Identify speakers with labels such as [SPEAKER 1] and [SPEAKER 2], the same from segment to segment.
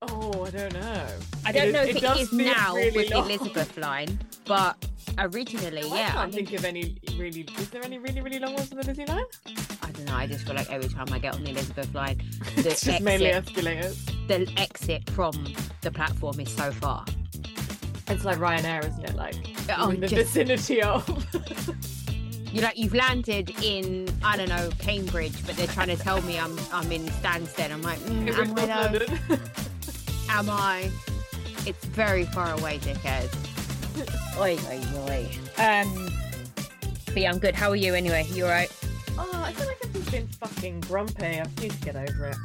[SPEAKER 1] Oh, I don't know.
[SPEAKER 2] I don't
[SPEAKER 1] It-
[SPEAKER 2] know if it
[SPEAKER 1] does
[SPEAKER 2] is
[SPEAKER 1] feel
[SPEAKER 2] now
[SPEAKER 1] really
[SPEAKER 2] with the
[SPEAKER 1] long.
[SPEAKER 2] Elizabeth line, but originally,
[SPEAKER 1] I
[SPEAKER 2] yeah, I
[SPEAKER 1] can't
[SPEAKER 2] think
[SPEAKER 1] think of any really. Is there any really really long ones on the Lizzie line?
[SPEAKER 2] I don't know. I just feel like every time I get on the Elizabeth line, the
[SPEAKER 1] It's just mainly
[SPEAKER 2] exit,
[SPEAKER 1] escalators.
[SPEAKER 2] the exit from the platform is so far.
[SPEAKER 1] It's like Ryanair, isn't it? Like
[SPEAKER 2] Oh,
[SPEAKER 1] in the
[SPEAKER 2] just-
[SPEAKER 1] vicinity of.
[SPEAKER 2] You like you've landed in I don't know Cambridge, but they're trying to tell me I'm I'm in Stansted. I'm like, mm,
[SPEAKER 1] It was
[SPEAKER 2] am I?
[SPEAKER 1] North
[SPEAKER 2] though?
[SPEAKER 1] London.
[SPEAKER 2] Am I? It's very far away, dickhead. oi, oi, oi. Um, but yeah, I'm good. How are you anyway? You alright?
[SPEAKER 1] oh, I feel like I've just been fucking grumpy. I need to get over it.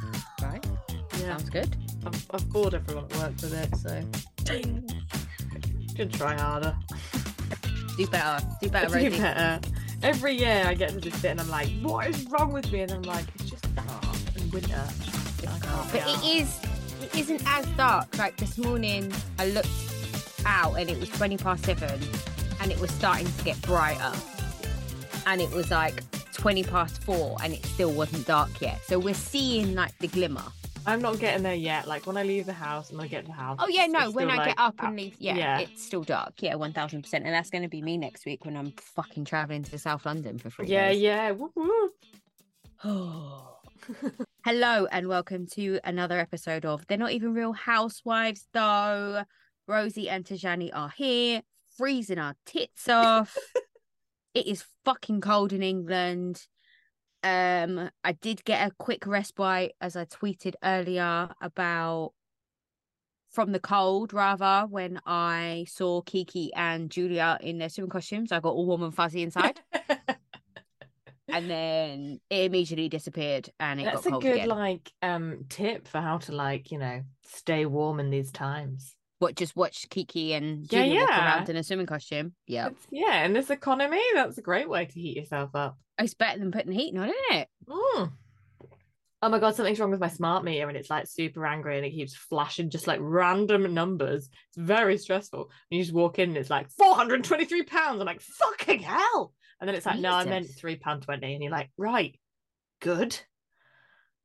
[SPEAKER 2] Right.
[SPEAKER 1] Yeah,
[SPEAKER 2] Sounds good.
[SPEAKER 1] I'm, I've bored everyone at work with it, so. Should try harder.
[SPEAKER 2] Do better. Do
[SPEAKER 1] I
[SPEAKER 2] better,
[SPEAKER 1] do
[SPEAKER 2] Rosie.
[SPEAKER 1] better. Every year I get to this bit and I'm like, what is wrong with me? And I'm like, it's just dark and winter.
[SPEAKER 2] Oh,
[SPEAKER 1] I can't be
[SPEAKER 2] But it
[SPEAKER 1] arsed.
[SPEAKER 2] is. It isn't as dark. Like this morning, I looked out and it was twenty past seven, and it was starting to get brighter. And it was like twenty past four, and it still wasn't dark yet. So we're seeing like the glimmer.
[SPEAKER 1] I'm not getting there yet. Like when I leave the house and I get to the house.
[SPEAKER 2] Oh yeah,
[SPEAKER 1] it's
[SPEAKER 2] no. When
[SPEAKER 1] still,
[SPEAKER 2] I
[SPEAKER 1] like,
[SPEAKER 2] get up
[SPEAKER 1] uh,
[SPEAKER 2] and leave, yeah,
[SPEAKER 1] yeah.
[SPEAKER 2] it's still dark. Yeah, one thousand percent. And that's going to be me next week when I'm fucking traveling to South London for three
[SPEAKER 1] Yeah,
[SPEAKER 2] days.
[SPEAKER 1] yeah. Woo, woo.
[SPEAKER 2] Hello and welcome to another episode of They're Not Even Real Housewives, though. Rosie and Tajani are here, freezing our tits off. it is fucking cold in England. Um, I did get a quick respite as I tweeted earlier about from the cold, rather, when I saw Kiki and Julia in their swimming costumes. I got all warm and fuzzy inside and then it immediately disappeared and it
[SPEAKER 1] That's
[SPEAKER 2] got
[SPEAKER 1] a
[SPEAKER 2] cold
[SPEAKER 1] good
[SPEAKER 2] again.
[SPEAKER 1] like um tip for how to like, you know, stay warm in these times.
[SPEAKER 2] What just watched Kiki and
[SPEAKER 1] Yeah,
[SPEAKER 2] Julia walk around
[SPEAKER 1] yeah.
[SPEAKER 2] in a swimming costume? Yeah,
[SPEAKER 1] It's- yeah, in this economy, that's a great way to heat yourself up.
[SPEAKER 2] it's better than putting heat on, isn't it?
[SPEAKER 1] Mm. Oh my god, something's wrong with my smart meter and it's like super angry and it keeps flashing just like random numbers. It's very stressful. And you just walk in and it's like 423 pounds. I'm like, fucking hell. And then it's like, no, I meant
[SPEAKER 2] Jesus.
[SPEAKER 1] three pound twenty. And you're like, right, good.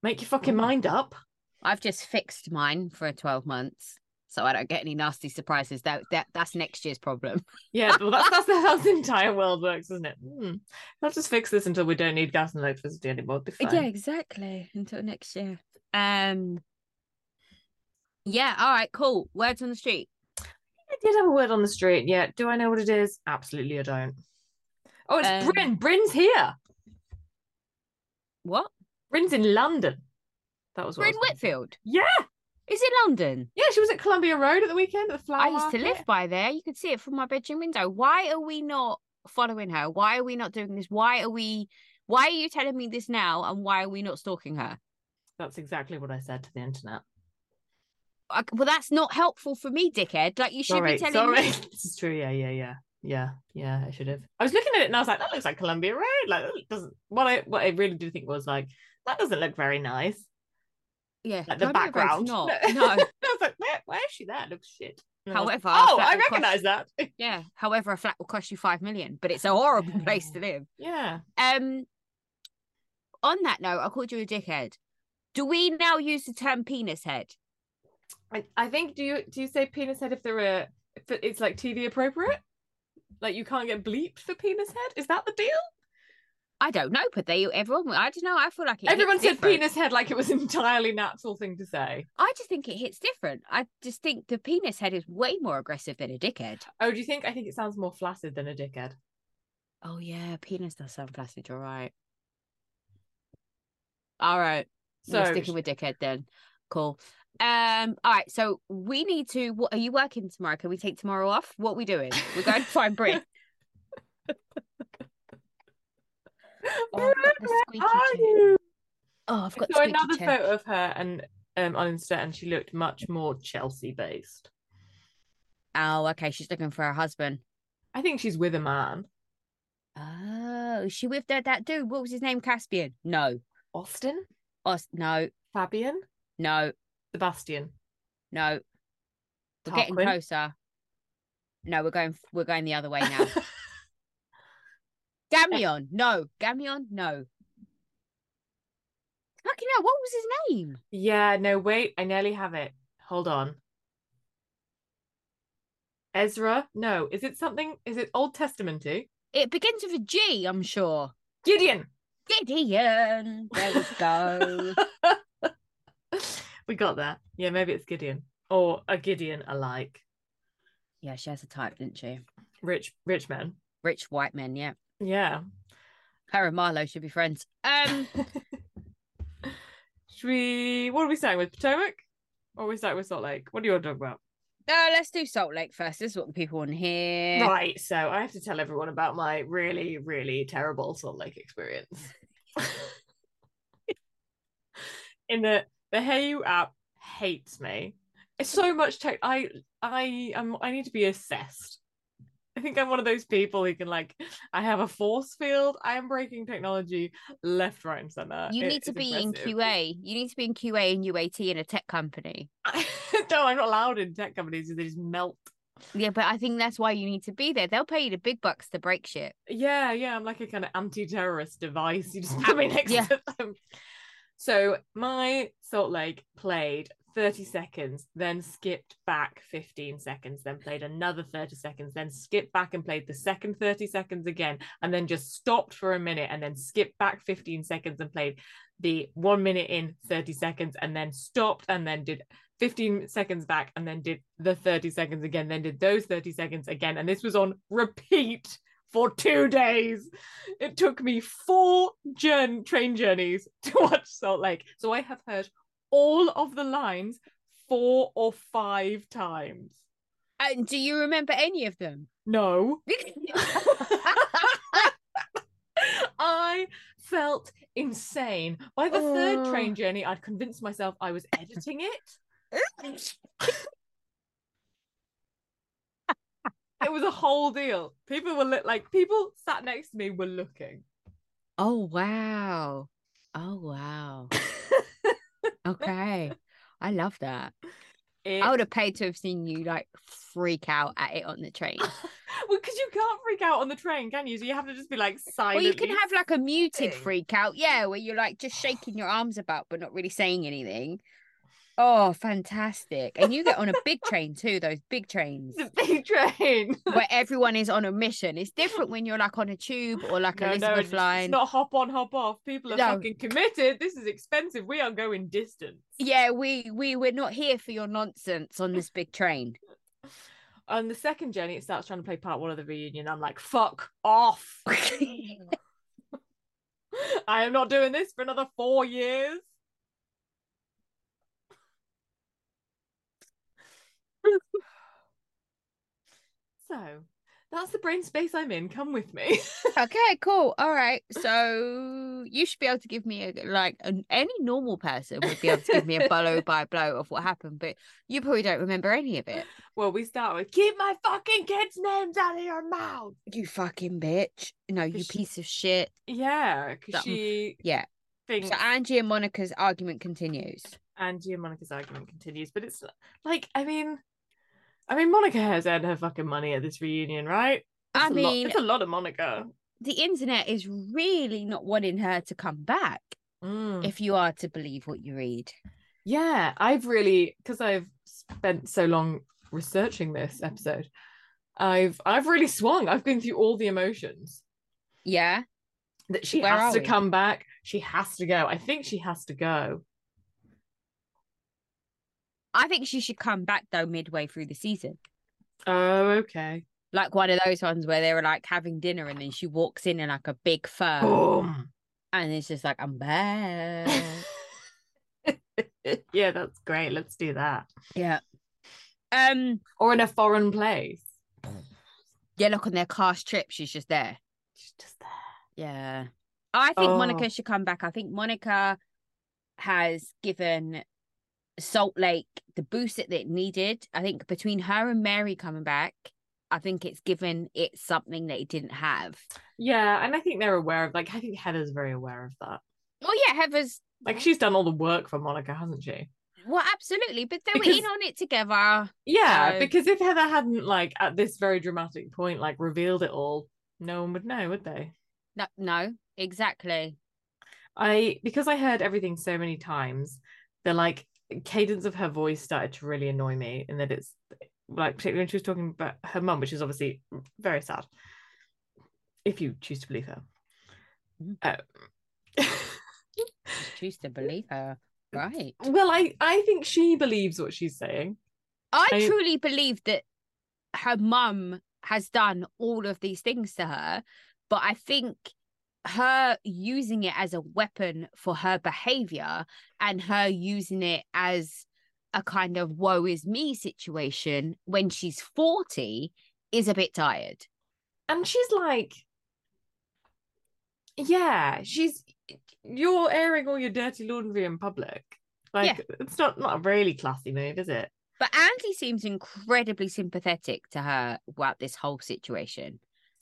[SPEAKER 1] Make your fucking
[SPEAKER 2] Mm.
[SPEAKER 1] mind up.
[SPEAKER 2] I've just fixed mine for twelve months, so I don't get any nasty surprises. That that that's next year's problem.
[SPEAKER 1] Yeah, well, that's, that's how the entire world works, isn't it? Hmm. Let's just fix this until we don't need gas and electricity anymore. It'll be fine.
[SPEAKER 2] exactly. Until next year. Um. Yeah. All right. Cool. Words on the street.
[SPEAKER 1] I did have a word on the street. Yeah. Do I know what it is? Absolutely, I don't. Oh, it's
[SPEAKER 2] Um,
[SPEAKER 1] Bryn. Bryn's here.
[SPEAKER 2] What?
[SPEAKER 1] Bryn's in London. That was what I
[SPEAKER 2] Bryn
[SPEAKER 1] was-
[SPEAKER 2] Whitfield
[SPEAKER 1] Yeah,
[SPEAKER 2] is in London.
[SPEAKER 1] yeah. She was at Columbia Road at the weekend at the flower.
[SPEAKER 2] I used to
[SPEAKER 1] market.
[SPEAKER 2] live by there. You could see it from my bedroom window. Why are we not following her? Why are we not doing this? Why are we? Why are you telling me this now? And why are we not stalking her?
[SPEAKER 1] That's exactly what I said to the internet.
[SPEAKER 2] I, well, that's not helpful for me, dickhead. Like you should
[SPEAKER 1] sorry,
[SPEAKER 2] be telling
[SPEAKER 1] sorry.
[SPEAKER 2] me.
[SPEAKER 1] this is true. Yeah, yeah, yeah, yeah, yeah. I should have. I was looking at it and I was like, that looks like Columbia Road. Like that doesn't. What I what I really did think was like that doesn't look very nice.
[SPEAKER 2] Yeah,
[SPEAKER 1] Like the
[SPEAKER 2] Columbia Road's
[SPEAKER 1] background.
[SPEAKER 2] Not. No.
[SPEAKER 1] I was like, where, where is she? That looks shit. And I was like,
[SPEAKER 2] However,
[SPEAKER 1] oh,
[SPEAKER 2] that
[SPEAKER 1] I
[SPEAKER 2] will cost-
[SPEAKER 1] recognise that.
[SPEAKER 2] Yeah. However, a flat will cost you five million, but it's a horrible place
[SPEAKER 1] Mm.
[SPEAKER 2] to live.
[SPEAKER 1] yeah.
[SPEAKER 2] Um. On that note, I called you a dickhead. Do we now use the term penis head?
[SPEAKER 1] I, I think do you do you say penis head if there are if it- it's like TV appropriate? Like you can't get bleeped for penis head? Is that the deal?
[SPEAKER 2] I don't know, but they everyone. I don't know. I feel like it hits
[SPEAKER 1] Everyone said
[SPEAKER 2] different.
[SPEAKER 1] penis head like it was an entirely natural thing to say.
[SPEAKER 2] I just think it hits different. I just think the penis head is way more aggressive than a dickhead.
[SPEAKER 1] Oh, do you think? I think it sounds more flaccid than a dickhead.
[SPEAKER 2] Oh yeah, penis does sound flaccid. You're right. All right, so
[SPEAKER 1] So
[SPEAKER 2] we're sticking with dickhead then. Cool. Um. All right. So we need to. What are you working tomorrow? Can we take tomorrow off? What are we doing? We're going to find Brit.
[SPEAKER 1] Bryn,
[SPEAKER 2] I've got the
[SPEAKER 1] where
[SPEAKER 2] Oh, squeaky
[SPEAKER 1] are
[SPEAKER 2] chair.
[SPEAKER 1] you?
[SPEAKER 2] Oh, I've got
[SPEAKER 1] So
[SPEAKER 2] the squeaky
[SPEAKER 1] another
[SPEAKER 2] chair.
[SPEAKER 1] photo of her and um on Insta and she looked much more Chelsea based.
[SPEAKER 2] Oh, okay. She's looking for her husband.
[SPEAKER 1] I think she's with a man.
[SPEAKER 2] Oh, is she with that that dude. What was his name? Caspian. No.
[SPEAKER 1] Austin?
[SPEAKER 2] Us. No.
[SPEAKER 1] Fabian?
[SPEAKER 2] No.
[SPEAKER 1] Sebastian.
[SPEAKER 2] No. We're getting
[SPEAKER 1] Tarquin?
[SPEAKER 2] closer. No, we're going we're going the other way now. Gamion, no. Gamion, no. Fucking hell, what was his name?
[SPEAKER 1] Yeah, no, wait, I nearly have it. Hold on. Ezra? No. Is it something? Is it Old Testamenty?
[SPEAKER 2] It begins with a G, I'm sure.
[SPEAKER 1] Gideon.
[SPEAKER 2] Gideon. There we go.
[SPEAKER 1] we got that. Yeah, maybe it's Gideon or a Gideon alike.
[SPEAKER 2] yeah, she has a type, didn't she?
[SPEAKER 1] Rich, rich men.
[SPEAKER 2] Rich white men, yeah.
[SPEAKER 1] Yeah.
[SPEAKER 2] Her and Marlowe should be friends. Um,
[SPEAKER 1] Should we? What are we starting with? Potomac, or are we starting with Salt Lake? What do you want to talk about?
[SPEAKER 2] uh, let's do Salt Lake first. This is what the people want to hear.
[SPEAKER 1] Right. So I have to tell everyone about my really, really terrible Salt Lake experience. In the the Hey You app hates me. It's so much tech. I I am. I need to be assessed. I think I'm one of those people who can like. I have a force field. I am breaking technology left, right, and center.
[SPEAKER 2] You
[SPEAKER 1] It
[SPEAKER 2] need to
[SPEAKER 1] is
[SPEAKER 2] be
[SPEAKER 1] impressive.
[SPEAKER 2] in QA. You need to be in QA and UAT in a tech company.
[SPEAKER 1] I, no, I'm not allowed in tech companies. 'cause They just melt.
[SPEAKER 2] Yeah, but I think that's why you need to be there. They'll pay you the big bucks to break shit.
[SPEAKER 1] Yeah, yeah, I'm like a kind of anti-terrorist device. You just put me next
[SPEAKER 2] Yeah.
[SPEAKER 1] to them. So my Salt Lake played 30 seconds, then skipped back 15 seconds, then played another 30 seconds, then skipped back and played the second 30 seconds again, and then just stopped for a minute and then skipped back 15 seconds and played the one minute in 30 seconds and then stopped and then did 15 seconds back and then did the 30 seconds again, then did those 30 seconds again. And this was on repeat for two days. It took me four journ- train journeys to watch Salt Lake. So I have heard all of the lines four or five times.
[SPEAKER 2] And do you remember any of them?
[SPEAKER 1] No. I felt insane. By the third
[SPEAKER 2] Oh.
[SPEAKER 1] train journey, I'd convinced myself I was editing it. It was a whole deal. People were li- like, people sat next to me were looking.
[SPEAKER 2] oh wow. Oh wow. Okay. I love that.
[SPEAKER 1] It-
[SPEAKER 2] I would have paid to have seen you like freak out at it on the train.
[SPEAKER 1] well, because you can't freak out on the train, can you? So you have to just be like
[SPEAKER 2] Well,
[SPEAKER 1] silent.
[SPEAKER 2] you can have like a
[SPEAKER 1] thing.
[SPEAKER 2] muted freak out, yeah, where you're like just shaking your arms about but not really saying anything. Oh, fantastic. And you get on a big train too, those big trains
[SPEAKER 1] the big train.
[SPEAKER 2] where everyone is on a mission. It's different when you're like on a tube or like
[SPEAKER 1] No, no,
[SPEAKER 2] Elizabeth
[SPEAKER 1] it's, it's
[SPEAKER 2] line.
[SPEAKER 1] not hop on, hop off. People are
[SPEAKER 2] No.
[SPEAKER 1] fucking committed. This is expensive. We are going distance.
[SPEAKER 2] Yeah, we we we're not here for your nonsense on this big train.
[SPEAKER 1] On the second journey, it starts trying to play part one of the reunion. I'm like, fuck off. I am not doing this for another four years. so that's the brain space I'm in. Come with me.
[SPEAKER 2] okay, cool. All right. So you should be able to give me a like an, any normal person would be able to give me a blow by blow of what happened, but you probably don't remember any of it.
[SPEAKER 1] well, we start with keep my fucking kids' names out of your mouth.
[SPEAKER 2] You fucking bitch. No, you
[SPEAKER 1] Cause she-
[SPEAKER 2] piece of shit.
[SPEAKER 1] Yeah, because
[SPEAKER 2] That-
[SPEAKER 1] she
[SPEAKER 2] yeah.
[SPEAKER 1] thinks
[SPEAKER 2] So Angie and Monica's argument continues.
[SPEAKER 1] Angie and Monica's argument continues, but it's like I mean, I mean Monica has earned her fucking money at this reunion, right?
[SPEAKER 2] I
[SPEAKER 1] It's a lot-
[SPEAKER 2] mean,
[SPEAKER 1] it's a lot of Monica.
[SPEAKER 2] the internet is really not wanting her to come back
[SPEAKER 1] Mm.
[SPEAKER 2] if you are to believe what you read.
[SPEAKER 1] Yeah, I've really because I've spent so long researching this episode. I've I've really swung. I've been through all the emotions
[SPEAKER 2] Yeah.
[SPEAKER 1] that she
[SPEAKER 2] Where
[SPEAKER 1] has to
[SPEAKER 2] are we?
[SPEAKER 1] come back. She has to go. I think she has to go.
[SPEAKER 2] I think she should come back though midway through the season.
[SPEAKER 1] Oh, okay.
[SPEAKER 2] Like one of those ones where they were like having dinner and then she walks in in like a big fur
[SPEAKER 1] Boom.
[SPEAKER 2] and it's just like, I'm back.
[SPEAKER 1] yeah, that's great. Let's do that.
[SPEAKER 2] yeah. Um,
[SPEAKER 1] Or in a foreign place.
[SPEAKER 2] yeah, look on their cast trip, she's just there.
[SPEAKER 1] She's just there.
[SPEAKER 2] Yeah. I think
[SPEAKER 1] Oh.
[SPEAKER 2] Monica should come back. I think Monica has given Salt Lake the boost that it needed. I think between her and Mary coming back, I think it's given it something that it didn't have.
[SPEAKER 1] Yeah, and I think they're aware of like I think Heather's very aware of that.
[SPEAKER 2] Well, yeah, Heather's
[SPEAKER 1] Like she's done all the work for Monica, hasn't she?
[SPEAKER 2] well, absolutely, but they were
[SPEAKER 1] Because-
[SPEAKER 2] in on it together.
[SPEAKER 1] Yeah,
[SPEAKER 2] So-
[SPEAKER 1] because if Heather hadn't like at this very dramatic point like revealed it all, no one would know, would they?
[SPEAKER 2] No, no, exactly.
[SPEAKER 1] I because I heard everything so many times, the like cadence of her voice started to really annoy me in that it's like particularly when she was talking about her mum, which is obviously very sad, if you choose to believe her. Uh,
[SPEAKER 2] Choose to believe her. Right.
[SPEAKER 1] well, I I think she believes what she's saying.
[SPEAKER 2] I,
[SPEAKER 1] I-
[SPEAKER 2] truly believe that her mum has done all of these things to her, but I think her using it as a weapon for her behavior and her using it as a kind of woe is me situation when she's 40 is a bit tired.
[SPEAKER 1] and she's like yeah she's you're airing all your dirty laundry in public like it's not not a really classy move is it
[SPEAKER 2] But Andy seems incredibly sympathetic to her throughout this whole situation.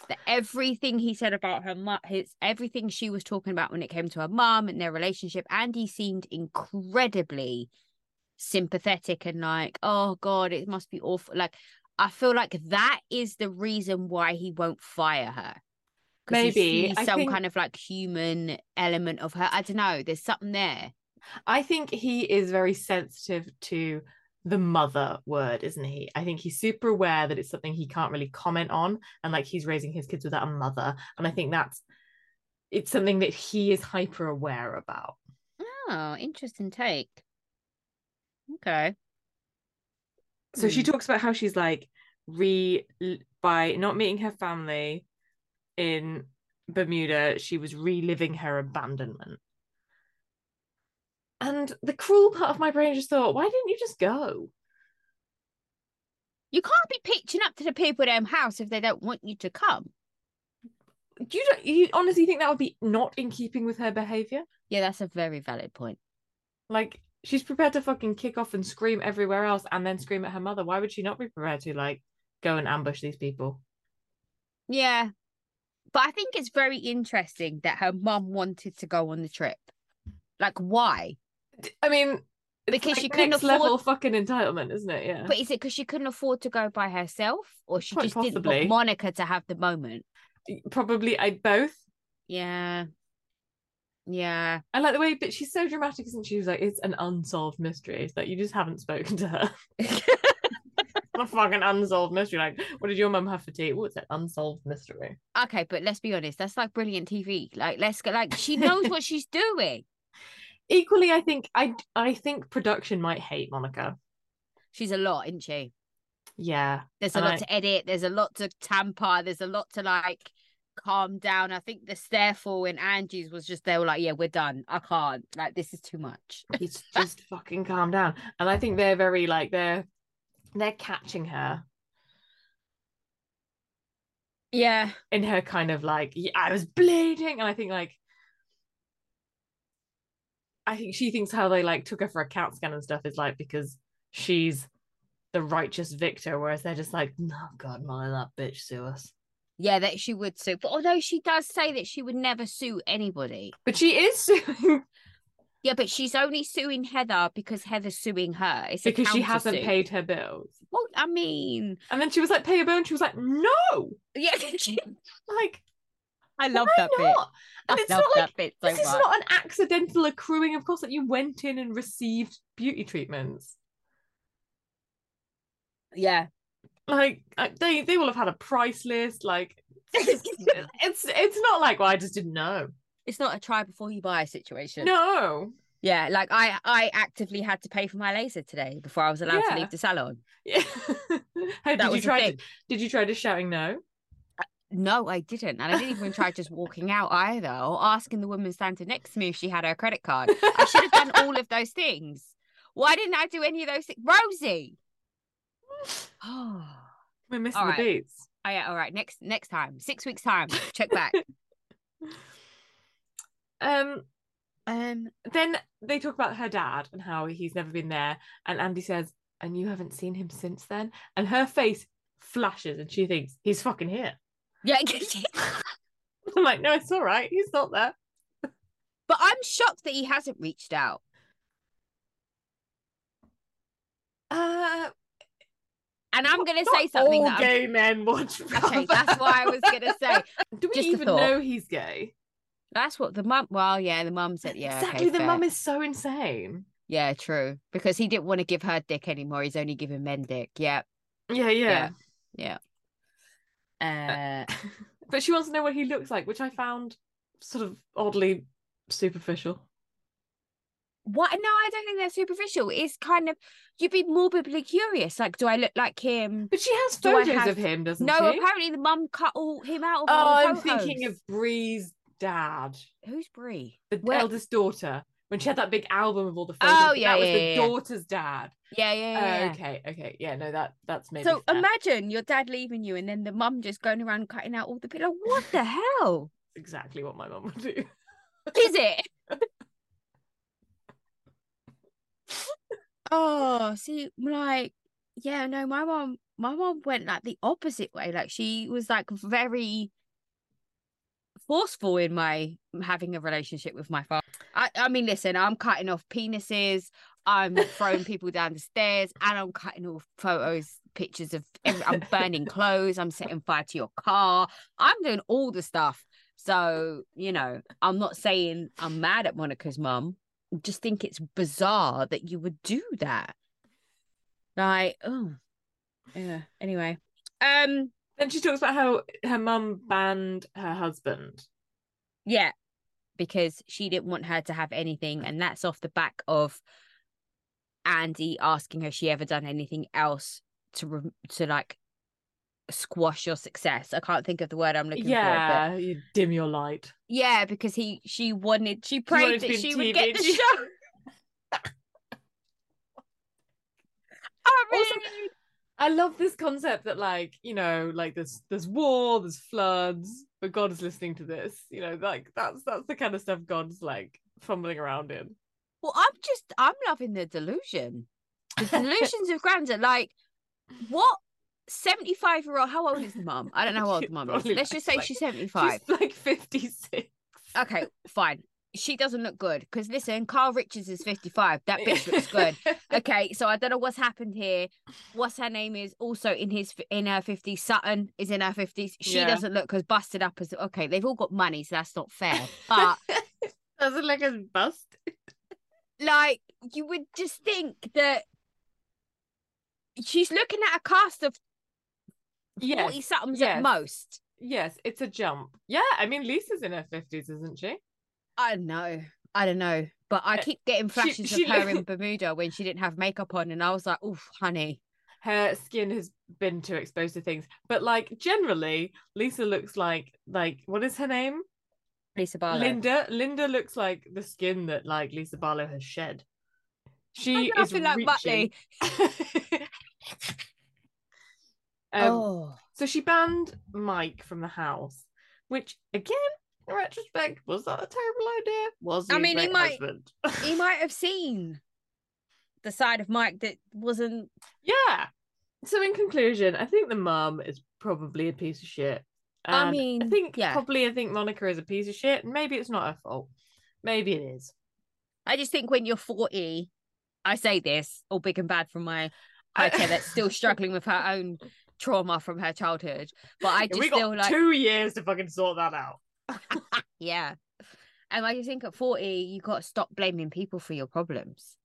[SPEAKER 2] That everything he said about her mum, his everything she was talking about when it came to her mum and their relationship, Andy seemed incredibly sympathetic and like, oh god, it must be awful. Like, I feel like that is the reason why he won't fire her. 'Cause he
[SPEAKER 1] Maybe.
[SPEAKER 2] sees
[SPEAKER 1] I
[SPEAKER 2] some
[SPEAKER 1] think-
[SPEAKER 2] kind of like human element of her. I don't know. There's something there.
[SPEAKER 1] i think he is very sensitive to the mother word isn't he i think he's super aware that it's something he can't really comment on and like he's raising his kids without a mother and i think that's it's something that he is hyper aware about
[SPEAKER 2] Oh, interesting take. Okay.
[SPEAKER 1] So she
[SPEAKER 2] Hmm.
[SPEAKER 1] talks about how she's like re l- by not meeting her family in Bermuda, she was reliving her abandonment. And the cruel part of my brain just thought, why didn't you just go?
[SPEAKER 2] You can't be pitching up to the people at them house if they don't want you to come.
[SPEAKER 1] Do you don't, you honestly think that would be not in keeping with her behavior?
[SPEAKER 2] Yeah, that's a very valid point.
[SPEAKER 1] Like she's prepared to fucking kick off and scream everywhere else and then scream at her mother. Why would she not be prepared to like go and ambush these people?
[SPEAKER 2] Yeah. But I think it's very interesting that her mum wanted to go on the trip. Like, why?
[SPEAKER 1] D- I mean, it's
[SPEAKER 2] Because
[SPEAKER 1] like
[SPEAKER 2] she couldn't
[SPEAKER 1] next
[SPEAKER 2] afford-
[SPEAKER 1] level fucking entitlement, isn't it? Yeah.
[SPEAKER 2] But is it because she couldn't afford to go by herself or she
[SPEAKER 1] Quite
[SPEAKER 2] just didn't
[SPEAKER 1] possibly.
[SPEAKER 2] want Monica to have the moment?
[SPEAKER 1] probably I both.
[SPEAKER 2] Yeah. Yeah.
[SPEAKER 1] I like the way, but she's so dramatic, isn't she? She's like, it's an unsolved mystery. It's like you just haven't spoken to her. a fucking unsolved mystery. Like, what did your mum have for tea? What's that unsolved mystery?
[SPEAKER 2] okay, but let's be honest. That's like brilliant TV. Like, let's go. Like, she knows what she's doing.
[SPEAKER 1] Equally, I think I I think production might hate Monica.
[SPEAKER 2] She's a lot, isn't she?
[SPEAKER 1] Yeah,
[SPEAKER 2] There's a
[SPEAKER 1] And
[SPEAKER 2] lot
[SPEAKER 1] I-
[SPEAKER 2] to edit. There's a lot to tamper. There's a lot to like calm down. I think the stairfall in Angie's was just they were like, yeah, we're done. I can't. Like this is too much.
[SPEAKER 1] it's just fucking calm down. And I think they're very like they're they're catching her
[SPEAKER 2] Yeah.
[SPEAKER 1] in her kind of like "Yeah, I was bleeding, and I think like I think she thinks how they like took her for a CAT scan and stuff is like because she's the righteous victor, whereas they're just like, no God, mother, that bitch sue us.
[SPEAKER 2] Yeah, that she would sue. But although she does say that she would never sue anybody.
[SPEAKER 1] But she is suing
[SPEAKER 2] Yeah, but she's only suing Heather because Heather's suing her. It's a
[SPEAKER 1] because she hasn't
[SPEAKER 2] countersuit.
[SPEAKER 1] paid her bills.
[SPEAKER 2] Well, I mean,
[SPEAKER 1] And then she was like, pay your bill, and she was like, no,
[SPEAKER 2] yeah,
[SPEAKER 1] like
[SPEAKER 2] I love
[SPEAKER 1] why
[SPEAKER 2] that bit.
[SPEAKER 1] not? And
[SPEAKER 2] I
[SPEAKER 1] it's
[SPEAKER 2] love
[SPEAKER 1] not like
[SPEAKER 2] that bit so
[SPEAKER 1] this is
[SPEAKER 2] much.
[SPEAKER 1] not an accidental accruing. Of course, that you went in and received beauty treatments.
[SPEAKER 2] Yeah.
[SPEAKER 1] like I- they they will have had a price list like it's it's not like well i just didn't know
[SPEAKER 2] It's not a try before you buy situation.
[SPEAKER 1] no
[SPEAKER 2] Yeah, like I I actively had to pay for my laser today before I was allowed
[SPEAKER 1] Yeah.
[SPEAKER 2] to leave the salon.
[SPEAKER 1] Yeah. how
[SPEAKER 2] That
[SPEAKER 1] did you
[SPEAKER 2] was the
[SPEAKER 1] try
[SPEAKER 2] thing.
[SPEAKER 1] to, did you try to shouting no
[SPEAKER 2] No, I didn't, and I didn't even try just walking out either, or asking the woman standing next to me if she had her credit card. I should have done all of those things. Why didn't I do any of those things, Rosie? Oh,
[SPEAKER 1] we're missing
[SPEAKER 2] All right.
[SPEAKER 1] the beats
[SPEAKER 2] yeah. All right, next next time, six weeks time, check back.
[SPEAKER 1] um
[SPEAKER 2] um,
[SPEAKER 1] then they talk about her dad and how he's never been there and andy says and you haven't seen him since then and her face flashes and she thinks he's fucking here
[SPEAKER 2] yeah,
[SPEAKER 1] i'm like no it's all right he's not there
[SPEAKER 2] but I'm shocked that he hasn't reached out.
[SPEAKER 1] uh
[SPEAKER 2] And I'm gonna
[SPEAKER 1] not
[SPEAKER 2] say something
[SPEAKER 1] all
[SPEAKER 2] that I'm...
[SPEAKER 1] gay men watch
[SPEAKER 2] okay, that's why I was gonna say.
[SPEAKER 1] Do we
[SPEAKER 2] Just a
[SPEAKER 1] even
[SPEAKER 2] thought.
[SPEAKER 1] know he's gay?
[SPEAKER 2] That's what the mum. Well, yeah, the mum said, yeah, okay,
[SPEAKER 1] exactly. the
[SPEAKER 2] fair.
[SPEAKER 1] mum is so insane.
[SPEAKER 2] Yeah, true. Because he didn't want to give her dick anymore. He's only giving men dick. Yeah.
[SPEAKER 1] Yeah, yeah.
[SPEAKER 2] Yeah. Uh,
[SPEAKER 1] But she wants to know what he looks like, which I found sort of oddly superficial.
[SPEAKER 2] what? No, I don't think they're superficial. It's kind of you'd be morbidly curious. Like, do I look like him?
[SPEAKER 1] But she has
[SPEAKER 2] Do I
[SPEAKER 1] photos
[SPEAKER 2] have-
[SPEAKER 1] of him, doesn't
[SPEAKER 2] No,
[SPEAKER 1] she?
[SPEAKER 2] apparently the mum cut all him out. Of
[SPEAKER 1] Oh,
[SPEAKER 2] all the
[SPEAKER 1] I'm thinking
[SPEAKER 2] photos.
[SPEAKER 1] of Bree's dad,
[SPEAKER 2] who's Brie?
[SPEAKER 1] the
[SPEAKER 2] Where-
[SPEAKER 1] eldest daughter, when she had that big album of all the photos.
[SPEAKER 2] Oh,
[SPEAKER 1] but
[SPEAKER 2] yeah,
[SPEAKER 1] that was
[SPEAKER 2] yeah,
[SPEAKER 1] the
[SPEAKER 2] yeah, yeah.
[SPEAKER 1] daughter's dad.
[SPEAKER 2] Yeah, yeah,
[SPEAKER 1] Oh,
[SPEAKER 2] yeah. yeah.
[SPEAKER 1] okay, okay, yeah, no, that that's maybe.
[SPEAKER 2] So
[SPEAKER 1] fair.
[SPEAKER 2] imagine your dad leaving you and then the mum just going around cutting out all the people. Like, what the hell
[SPEAKER 1] exactly what my mum would do.
[SPEAKER 2] is it? oh, see, like, yeah, no, my mom, my mom went like the opposite way. Like, she was like very forceful in my having a relationship with my father. I, I mean, listen, I'm cutting off penises. I'm throwing people down the stairs, and I'm cutting off photos, pictures of. Every, I'm burning clothes. I'm setting fire to your car. I'm doing all the stuff. So you know, I'm not saying I'm mad at Monica's mum. I Just think it's bizarre that you would do that. Like, oh, yeah. Anyway, um,
[SPEAKER 1] Then she talks about how her mum banned her husband.
[SPEAKER 2] Yeah. Because she didn't want her to have anything. And that's off the back of Andy asking her if she ever done anything else to, re- to like squash your success. I can't think of the word I'm looking for. But
[SPEAKER 1] yeah, you dim your light.
[SPEAKER 2] yeah, because he, she wanted, she
[SPEAKER 1] wanted
[SPEAKER 2] prayed
[SPEAKER 1] to be
[SPEAKER 2] that
[SPEAKER 1] on
[SPEAKER 2] she would
[SPEAKER 1] TV,
[SPEAKER 2] get the
[SPEAKER 1] didn't you?
[SPEAKER 2] show. I mean,
[SPEAKER 1] Also- I love this concept that like you know like there's there's war there's floods but God is listening to this you know like that's that's the kind of stuff God's like fumbling around in
[SPEAKER 2] Well, I'm just I'm loving the delusion. The delusions of grandeur. Like what 75 year old how old is the mum? I don't know how old the
[SPEAKER 1] She's
[SPEAKER 2] mum is.
[SPEAKER 1] probably
[SPEAKER 2] Let's just say
[SPEAKER 1] like-
[SPEAKER 2] she's 75.
[SPEAKER 1] she's like 56
[SPEAKER 2] Okay, fine. She doesn't look good. Because listen, Carl Richards is 55. That bitch looks good. Okay, so I don't know what's happened here. What's her name is also in his in her 50s. Sutton is in her 50s. She
[SPEAKER 1] Yeah.
[SPEAKER 2] doesn't look as busted up as okay, they've all got money, so that's not fair. But
[SPEAKER 1] doesn't look as bust
[SPEAKER 2] like you would just think that she's looking at a cast of 40
[SPEAKER 1] yes
[SPEAKER 2] somethings
[SPEAKER 1] yes.
[SPEAKER 2] at most.
[SPEAKER 1] yes it's a jump yeah I mean Lisa's in her 50s isn't she
[SPEAKER 2] I don't know. I don't know. But I
[SPEAKER 1] Uh,
[SPEAKER 2] keep getting flashes
[SPEAKER 1] she
[SPEAKER 2] of her
[SPEAKER 1] look-
[SPEAKER 2] in Bermuda when she didn't have makeup on, and I was like, "Oof, honey."
[SPEAKER 1] her skin has been too exposed to things but like generally Lisa looks like like what is her name
[SPEAKER 2] Lisa Barlow.
[SPEAKER 1] Linda Linda looks like the skin that like Lisa Barlow has shed.
[SPEAKER 2] I'm
[SPEAKER 1] She is
[SPEAKER 2] laughing like
[SPEAKER 1] reaching.
[SPEAKER 2] Butley.
[SPEAKER 1] Um,
[SPEAKER 2] oh,
[SPEAKER 1] So she banned Mike from the house, which again, in retrospect, was that a terrible idea? Was he
[SPEAKER 2] I
[SPEAKER 1] a
[SPEAKER 2] mean, he
[SPEAKER 1] great
[SPEAKER 2] might-
[SPEAKER 1] husband?
[SPEAKER 2] he might have seen the side of Mike that wasn't.
[SPEAKER 1] yeah. So in conclusion, I think the mum is probably a piece of shit.
[SPEAKER 2] I
[SPEAKER 1] And I
[SPEAKER 2] mean,
[SPEAKER 1] think
[SPEAKER 2] yeah.
[SPEAKER 1] probably I think Monica is a piece of shit. and Maybe it's not her fault. Maybe it is.
[SPEAKER 2] I just think when you're forty, I say this all big and bad from my okay that's still struggling with her own trauma from her childhood. But I
[SPEAKER 1] Yeah,
[SPEAKER 2] just
[SPEAKER 1] we
[SPEAKER 2] feel
[SPEAKER 1] got
[SPEAKER 2] like
[SPEAKER 1] two years to fucking sort that out.
[SPEAKER 2] yeah. And I just think at 40, you got to stop blaming people for your problems.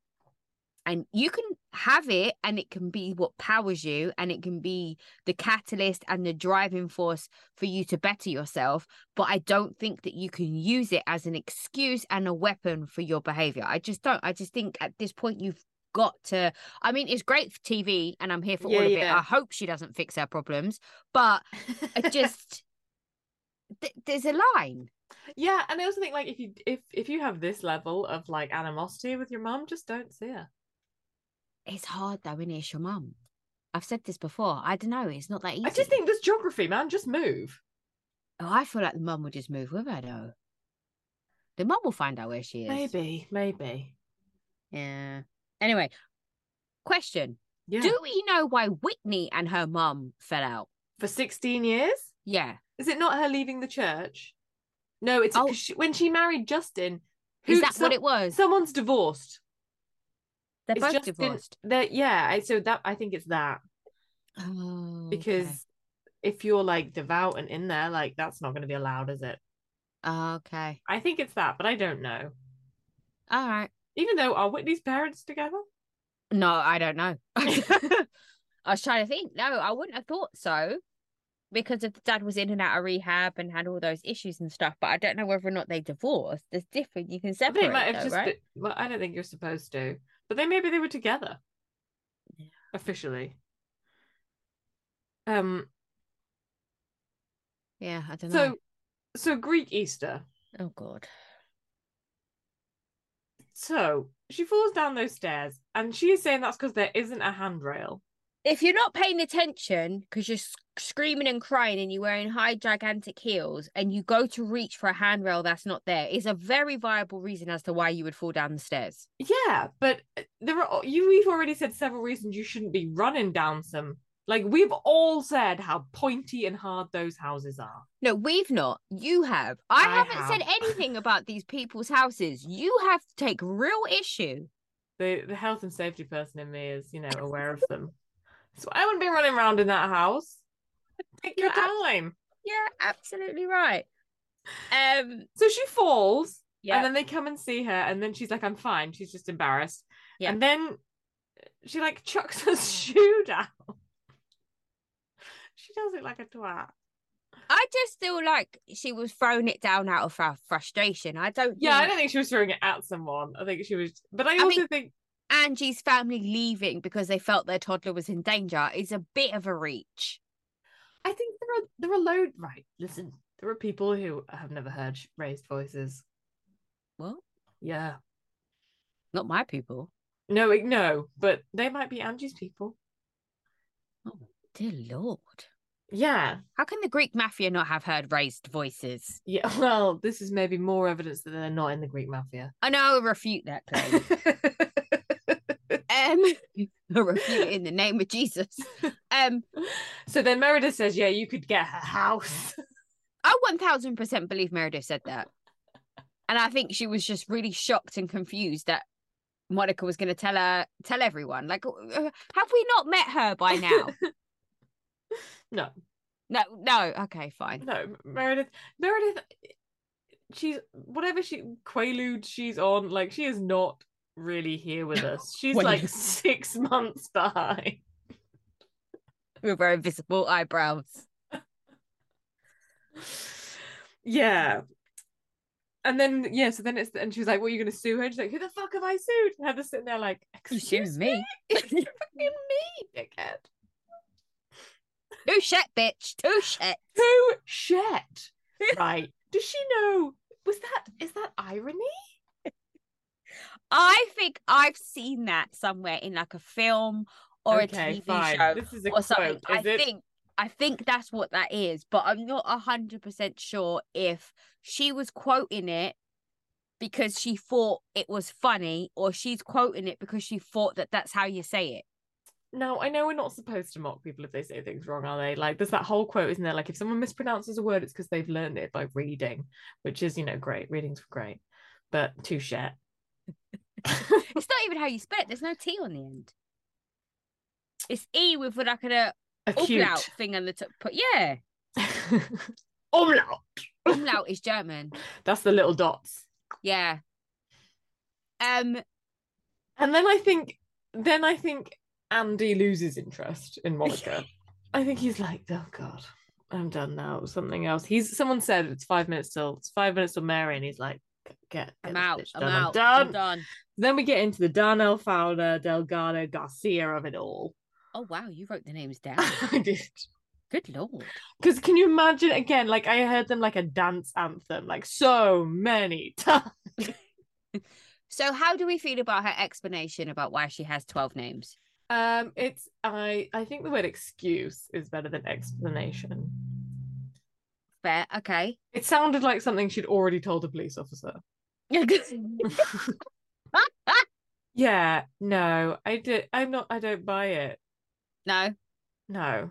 [SPEAKER 2] And you can have it, and it can be what powers you, and it can be the catalyst and the driving force for you to better yourself. But I don't think that you can use it as an excuse and a weapon for your behavior. I just don't. I just think at this point, you've got to. I mean, it's great for TV, and I'm here for all
[SPEAKER 1] Yeah,
[SPEAKER 2] of it.
[SPEAKER 1] yeah.
[SPEAKER 2] I hope she doesn't fix her problems, but I just, th- there's a line.
[SPEAKER 1] yeah, and I also think like if you if if you have this level of like animosity with your mum, just don't see her.
[SPEAKER 2] It's hard though, when it's your mum. I've said this before. I don't know. It's not that easy.
[SPEAKER 1] I just think this geography, man, just move.
[SPEAKER 2] Oh, I feel like the mum will just move with her though. The mum will find out where she is.
[SPEAKER 1] Maybe, maybe.
[SPEAKER 2] Yeah. Anyway, question:
[SPEAKER 1] Yeah.
[SPEAKER 2] Do we know why Whitney and her mum fell out?
[SPEAKER 1] For sixteen years,
[SPEAKER 2] Yeah.
[SPEAKER 1] is it not her leaving the church? No, it's 'cause
[SPEAKER 2] Oh.
[SPEAKER 1] she, when she married Justin.
[SPEAKER 2] Is
[SPEAKER 1] who-
[SPEAKER 2] that
[SPEAKER 1] some-
[SPEAKER 2] what it was?
[SPEAKER 1] Someone's divorced.
[SPEAKER 2] They're
[SPEAKER 1] it's
[SPEAKER 2] both
[SPEAKER 1] Justin-
[SPEAKER 2] divorced.
[SPEAKER 1] That yeah. I- So that I think it's that
[SPEAKER 2] Oh, okay.
[SPEAKER 1] because if you're like devout and in there, like that's not going to be allowed, is it?
[SPEAKER 2] Oh, Okay.
[SPEAKER 1] I think it's that, but I don't know.
[SPEAKER 2] All right.
[SPEAKER 1] Even though are Whitney's parents together?
[SPEAKER 2] No, I don't know. I I was trying to think. No, I wouldn't have thought so because if the dad was in and out of rehab and had all those issues and stuff. But I don't know whether or not they divorced. There's different. You can
[SPEAKER 1] I think
[SPEAKER 2] separate.
[SPEAKER 1] it might have
[SPEAKER 2] though,
[SPEAKER 1] just
[SPEAKER 2] right?
[SPEAKER 1] been- well, I don't think you're supposed to. But they maybe they were together.
[SPEAKER 2] Yeah.
[SPEAKER 1] Officially. Um
[SPEAKER 2] Yeah, I don't
[SPEAKER 1] so
[SPEAKER 2] know.
[SPEAKER 1] so Greek Easter.
[SPEAKER 2] Oh God.
[SPEAKER 1] So she falls down those stairs and she is saying that's because there isn't a handrail.
[SPEAKER 2] If you're not paying attention because you're sc- screaming and crying and you're wearing high gigantic heels and you go to reach for a handrail that's not there, is a very viable reason as to why you would fall down the stairs.
[SPEAKER 1] Yeah, but uh, there are you we've already said several reasons you shouldn't be running down some like we've all said how pointy and hard those houses are.
[SPEAKER 2] No, we've not. You have. I,
[SPEAKER 1] I
[SPEAKER 2] haven't said
[SPEAKER 1] have.
[SPEAKER 2] anything about these people's houses. You have to take real issue.
[SPEAKER 1] The the health and safety person in me is, you know, aware of them. So I wouldn't be running around in that house. Take your
[SPEAKER 2] You're abs-
[SPEAKER 1] time.
[SPEAKER 2] Yeah, absolutely right. Um,
[SPEAKER 1] So she falls
[SPEAKER 2] yeah,
[SPEAKER 1] And then they come and see her, and then she's like, I'm fine. She's just embarrassed.
[SPEAKER 2] Yeah.
[SPEAKER 1] And then she like chucks her shoe down. she does it like a twat.
[SPEAKER 2] I just feel like she was throwing it down out of fru- frustration. I don't.
[SPEAKER 1] Yeah, I
[SPEAKER 2] think
[SPEAKER 1] don't think she was throwing it at someone. I think she was, but I
[SPEAKER 2] I
[SPEAKER 1] also
[SPEAKER 2] mean-
[SPEAKER 1] think,
[SPEAKER 2] Angie's family leaving because they felt their toddler was in danger is a bit of a reach.
[SPEAKER 1] I think there are, there are load, right? Listen, there are people who have never heard sh- raised voices.
[SPEAKER 2] Well,
[SPEAKER 1] Yeah.
[SPEAKER 2] not my people.
[SPEAKER 1] No, it- no, but they might be Angie's people.
[SPEAKER 2] Oh. Dear Lord.
[SPEAKER 1] Yeah.
[SPEAKER 2] How can the Greek mafia not have heard raised voices?
[SPEAKER 1] Yeah. Well, this is maybe more evidence that they're not in the Greek mafia.
[SPEAKER 2] I know I refute that claim. um I refute it in the name of Jesus. Um
[SPEAKER 1] So then Meredith says, Yeah, you could get her house.
[SPEAKER 2] I one thousand percent believe Meredith said that. And I think she was just really shocked and confused that Monica was gonna tell her tell everyone. Like uh, have we not met her by now?
[SPEAKER 1] No.
[SPEAKER 2] No, no, okay, fine.
[SPEAKER 1] No, Meredith, Meredith, she's whatever she quaalude she's on, like she is not really here with us. She's like
[SPEAKER 2] Quaalude.
[SPEAKER 1] six months behind.
[SPEAKER 2] With her invisible eyebrows.
[SPEAKER 1] Yeah. And then yeah, so then it's and she was like, "What are you going to sue her?" And she's like, "Who the fuck have I sued?" And Heather's sitting there like,
[SPEAKER 2] You
[SPEAKER 1] "Excuse
[SPEAKER 2] sue me.
[SPEAKER 1] fucking me, dickhead."
[SPEAKER 2] Too shit, bitch. Too shit.
[SPEAKER 1] Who shet? right. Does she know? Was that is that irony?
[SPEAKER 2] I think I've seen that somewhere in like a film or a TV show
[SPEAKER 1] This is a
[SPEAKER 2] or
[SPEAKER 1] quote.
[SPEAKER 2] something.
[SPEAKER 1] Is
[SPEAKER 2] I
[SPEAKER 1] it?
[SPEAKER 2] think I think that's what that is, but I'm not hundred percent sure if she was quoting it because she thought it was funny, or she's quoting it because she thought that that's how you say it.
[SPEAKER 1] Now I know we're not supposed to mock people if they say things wrong, are they? Like there's that whole quote, isn't there? Like if someone mispronounces a word, it's because they've learned it by reading, which is you know great. Reading's great, but too shet.
[SPEAKER 2] It's not even how you spell it. There's no T on the end. It's E with like a umlaut
[SPEAKER 1] Acute.
[SPEAKER 2] thing on the top. But yeah,
[SPEAKER 1] Umlaut.
[SPEAKER 2] umlaut is German.
[SPEAKER 1] That's the little dots.
[SPEAKER 2] Yeah. Um.
[SPEAKER 1] And then I think, then I think Andy loses interest in Monica. I think he's like, oh god, I'm done now. Something else. He's someone said it's five minutes till it's five minutes till Mary, and he's like, "G- get, get
[SPEAKER 2] I'm
[SPEAKER 1] this
[SPEAKER 2] out.
[SPEAKER 1] bitch
[SPEAKER 2] I'm
[SPEAKER 1] done,
[SPEAKER 2] out.
[SPEAKER 1] done.
[SPEAKER 2] I'm done.
[SPEAKER 1] Then we get into the Darnell Fowler, Delgado Garcia of it all.
[SPEAKER 2] Oh wow, you wrote the names down.
[SPEAKER 1] I did.
[SPEAKER 2] Good lord.
[SPEAKER 1] Because can you imagine again? Like I heard them like a dance anthem, like so many times.
[SPEAKER 2] So how do we feel about her explanation about why she has twelve names?
[SPEAKER 1] Um, it's I I think the word excuse is better than explanation.
[SPEAKER 2] Fair, okay.
[SPEAKER 1] It sounded like something she'd already told a police officer. yeah, no, I did. I'm not. I don't buy it.
[SPEAKER 2] no.
[SPEAKER 1] No,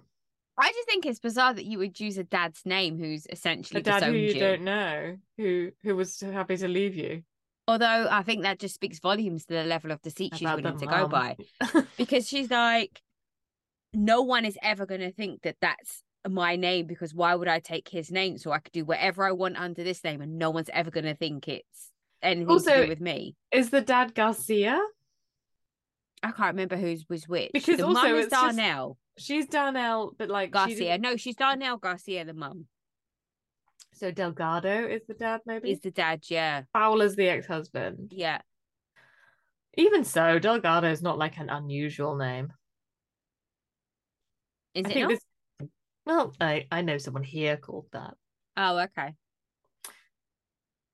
[SPEAKER 2] I just think it's bizarre that you would use a dad's name who's
[SPEAKER 1] a
[SPEAKER 2] essentially
[SPEAKER 1] dad who
[SPEAKER 2] disowned
[SPEAKER 1] you
[SPEAKER 2] you.
[SPEAKER 1] don't know, who who was so happy to leave you.
[SPEAKER 2] Although I think that just speaks volumes to the level of deceit she's
[SPEAKER 1] About the
[SPEAKER 2] willing to go
[SPEAKER 1] mum.
[SPEAKER 2] by. Because she's like, no one is ever going to think that that's my name because why would I take his name? So I could do whatever I want under this name and no one's ever going to think it's anything to
[SPEAKER 1] Also-
[SPEAKER 2] do with me.
[SPEAKER 1] Is the dad Garcia?
[SPEAKER 2] I can't remember whose was which.
[SPEAKER 1] Because
[SPEAKER 2] the
[SPEAKER 1] also
[SPEAKER 2] mum is
[SPEAKER 1] it's just-
[SPEAKER 2] Darnell.
[SPEAKER 1] She's Darnell, but like she
[SPEAKER 2] Garcia.
[SPEAKER 1] didn't-
[SPEAKER 2] no, she's Darnell Garcia, the mum.
[SPEAKER 1] so Delgado is the dad, maybe.
[SPEAKER 2] Is the dad, yeah.
[SPEAKER 1] Fowler's the ex-husband.
[SPEAKER 2] Yeah.
[SPEAKER 1] Even so, Delgado is not like an unusual name.
[SPEAKER 2] Is
[SPEAKER 1] I
[SPEAKER 2] it
[SPEAKER 1] think
[SPEAKER 2] not?
[SPEAKER 1] this- Well, I I know someone here called that.
[SPEAKER 2] Oh, okay.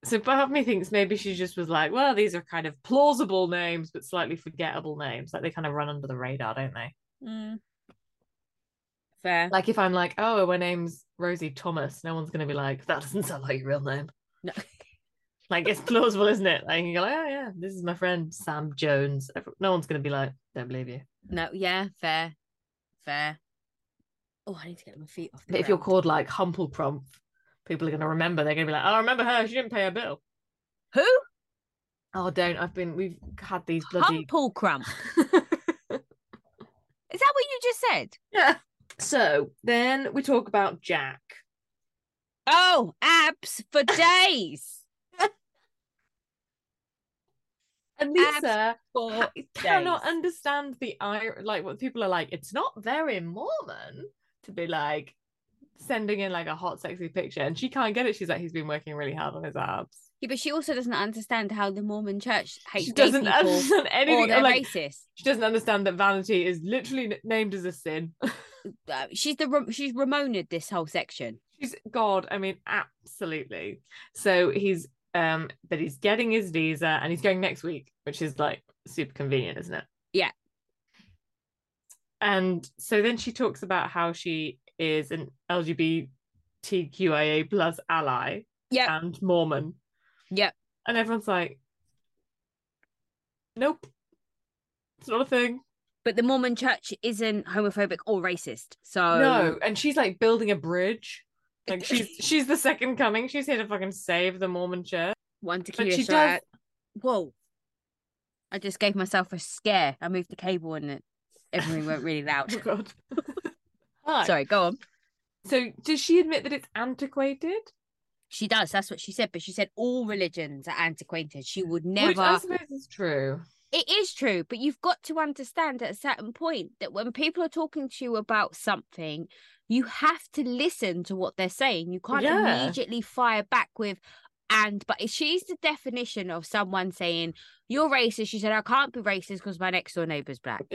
[SPEAKER 1] So part of me thinks maybe she just was like, well, these are kind of plausible names, but slightly forgettable names. Like they kind of run under the radar, don't they?
[SPEAKER 2] Mm. Fair.
[SPEAKER 1] Like if I'm like, oh, her name's Rosie Thomas, no one's gonna be like, that doesn't sound like your real name.
[SPEAKER 2] No.
[SPEAKER 1] Like it's plausible, isn't it? Like you go, like, oh yeah, this is my friend Sam Jones. Every- No one's gonna be like, don't believe you.
[SPEAKER 2] No, yeah, fair. Fair. Oh, I need to get my feet off. The
[SPEAKER 1] But if you're
[SPEAKER 2] ground.
[SPEAKER 1] called like Humplecrump, people are gonna remember. They're gonna be like, oh, I remember her. She didn't pay her bill.
[SPEAKER 2] who?
[SPEAKER 1] Oh, don't. I've been. We've had these bloody.
[SPEAKER 2] Humple Crump. Is that what you just said?
[SPEAKER 1] yeah. So then we talk about Jack.
[SPEAKER 2] Oh, abs for days.
[SPEAKER 1] And Lisa
[SPEAKER 2] For
[SPEAKER 1] ha- cannot
[SPEAKER 2] days.
[SPEAKER 1] understand the ir- like what people are like. It's not very Mormon to be like sending in like a hot, sexy picture, and she can't get it. She's like, he's been working really hard on his abs.
[SPEAKER 2] Yeah, but she also doesn't understand how the Mormon Church hates
[SPEAKER 1] She
[SPEAKER 2] gay
[SPEAKER 1] doesn't
[SPEAKER 2] people
[SPEAKER 1] understand
[SPEAKER 2] or
[SPEAKER 1] anything.
[SPEAKER 2] they're
[SPEAKER 1] or, like,
[SPEAKER 2] racist.
[SPEAKER 1] she doesn't understand that vanity is literally n- named as a sin.
[SPEAKER 2] Uh, she's the Ram- she's Ramona this whole section.
[SPEAKER 1] She's God. I mean, absolutely. So he's um, but he's getting his visa and he's going next week, which is like super convenient, isn't it?
[SPEAKER 2] Yeah.
[SPEAKER 1] And so then she talks about how she is an LGBTQIA plus ally
[SPEAKER 2] Yep.
[SPEAKER 1] and Mormon.
[SPEAKER 2] Yep.
[SPEAKER 1] And everyone's like, Nope. It's not a thing.
[SPEAKER 2] But the Mormon Church isn't homophobic or racist. So
[SPEAKER 1] No. And she's like building a bridge. Like she's she's the second coming. She's here to fucking save the Mormon church.
[SPEAKER 2] one tequila
[SPEAKER 1] But she
[SPEAKER 2] shot.
[SPEAKER 1] does.
[SPEAKER 2] at- Whoa! I just gave myself a scare. I moved the cable and it everything went really loud.
[SPEAKER 1] Oh God. Hi.
[SPEAKER 2] Sorry, go on.
[SPEAKER 1] So does she admit that it's antiquated?
[SPEAKER 2] She does. That's what she said. But she said all religions are antiquated. She would
[SPEAKER 1] Which I
[SPEAKER 2] never.
[SPEAKER 1] suppose is true.
[SPEAKER 2] It is true, but you've got to understand at a certain point that when people are talking to you about something, you have to listen to what they're saying. You can't
[SPEAKER 1] Yeah.
[SPEAKER 2] immediately fire back with, and but if she's the definition of someone saying you're racist, she said I can't be racist because my next door neighbour's black.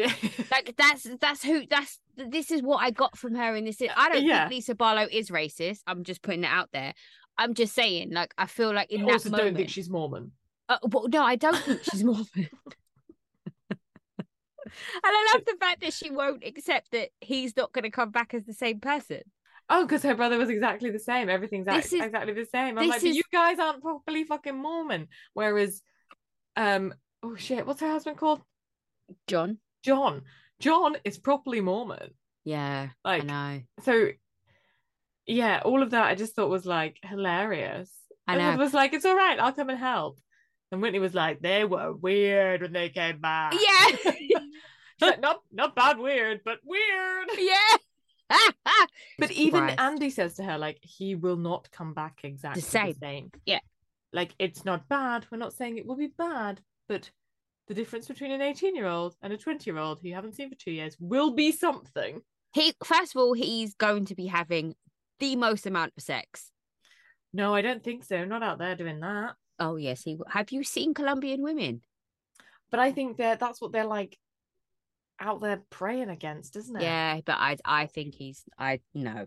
[SPEAKER 2] Like that's that's who that's this is what I got from her in this. I don't
[SPEAKER 1] yeah.
[SPEAKER 2] think Lisa Barlow is racist. I'm just putting it out there. I'm just saying, like I feel like in
[SPEAKER 1] I
[SPEAKER 2] that
[SPEAKER 1] also
[SPEAKER 2] moment,
[SPEAKER 1] don't think she's Mormon.
[SPEAKER 2] uh, well, no, I don't think she's Mormon. and I love the fact that she won't accept that he's not going to come back as the same person.
[SPEAKER 1] Oh, because her brother was exactly the same. Everything's act-
[SPEAKER 2] This is-
[SPEAKER 1] exactly the same. I'm like,
[SPEAKER 2] this
[SPEAKER 1] but
[SPEAKER 2] is-
[SPEAKER 1] you guys aren't properly fucking Mormon. Whereas, um, oh shit, what's her husband called?
[SPEAKER 2] John?
[SPEAKER 1] John. John is properly Mormon.
[SPEAKER 2] Yeah,
[SPEAKER 1] Like,
[SPEAKER 2] I know.
[SPEAKER 1] so yeah, all of that I just thought was like hilarious.
[SPEAKER 2] I
[SPEAKER 1] Everyone
[SPEAKER 2] know.
[SPEAKER 1] was like, it's all right, I'll come and help. And Whitney was like, they were weird when they came back.
[SPEAKER 2] Yeah.
[SPEAKER 1] She's like, not not bad weird, but weird.
[SPEAKER 2] yeah.
[SPEAKER 1] But even
[SPEAKER 2] Christ.
[SPEAKER 1] Andy says to her, like, he will not come back exactly the same.
[SPEAKER 2] same. Yeah.
[SPEAKER 1] Like it's not bad. We're not saying it will be bad, but the difference between an 18 year old and a 20 year old who you haven't seen for two years will be something.
[SPEAKER 2] he, first of all, he's going to be having the most amount of sex.
[SPEAKER 1] No, I don't think so. Not out there doing that.
[SPEAKER 2] Oh, yes. He, have you seen Colombian women?
[SPEAKER 1] but I think that that's what they're like out there praying against, isn't it?
[SPEAKER 2] Yeah, but I, I think he's, I no.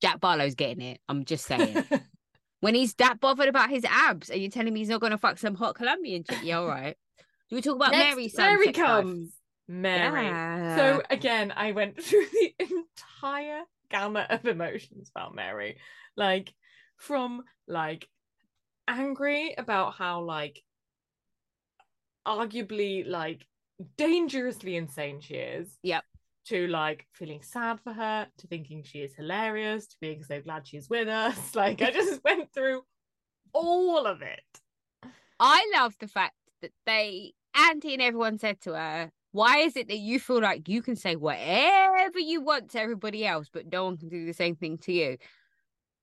[SPEAKER 2] Jack Barlow's getting it. I'm just saying. when he's that bothered about his abs and you're telling me he's not going to fuck some hot Colombian chick. Yeah, all right. Do we talk about
[SPEAKER 1] Next,
[SPEAKER 2] Mary? son,
[SPEAKER 1] Mary
[SPEAKER 2] sex life?
[SPEAKER 1] comes. Mary.
[SPEAKER 2] Yeah.
[SPEAKER 1] So again, I went through the entire gamut of emotions about Mary, like from like angry about how like arguably like dangerously insane she is.
[SPEAKER 2] Yep.
[SPEAKER 1] To like feeling sad for her, to thinking she is hilarious, to being so glad she's with us. Like I just went through all of it.
[SPEAKER 2] I love the fact that they, Andy and everyone said to her, why is it that you feel like you can say whatever you want to everybody else, but no one can do the same thing to you?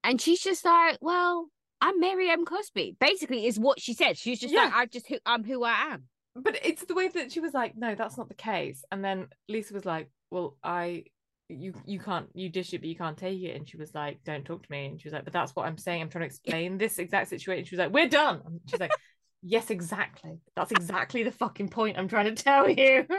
[SPEAKER 2] And she's just like, well, I'm Mary M. Cosby. Basically, is what she said. She's just like,
[SPEAKER 1] Yeah.
[SPEAKER 2] I just who I'm who I am.
[SPEAKER 1] But it's the way that she was like, no, that's not the case. And then Lisa was like, well, I, you, you can't, you dish it, but you can't take it. And she was like, don't talk to me. And she was like, but that's what I'm saying. I'm trying to explain this exact situation. She was like, we're done. And she's like, yes, exactly. That's exactly the fucking point I'm trying to tell you.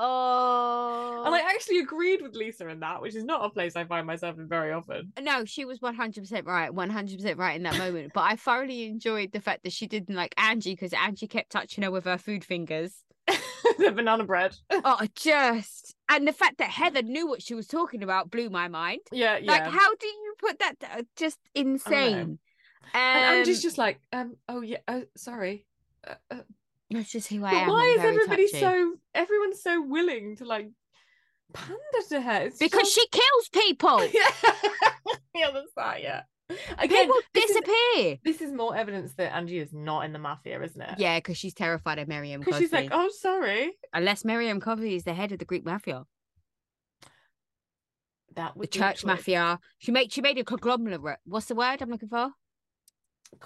[SPEAKER 2] Oh.
[SPEAKER 1] and I actually agreed with Lisa in that, which is not a place I find myself in very often.
[SPEAKER 2] no, she was 100% right, 100% right in that moment. But I thoroughly enjoyed the fact that she didn't like Angie because Angie kept touching her with her food fingers.
[SPEAKER 1] the banana bread.
[SPEAKER 2] Oh, just. And the fact that Heather knew what she was talking about blew my mind.
[SPEAKER 1] Yeah, yeah.
[SPEAKER 2] Like, how do you put that? uh, Just insane. Um,
[SPEAKER 1] and Angie's just like, um, oh yeah, oh, sorry. Uh, uh,
[SPEAKER 2] Um, that's just who I
[SPEAKER 1] but
[SPEAKER 2] am.
[SPEAKER 1] why
[SPEAKER 2] I'm
[SPEAKER 1] is
[SPEAKER 2] very
[SPEAKER 1] everybody
[SPEAKER 2] touchy.
[SPEAKER 1] so? Everyone's so willing to like pander to her It's
[SPEAKER 2] Because she kills people.
[SPEAKER 1] just- yeah, yeah, that's that. Yeah, again,
[SPEAKER 2] people
[SPEAKER 1] this is-
[SPEAKER 2] disappear.
[SPEAKER 1] this is more evidence that Angie is not in the mafia, isn't it?
[SPEAKER 2] Yeah, because she's terrified of Miriam Cosby.
[SPEAKER 1] because she's like, oh, sorry.
[SPEAKER 2] Unless Miriam Cosby is the head of the Greek mafia,
[SPEAKER 1] That
[SPEAKER 2] the
[SPEAKER 1] would be a
[SPEAKER 2] church
[SPEAKER 1] choice.
[SPEAKER 2] mafia. She made she made a conglomerate. What's the word I'm looking for?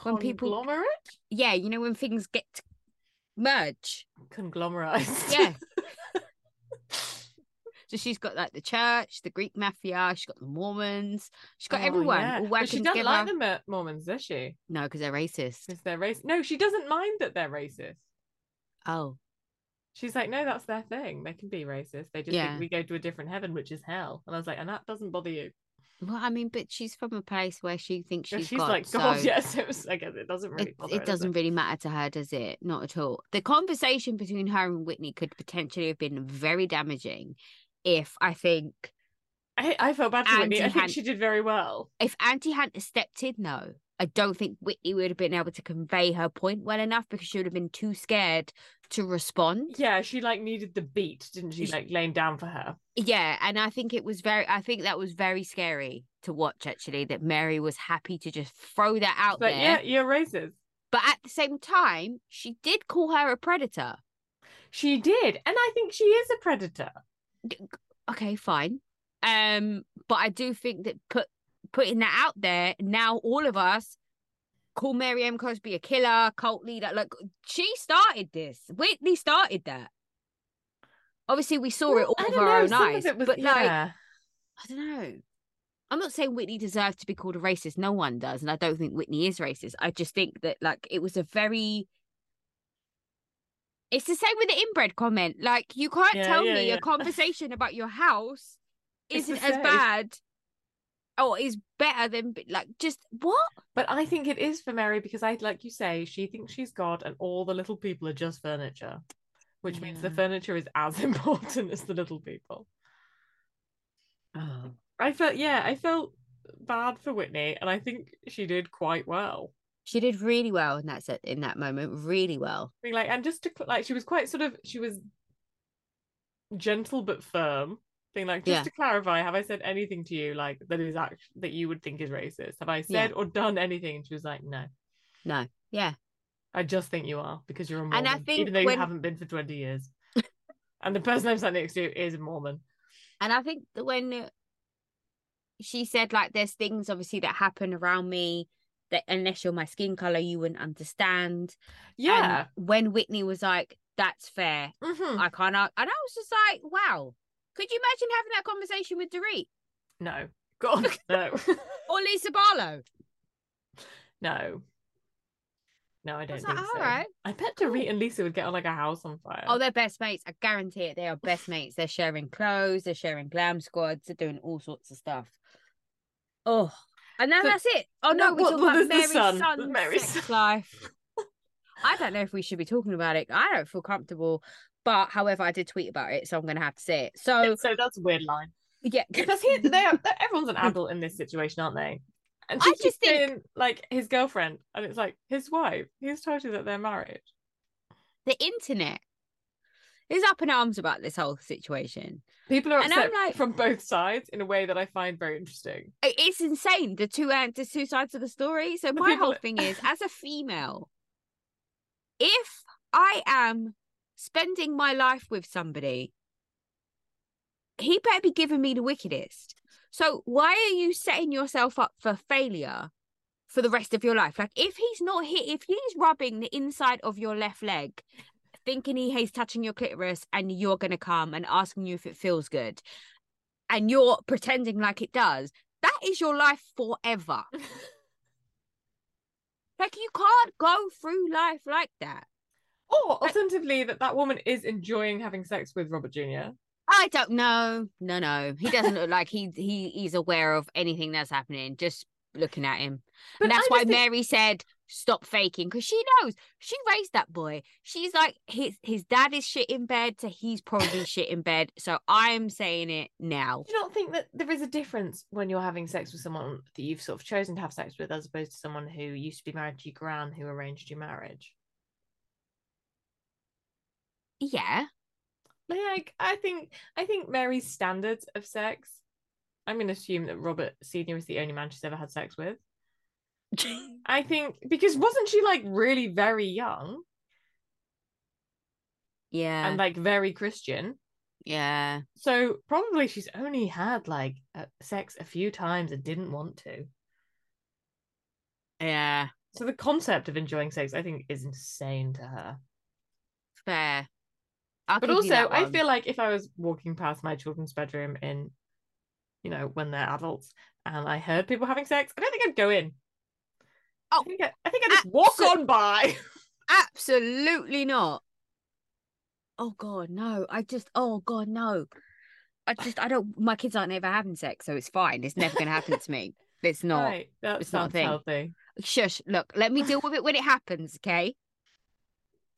[SPEAKER 2] when people-
[SPEAKER 1] conglomerate,
[SPEAKER 2] Yeah, you know when things get merge.
[SPEAKER 1] conglomerized.
[SPEAKER 2] Yeah. so she's got like the church, the Greek mafia. She's got the Mormons. She's got
[SPEAKER 1] Oh,
[SPEAKER 2] everyone
[SPEAKER 1] yeah.
[SPEAKER 2] all
[SPEAKER 1] But she
[SPEAKER 2] working
[SPEAKER 1] doesn't
[SPEAKER 2] together.
[SPEAKER 1] like the Mer- Mormons, does she?
[SPEAKER 2] No, because they're racist.
[SPEAKER 1] Because they're racist. No, she doesn't mind that they're racist.
[SPEAKER 2] Oh,
[SPEAKER 1] She's like, no, that's their thing. They can be racist. They just
[SPEAKER 2] Yeah.
[SPEAKER 1] think we go to a different heaven, which is hell. And I was like, and that doesn't bother you.
[SPEAKER 2] well, I mean, but she's from a place where she thinks
[SPEAKER 1] And
[SPEAKER 2] she's,
[SPEAKER 1] she's
[SPEAKER 2] got,
[SPEAKER 1] like, God,
[SPEAKER 2] so-
[SPEAKER 1] yes, it was. I guess it doesn't really
[SPEAKER 2] it,
[SPEAKER 1] bother. her,
[SPEAKER 2] it
[SPEAKER 1] does
[SPEAKER 2] doesn't really matter to her, does it? Not at all. The conversation between her and Whitney could potentially have been very damaging if I think
[SPEAKER 1] I, I felt bad for Whitney. I
[SPEAKER 2] Andy
[SPEAKER 1] think
[SPEAKER 2] had-
[SPEAKER 1] she did very well.
[SPEAKER 2] if Auntie hadn't stepped in though, I don't think Whitney would have been able to convey her point well enough because she would have been too scared to respond.
[SPEAKER 1] Yeah, she like needed the beat, didn't she?
[SPEAKER 2] She-
[SPEAKER 1] Like laying down for her.
[SPEAKER 2] Yeah, and I think it was very I think that was very scary to watch actually that Mary was happy to just throw that out
[SPEAKER 1] But
[SPEAKER 2] there.
[SPEAKER 1] yeah, you're racist.
[SPEAKER 2] But at the same time, she did call her a predator.
[SPEAKER 1] She did, and I think she is a predator.
[SPEAKER 2] okay, fine. Um, but I do think that put putting that out there now, all of us call Mary M. Cosby a killer, cult leader. Like she started this. Whitney started that. Obviously, we saw it
[SPEAKER 1] Well,
[SPEAKER 2] all
[SPEAKER 1] I
[SPEAKER 2] with
[SPEAKER 1] don't
[SPEAKER 2] our
[SPEAKER 1] know,
[SPEAKER 2] own
[SPEAKER 1] some of
[SPEAKER 2] eyes.
[SPEAKER 1] it was-
[SPEAKER 2] but like,
[SPEAKER 1] yeah.
[SPEAKER 2] I don't know. I'm not saying Whitney deserves to be called a racist. No one does, and I don't think Whitney is racist. I just think that like it was a very. It's the same with the inbred comment. Like you can't
[SPEAKER 1] Yeah,
[SPEAKER 2] tell
[SPEAKER 1] yeah,
[SPEAKER 2] me
[SPEAKER 1] yeah.
[SPEAKER 2] a conversation about your house
[SPEAKER 1] It's the
[SPEAKER 2] isn't as
[SPEAKER 1] same.
[SPEAKER 2] bad, or is better than like just what?
[SPEAKER 1] But I think it is for Mary because I like you say, she thinks she's God and all the little people are just furniture. Which means the
[SPEAKER 2] Yeah.
[SPEAKER 1] furniture is as important as the little people.
[SPEAKER 2] Oh.
[SPEAKER 1] I felt yeah, I felt bad for Whitney and I think she did quite well.
[SPEAKER 2] She did really well in that set in that moment. Really well.
[SPEAKER 1] I mean, like and just to cl- like she was quite sort of she was gentle but firm. Being like, just
[SPEAKER 2] Yeah.
[SPEAKER 1] to clarify, have I said anything to you like that is act that you would think is racist? Have I said or done anything? And she was like, No.
[SPEAKER 2] No. Yeah.
[SPEAKER 1] I just think you are because you're a Mormon,
[SPEAKER 2] And I
[SPEAKER 1] even
[SPEAKER 2] think
[SPEAKER 1] though you
[SPEAKER 2] when-
[SPEAKER 1] haven't been for 20 years. and the person I'm sat next to is a Mormon.
[SPEAKER 2] And I think that when she said, like, there's things obviously that happen around me that unless you're my skin color, you wouldn't understand. And
[SPEAKER 1] Yeah.
[SPEAKER 2] when Whitney was like, that's fair.
[SPEAKER 1] Mhm.
[SPEAKER 2] I can't. ar-" And I was just like, wow. Could you imagine having that conversation with Dorit
[SPEAKER 1] No. God, no.
[SPEAKER 2] or Lisa Barlow?
[SPEAKER 1] no. No, I don't
[SPEAKER 2] was
[SPEAKER 1] think
[SPEAKER 2] like,
[SPEAKER 1] so.
[SPEAKER 2] alright,
[SPEAKER 1] I bet Dorit and Lisa would get on like a house on fire.
[SPEAKER 2] Oh, they're best mates. I guarantee it. They are best mates. They're sharing clothes. They're sharing glam squads. They're doing all sorts of stuff. Oh, and now
[SPEAKER 1] So-
[SPEAKER 2] that's it. Oh no,
[SPEAKER 1] No,
[SPEAKER 2] we
[SPEAKER 1] what-
[SPEAKER 2] talk
[SPEAKER 1] what
[SPEAKER 2] about
[SPEAKER 1] is the
[SPEAKER 2] Mary's
[SPEAKER 1] son?
[SPEAKER 2] son's
[SPEAKER 1] Mary's
[SPEAKER 2] sex
[SPEAKER 1] son.
[SPEAKER 2] life. I don't know if we should be talking about it. I don't feel comfortable. But however, I did tweet about it, so I'm going to have to say it. So
[SPEAKER 1] so that's a weird line.
[SPEAKER 2] yeah,
[SPEAKER 1] Because he, they are, everyone's an adult in this situation, aren't they? And she
[SPEAKER 2] I
[SPEAKER 1] keeps
[SPEAKER 2] just think-
[SPEAKER 1] saying, like his girlfriend, and it's like his wife. He's told you that they're married.
[SPEAKER 2] the internet is up in arms about this whole situation.
[SPEAKER 1] People are
[SPEAKER 2] And I'm
[SPEAKER 1] upset
[SPEAKER 2] like-
[SPEAKER 1] from both sides in a way that I find very interesting.
[SPEAKER 2] It- It's insane. The two uh, the two sides of the story. So
[SPEAKER 1] The
[SPEAKER 2] my
[SPEAKER 1] people
[SPEAKER 2] whole
[SPEAKER 1] that-
[SPEAKER 2] thing is, as a female, if I am spending my life with somebody, he better be giving me the wickedest. So why are you setting yourself up for failure for the rest of your life. Like if he's not hit, if he's rubbing the inside of your left leg, thinking he hates touching your clitoris, and you're gonna come and asking you if it feels good, and you're pretending like it does, that is your life forever. like you can't go through life like that.
[SPEAKER 1] Or alternatively, that that woman is enjoying having sex with Robert Jr.
[SPEAKER 2] I don't know. No, no, he doesn't look like he he he's aware of anything that's happening. Just looking at him,
[SPEAKER 1] But
[SPEAKER 2] and that's
[SPEAKER 1] I
[SPEAKER 2] why
[SPEAKER 1] just think-
[SPEAKER 2] Mary said stop faking because she knows she raised that boy. She's like his his dad is shit in bed, so he's probably shit in bed. So I'm saying it now.
[SPEAKER 1] Do you not think that there is a difference when you're having sex with someone that you've sort of chosen to have sex with, as opposed to someone who used to be married to your gran who arranged your marriage?
[SPEAKER 2] Yeah,
[SPEAKER 1] Like, I think I think Mary's standards of sex. I'm going to assume that Robert Senior is the only man she's ever had sex with. I think because wasn't she like really very young
[SPEAKER 2] yeah,
[SPEAKER 1] and like very Christian?
[SPEAKER 2] yeah.
[SPEAKER 1] So probably she's only had like uh, sex a few times and didn't want to.
[SPEAKER 2] Yeah,
[SPEAKER 1] So the concept of enjoying sex, I think, is insane to her.
[SPEAKER 2] fair. I'll
[SPEAKER 1] But
[SPEAKER 2] give you
[SPEAKER 1] also,
[SPEAKER 2] that
[SPEAKER 1] I
[SPEAKER 2] one.
[SPEAKER 1] feel like if I was walking past my children's bedroom in, you know, when they're adults, and I heard people having sex, I don't think I'd go in.
[SPEAKER 2] Oh,
[SPEAKER 1] I think I, I think I just walk
[SPEAKER 2] abso-
[SPEAKER 1] on by.
[SPEAKER 2] absolutely not. Oh god, no! I just, oh god, no! I just, I don't. My kids aren't ever having sex, so it's fine. It's never going to happen to me. It's not.
[SPEAKER 1] right, that
[SPEAKER 2] it's not a
[SPEAKER 1] sounds
[SPEAKER 2] thing.
[SPEAKER 1] healthy.
[SPEAKER 2] Shush! Look, let me deal with it when it happens. Okay,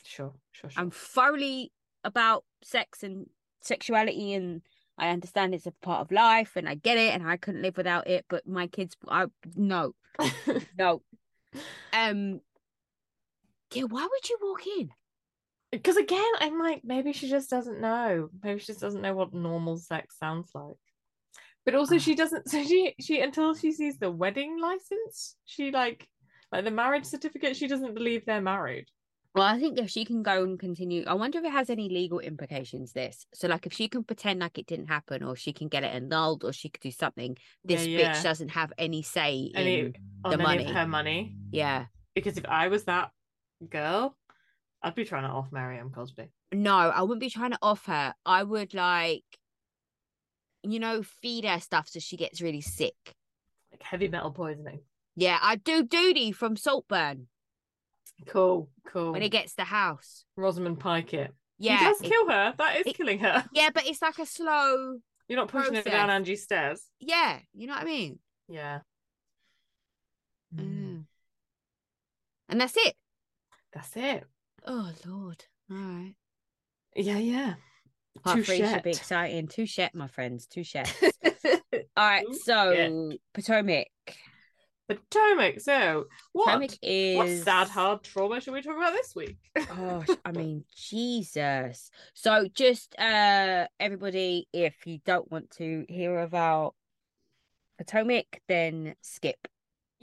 [SPEAKER 1] Sure, sure, sure.
[SPEAKER 2] I'm thoroughly about sex and sexuality, and I understand it's a part of life, and I get it, and I couldn't live without it. But my kids, I no, no. Um, yeah. Why would you walk in?
[SPEAKER 1] Because again, I'm like, maybe she just doesn't know. Maybe she just doesn't know what normal sex sounds like. But also,
[SPEAKER 2] Ah.
[SPEAKER 1] she doesn't. So she she until she sees the wedding license, she like like the marriage certificate. She doesn't believe they're married.
[SPEAKER 2] Well, I think if she can go and continue, I wonder if it has any legal implications. This, so like if she can pretend like it didn't happen, or she can get it annulled, or she could do something. This
[SPEAKER 1] Yeah, yeah.
[SPEAKER 2] bitch doesn't have any say
[SPEAKER 1] Any-
[SPEAKER 2] in.
[SPEAKER 1] on
[SPEAKER 2] the
[SPEAKER 1] any of
[SPEAKER 2] money.
[SPEAKER 1] her money.
[SPEAKER 2] Yeah,
[SPEAKER 1] Because if I was that girl, I'd be trying to off marry M. Cosby.
[SPEAKER 2] no, I wouldn't be trying to off her. I would like, you know, feed her stuff so she gets really sick.
[SPEAKER 1] Like heavy metal poisoning.
[SPEAKER 2] Yeah, I do duty from Saltburn
[SPEAKER 1] Cool, cool.
[SPEAKER 2] when it gets the house.
[SPEAKER 1] Rosamund Pike it.
[SPEAKER 2] Yeah,
[SPEAKER 1] He does
[SPEAKER 2] it-
[SPEAKER 1] kill her. That is
[SPEAKER 2] it-
[SPEAKER 1] killing her.
[SPEAKER 2] yeah, but it's like a slow.
[SPEAKER 1] You're not pushing her down
[SPEAKER 2] process.
[SPEAKER 1] Angie's stairs.
[SPEAKER 2] Yeah, you know what I mean.
[SPEAKER 1] Yeah. Mm,
[SPEAKER 2] Mm. And that's it.
[SPEAKER 1] That's it.
[SPEAKER 2] Oh Lord. All right.
[SPEAKER 1] Yeah, yeah.
[SPEAKER 2] Part three should be
[SPEAKER 1] Touchette.
[SPEAKER 2] exciting. Two shet, my friends. Two shet. All right.
[SPEAKER 1] Touchette.
[SPEAKER 2] So Potomac.
[SPEAKER 1] Potomac. So,
[SPEAKER 2] Potomac
[SPEAKER 1] what?
[SPEAKER 2] is
[SPEAKER 1] What sad, hard trauma should we talk about this week?
[SPEAKER 2] Gosh, I mean, Jesus. So just uh everybody, if you don't want to hear about Potomac, then skip.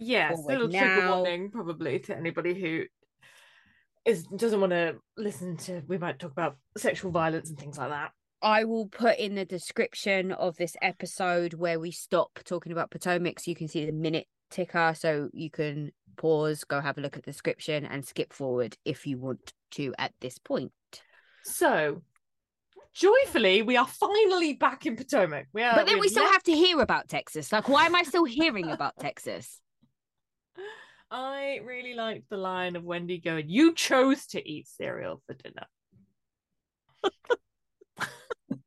[SPEAKER 1] Yes,
[SPEAKER 2] forward
[SPEAKER 1] little trigger
[SPEAKER 2] now.
[SPEAKER 1] warning probably to anybody who is doesn't want to listen to. We might talk about sexual violence and things like that.
[SPEAKER 2] I will put in the description of this episode where we stop talking about Potomac so you can see the minute ticker. So you can pause, go have a look at the description, and skip forward if you want to at this point.
[SPEAKER 1] So, joyfully, we are finally back in Potomac. We are,
[SPEAKER 2] but then
[SPEAKER 1] we've
[SPEAKER 2] we still
[SPEAKER 1] left-
[SPEAKER 2] have to hear about Texas. Like, why am I still hearing about Texas?
[SPEAKER 1] I really liked the line of Wendy going, "You chose to eat cereal for dinner."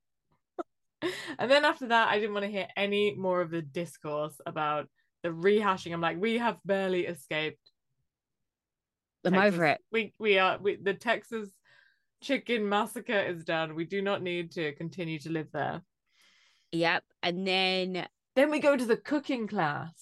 [SPEAKER 1] and then after that, I didn't want to hear any more of the discourse about the rehashing. I'm like, we have barely escaped
[SPEAKER 2] I'm
[SPEAKER 1] Texas.
[SPEAKER 2] over it.
[SPEAKER 1] We we are we, the Texas chicken massacre is done. We do not need to continue to live there.
[SPEAKER 2] Yep. And then
[SPEAKER 1] Then we go to the cooking class.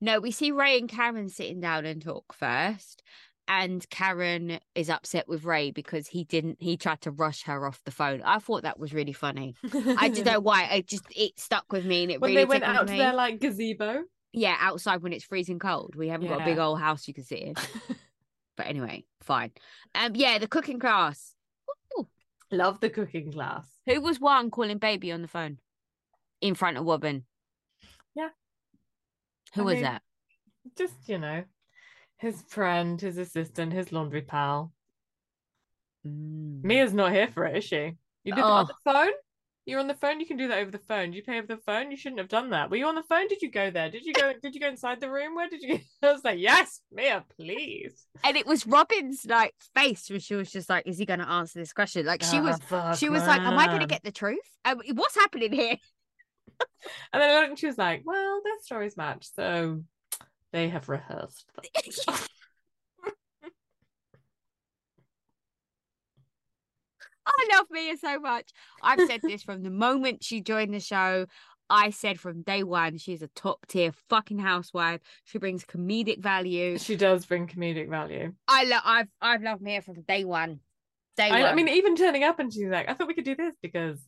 [SPEAKER 2] No, we see Ray and Karen sitting down and talk first. And Karen is upset with Ray because he didn't, he tried to rush her off the phone. I thought that was really funny. I don't know why. I just, it stuck with me and it
[SPEAKER 1] when
[SPEAKER 2] really
[SPEAKER 1] they went
[SPEAKER 2] tickled
[SPEAKER 1] out
[SPEAKER 2] me.
[SPEAKER 1] to their like gazebo.
[SPEAKER 2] Yeah, outside when it's freezing cold. We haven't got a big
[SPEAKER 1] Yeah.
[SPEAKER 2] old house you can sit in. but anyway, fine. Um, Yeah, the cooking class. Ooh,
[SPEAKER 1] Love the cooking class.
[SPEAKER 2] Who was one calling baby on the phone in front of Wobbin?
[SPEAKER 1] Yeah.
[SPEAKER 2] Who
[SPEAKER 1] I
[SPEAKER 2] was
[SPEAKER 1] mean-
[SPEAKER 2] that?
[SPEAKER 1] Just you know, His friend, his assistant, his laundry pal.
[SPEAKER 2] Mm.
[SPEAKER 1] Mia's not here for it, is she? You did that
[SPEAKER 2] Oh.
[SPEAKER 1] on the phone? You're on the phone, you can do that over the phone. You pay over the phone, you shouldn't have done that. Were you on the phone? Did you go there? Did you go did you go inside the room? Where did you I was like, Yes, Mia, please.
[SPEAKER 2] And it was Robin's like face when she was just like, "Is he going to answer this question?" Like she
[SPEAKER 1] Uh-huh. Ah,
[SPEAKER 2] was, she was like, "Am I going to get the truth? Um, what's happening here?"
[SPEAKER 1] And then I looked and she was like, Well, their stories match, so they have rehearsed. that."
[SPEAKER 2] I love Mia so much. I've said this from the moment she joined the show. I said from day one, she's a top tier fucking housewife. She brings comedic value.
[SPEAKER 1] she does bring comedic value.
[SPEAKER 2] I love, I've, I've loved Mia from day one. Day
[SPEAKER 1] I,
[SPEAKER 2] one.
[SPEAKER 1] I mean, even turning up and she's like, I thought we could do this because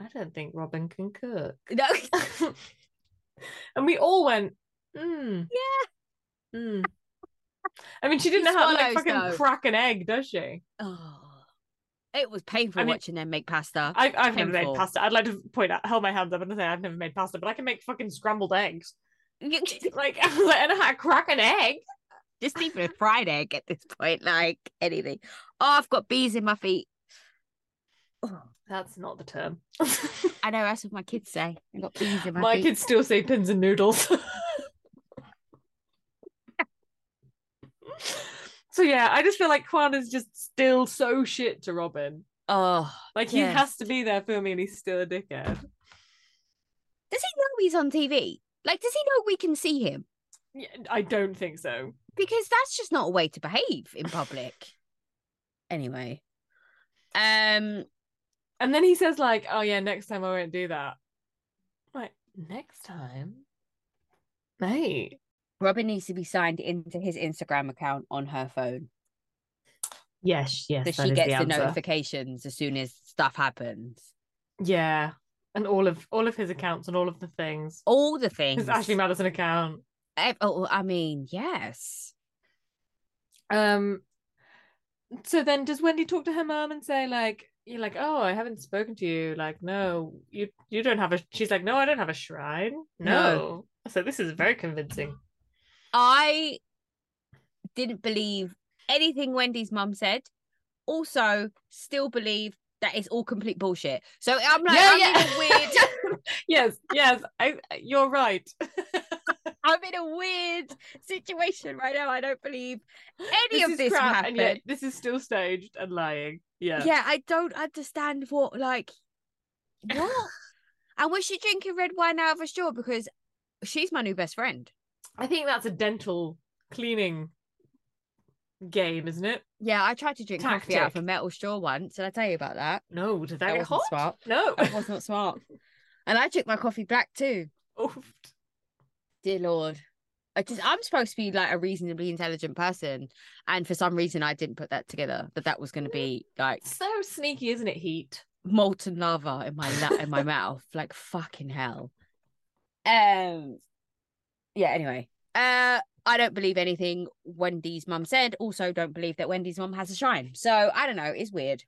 [SPEAKER 1] I don't think Robin can cook.
[SPEAKER 2] no,
[SPEAKER 1] and we all went, mm. Yeah. I mean, she didn't
[SPEAKER 2] She
[SPEAKER 1] know how to like
[SPEAKER 2] swallows,
[SPEAKER 1] fucking
[SPEAKER 2] though.
[SPEAKER 1] crack an egg, does she?
[SPEAKER 2] oh, it was painful
[SPEAKER 1] I mean-
[SPEAKER 2] watching them make pasta.
[SPEAKER 1] I, I've never made
[SPEAKER 2] Painful.
[SPEAKER 1] pasta. I'd like to point out, hold my hands up and say I've never made pasta, but I can make fucking scrambled eggs. Like, I was like, I know how to crack an egg.
[SPEAKER 2] Just even a fried egg at this point, like anything. Oh, I've got bees in my feet. Oh,
[SPEAKER 1] That's not the term.
[SPEAKER 2] I know that's what my kids say. I've got bees in my,
[SPEAKER 1] my
[SPEAKER 2] feet.
[SPEAKER 1] kids still say pins and noodles. so yeah, I just feel like Kwan is just still so shit to Robin.
[SPEAKER 2] Oh,
[SPEAKER 1] Like he
[SPEAKER 2] Yes.
[SPEAKER 1] has to be there for me, and he's still a dickhead.
[SPEAKER 2] does he know he's on TV? Like, does he know we can see him?
[SPEAKER 1] Yeah, I don't think so.
[SPEAKER 2] Because that's just not a way to behave in public. anyway, um,
[SPEAKER 1] And then he says like, "Oh yeah, next time I won't do that." I'm like next time, mate.
[SPEAKER 2] Robin needs to be signed into his Instagram account on her phone
[SPEAKER 1] Yes, yes.
[SPEAKER 2] so she gets the, notifications as soon as stuff happens.
[SPEAKER 1] Yeah, and all of all of his accounts and all of the things.
[SPEAKER 2] All the things.
[SPEAKER 1] His Ashley Madison account.
[SPEAKER 2] Ev- oh, I mean, yes.
[SPEAKER 1] Um. So then, does Wendy talk to her mum and say like, "You're like, oh, I haven't spoken to you. Like, no, you you don't have a." She's like, "No, I don't have a shrine. No."
[SPEAKER 2] No.
[SPEAKER 1] So this is very convincing.
[SPEAKER 2] I didn't believe anything Wendy's mum said. Also, still believe that it's all complete bullshit. So I'm like, I'm in a weird.
[SPEAKER 1] yes, yes, I, you're right.
[SPEAKER 2] I'm in a weird situation right now. I don't believe any
[SPEAKER 1] This
[SPEAKER 2] of
[SPEAKER 1] is
[SPEAKER 2] this
[SPEAKER 1] crap,
[SPEAKER 2] happened.
[SPEAKER 1] and yet this is still staged and lying. Yeah.
[SPEAKER 2] yeah. I don't understand what like what. and was she drinking red wine out of a straw? Because she's my new best friend.
[SPEAKER 1] I think that's a dental cleaning game, isn't it?
[SPEAKER 2] Yeah, I tried to drink coffee out of
[SPEAKER 1] Tactic.
[SPEAKER 2] a metal straw once. Did I tell you about that?
[SPEAKER 1] No, did that,
[SPEAKER 2] That
[SPEAKER 1] get
[SPEAKER 2] wasn't
[SPEAKER 1] hot?
[SPEAKER 2] smart.
[SPEAKER 1] No.
[SPEAKER 2] That was not smart. And I drink my coffee black too.
[SPEAKER 1] Oof.
[SPEAKER 2] Dear Lord. I just I'm supposed to be like a reasonably intelligent person. And for some reason I didn't put that together that that was gonna be like
[SPEAKER 1] so sneaky, isn't it? Heat.
[SPEAKER 2] molten lava in my la- in my mouth like fucking hell um yeah anyway uh i don't believe anything wendy's mum said also don't believe that wendy's mum has a shrine so i don't know it's weird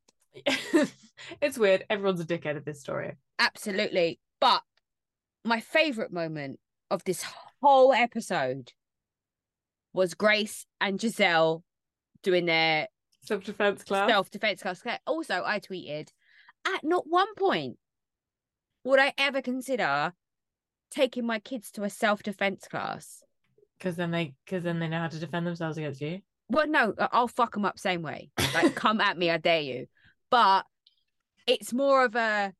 [SPEAKER 1] it's weird. Everyone's a dickhead of this story.
[SPEAKER 2] absolutely but my favorite moment of this whole episode was grace and giselle doing their
[SPEAKER 1] Self defense class.
[SPEAKER 2] self defense class. Okay, Also, I tweeted at not one point would I ever consider taking my kids to a self defense class.
[SPEAKER 1] Because then they, because then they know how to defend themselves against you.
[SPEAKER 2] Well, no, I- I'll fuck them up same way. Like, come at me, I dare you. But it's more of a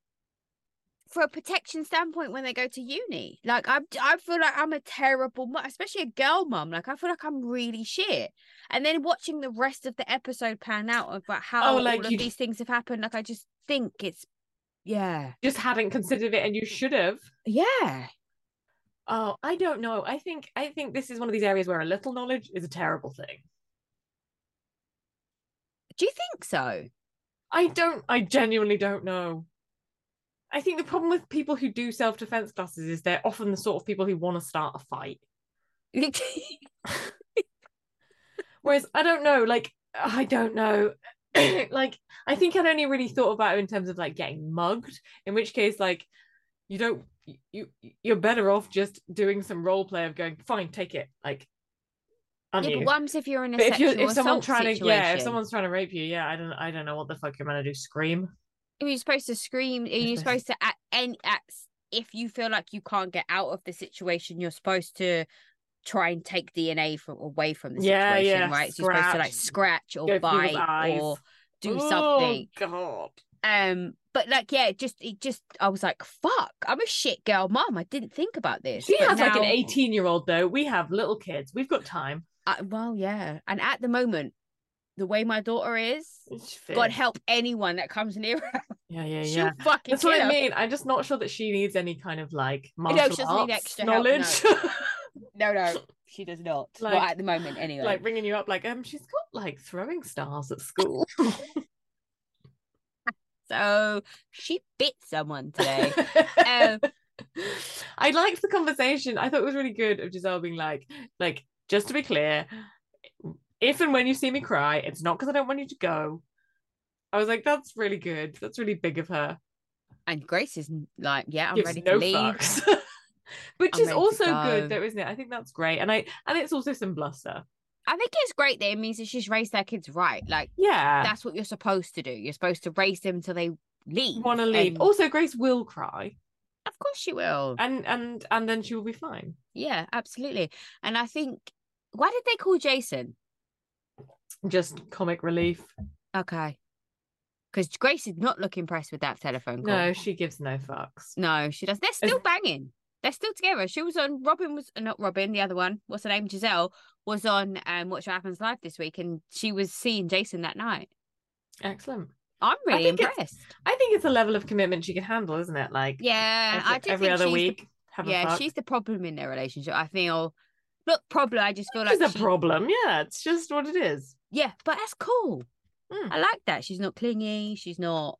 [SPEAKER 2] for a protection standpoint when they go to uni. Like I, I feel like I'm a terrible mum, especially a girl mum. Like I feel like I'm really shit. And then watching the rest of the episode pan out about how
[SPEAKER 1] Oh, like
[SPEAKER 2] all of
[SPEAKER 1] you-
[SPEAKER 2] these things have happened, like I just think it's yeah,
[SPEAKER 1] Just hadn't considered it, and you should have.
[SPEAKER 2] yeah.
[SPEAKER 1] Oh, I don't know. I think I think this is one of these areas where a little knowledge is a terrible thing.
[SPEAKER 2] Do you think so?
[SPEAKER 1] I don't. I genuinely don't know. I think the problem with people who do self defense classes is they're often the sort of people who want to start a fight. Whereas I don't know, like I don't know. like I think I'd only really thought about it in terms of like getting mugged, in which case like you don't you you're better off just doing some role play of going, fine, take it. Like aren't
[SPEAKER 2] yeah,
[SPEAKER 1] you?
[SPEAKER 2] but what happens if you're in a
[SPEAKER 1] But if you
[SPEAKER 2] sexual
[SPEAKER 1] if someone's
[SPEAKER 2] assault
[SPEAKER 1] trying
[SPEAKER 2] situation?
[SPEAKER 1] to yeah if someone's trying to rape you yeah I don't I don't know what the fuck you're meant to do scream
[SPEAKER 2] Are you supposed to scream? Are you
[SPEAKER 1] supposed
[SPEAKER 2] supposed to at any at s- if you feel like you can't get out of the situation, you're supposed to try and take DNA from away from the
[SPEAKER 1] Yeah,
[SPEAKER 2] situation,
[SPEAKER 1] yeah,
[SPEAKER 2] right? So you're supposed to like scratch
[SPEAKER 1] Go
[SPEAKER 2] or
[SPEAKER 1] through people's
[SPEAKER 2] bite
[SPEAKER 1] eyes.
[SPEAKER 2] or do
[SPEAKER 1] Oh,
[SPEAKER 2] something.
[SPEAKER 1] God
[SPEAKER 2] Um, but like, yeah, it just it just I was like, fuck, I'm a shit girl mom. I didn't think about this.
[SPEAKER 1] she
[SPEAKER 2] But
[SPEAKER 1] has like an
[SPEAKER 2] now-
[SPEAKER 1] 18 year old though we have little kids we've got time
[SPEAKER 2] I- well, yeah, and at the moment, the way my daughter is,
[SPEAKER 1] It's
[SPEAKER 2] God
[SPEAKER 1] fit.
[SPEAKER 2] help anyone that comes near her.
[SPEAKER 1] yeah yeah yeah
[SPEAKER 2] She'll fucking
[SPEAKER 1] That's
[SPEAKER 2] kill
[SPEAKER 1] what I
[SPEAKER 2] her.
[SPEAKER 1] mean. I'm just not sure that she needs any kind of like
[SPEAKER 2] she
[SPEAKER 1] martial
[SPEAKER 2] doesn't
[SPEAKER 1] arts
[SPEAKER 2] need extra help, no.
[SPEAKER 1] knowledge.
[SPEAKER 2] No, no, she does not.
[SPEAKER 1] Like-
[SPEAKER 2] not at the moment, anyway.
[SPEAKER 1] like bringing you up, like um, she's got like throwing stars at school.
[SPEAKER 2] so she bit someone today. Um,
[SPEAKER 1] I liked the conversation. I thought it was really good of Giselle being like, like just to be clear, if and when you see me cry, it's not because I don't want you to go. I was like, that's really good. That's really big of her.
[SPEAKER 2] and Grace is n- like, "Yeah, I'm
[SPEAKER 1] gives
[SPEAKER 2] ready
[SPEAKER 1] no
[SPEAKER 2] to leave."
[SPEAKER 1] fucks. Which
[SPEAKER 2] I'm
[SPEAKER 1] is
[SPEAKER 2] ready to
[SPEAKER 1] also
[SPEAKER 2] go.
[SPEAKER 1] good though, isn't it? I think that's great. And I and it's also some bluster.
[SPEAKER 2] I think it's great that it means that she's raised their kids right. Like
[SPEAKER 1] Yeah.
[SPEAKER 2] that's what you're supposed to do. You're supposed to raise them till they leave.
[SPEAKER 1] want to leave. Uh,
[SPEAKER 2] and oh,
[SPEAKER 1] Also, Grace will cry,
[SPEAKER 2] of course she will.
[SPEAKER 1] and and and then she will be fine.
[SPEAKER 2] yeah, absolutely. And I think why did they call Jason?
[SPEAKER 1] Just comic relief.
[SPEAKER 2] Okay, because Grace is not look impressed with that telephone call.
[SPEAKER 1] No, she gives no fucks.
[SPEAKER 2] No, she does. They're still banging. They're still together. She was on Robin was uh, not Robin, the other one. What's her name? Giselle was on um Watch What Happens Live this week, and she was seeing Jason that night.
[SPEAKER 1] Excellent.
[SPEAKER 2] I'm really
[SPEAKER 1] think it's-
[SPEAKER 2] impressed.
[SPEAKER 1] I think it's a level of commitment she can handle, isn't it? Like
[SPEAKER 2] Yeah,
[SPEAKER 1] every,
[SPEAKER 2] I do
[SPEAKER 1] every
[SPEAKER 2] think
[SPEAKER 1] other
[SPEAKER 2] she's
[SPEAKER 1] week.
[SPEAKER 2] The,
[SPEAKER 1] have a
[SPEAKER 2] yeah,
[SPEAKER 1] fuck.
[SPEAKER 2] she's the problem in their relationship. I feel not problem. I just feel like
[SPEAKER 1] It's a
[SPEAKER 2] she-
[SPEAKER 1] problem. Yeah, it's just what it is.
[SPEAKER 2] yeah, but that's cool.
[SPEAKER 1] Mm.
[SPEAKER 2] I like that. She's not clingy. She's not.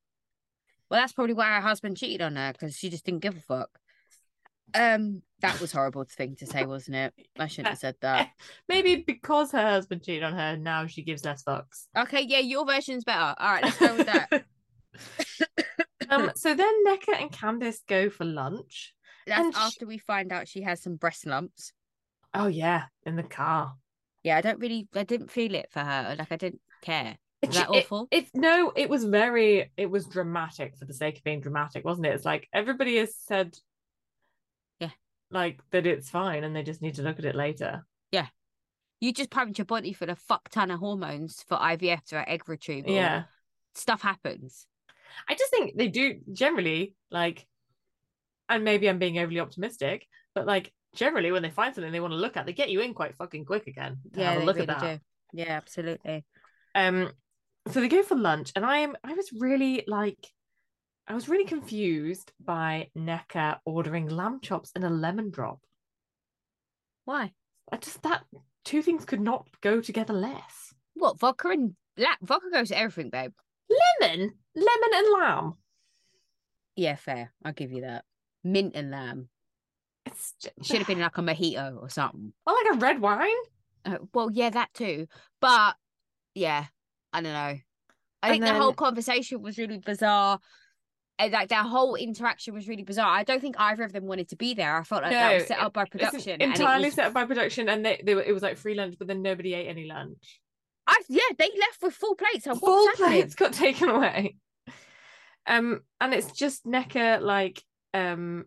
[SPEAKER 2] Well, that's probably why her husband cheated on her because she just didn't give a fuck. Um, that was horrible thing to say, wasn't it? I shouldn't have said that.
[SPEAKER 1] Maybe because her husband cheated on her, now she gives less fucks.
[SPEAKER 2] Okay, yeah, your version's better. All right, let's go with that.
[SPEAKER 1] um, so then Necker and Candace go for lunch.
[SPEAKER 2] That's
[SPEAKER 1] And sh-
[SPEAKER 2] after we find out she has some breast lumps.
[SPEAKER 1] Oh yeah, in the car.
[SPEAKER 2] Yeah, I don't really, I didn't feel it for her. Like I didn't care. Is that
[SPEAKER 1] It- it-
[SPEAKER 2] awful?
[SPEAKER 1] It's no, it was very, it was dramatic for the sake of being dramatic, wasn't it? It's like everybody has said,
[SPEAKER 2] Yeah.
[SPEAKER 1] like that it's fine, and they just need to look at it later.
[SPEAKER 2] You just pumped your body full of fuck ton of hormones for IVF to egg retrieval.
[SPEAKER 1] Yeah,
[SPEAKER 2] stuff happens.
[SPEAKER 1] I just think they do generally like, and maybe I'm being overly optimistic, but like generally when they find something they want to look at, they get you in quite fucking quick again. To
[SPEAKER 2] yeah,
[SPEAKER 1] have a
[SPEAKER 2] they
[SPEAKER 1] look
[SPEAKER 2] really
[SPEAKER 1] at that.
[SPEAKER 2] do. Yeah, absolutely.
[SPEAKER 1] Um, so they go for lunch, and I am, I was really like. I was really confused by Necker ordering lamb chops and a lemon drop.
[SPEAKER 2] Why?
[SPEAKER 1] I just that two things could not go together less.
[SPEAKER 2] What vodka and la- vodka goes to everything, babe.
[SPEAKER 1] Lemon, lemon and lamb.
[SPEAKER 2] Yeah, fair. I'll give you that. Mint and lamb
[SPEAKER 1] It's j-
[SPEAKER 2] should have been like a mojito or something.
[SPEAKER 1] or Oh, like a red wine.
[SPEAKER 2] Uh, well, yeah, that too. But yeah, I don't know. I
[SPEAKER 1] And
[SPEAKER 2] think the whole
[SPEAKER 1] then-
[SPEAKER 2] conversation was really bizarre. And, like their whole interaction was really bizarre. I don't think either of them wanted to be there. I felt like that
[SPEAKER 1] No,
[SPEAKER 2] was set
[SPEAKER 1] it-
[SPEAKER 2] up by
[SPEAKER 1] It's en-
[SPEAKER 2] production. and it
[SPEAKER 1] entirely
[SPEAKER 2] was-
[SPEAKER 1] set up by production, and they, they were, it was like free lunch, but then nobody ate any lunch.
[SPEAKER 2] I, yeah, they left with full plates. I- what was
[SPEAKER 1] Full
[SPEAKER 2] happening?
[SPEAKER 1] plates got taken away. Um, and it's just Necker like um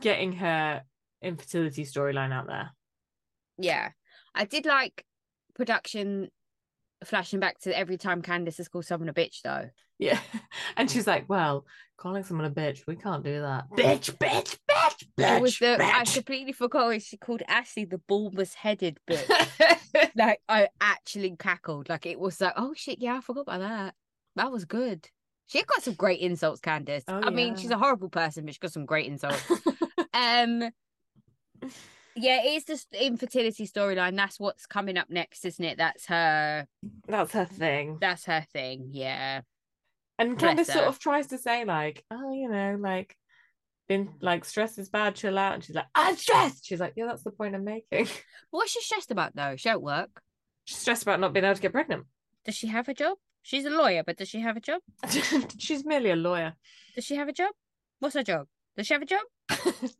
[SPEAKER 1] getting her infertility storyline out there.
[SPEAKER 2] Yeah. I did like production flashing back to every time Candace has called someone a bitch though.
[SPEAKER 1] Yeah. And she's like, well, calling someone a bitch, we can't do that. Bitch, bitch, bitch, bitch.
[SPEAKER 2] it was the I
[SPEAKER 1] bitch.
[SPEAKER 2] completely forgot what she called Ashley the bulbous headed bitch. like I actually cackled. Like it was like, oh shit, yeah, I forgot about that. That was good. She got some great insults, Candace.
[SPEAKER 1] Oh,
[SPEAKER 2] I mean, she's
[SPEAKER 1] yeah.
[SPEAKER 2] a horrible person, but she got some great insults. um yeah, it's this infertility storyline. That's what's coming up next, isn't it? That's her
[SPEAKER 1] That's her thing.
[SPEAKER 2] that's her thing. Yeah.
[SPEAKER 1] And
[SPEAKER 2] Bless
[SPEAKER 1] Candace sort
[SPEAKER 2] her.
[SPEAKER 1] of tries to say, like, oh, you know, like, been like stress is bad, chill out. And she's like, I'm stressed. She's like, yeah, that's the point I'm making.
[SPEAKER 2] What's she stressed about though? She don't work.
[SPEAKER 1] She's stressed about not being able to get pregnant.
[SPEAKER 2] Does she have a job? She's a lawyer, but does she have a job?
[SPEAKER 1] she's merely a lawyer.
[SPEAKER 2] Does she have a job? What's her job? Does she have a job?
[SPEAKER 1] it's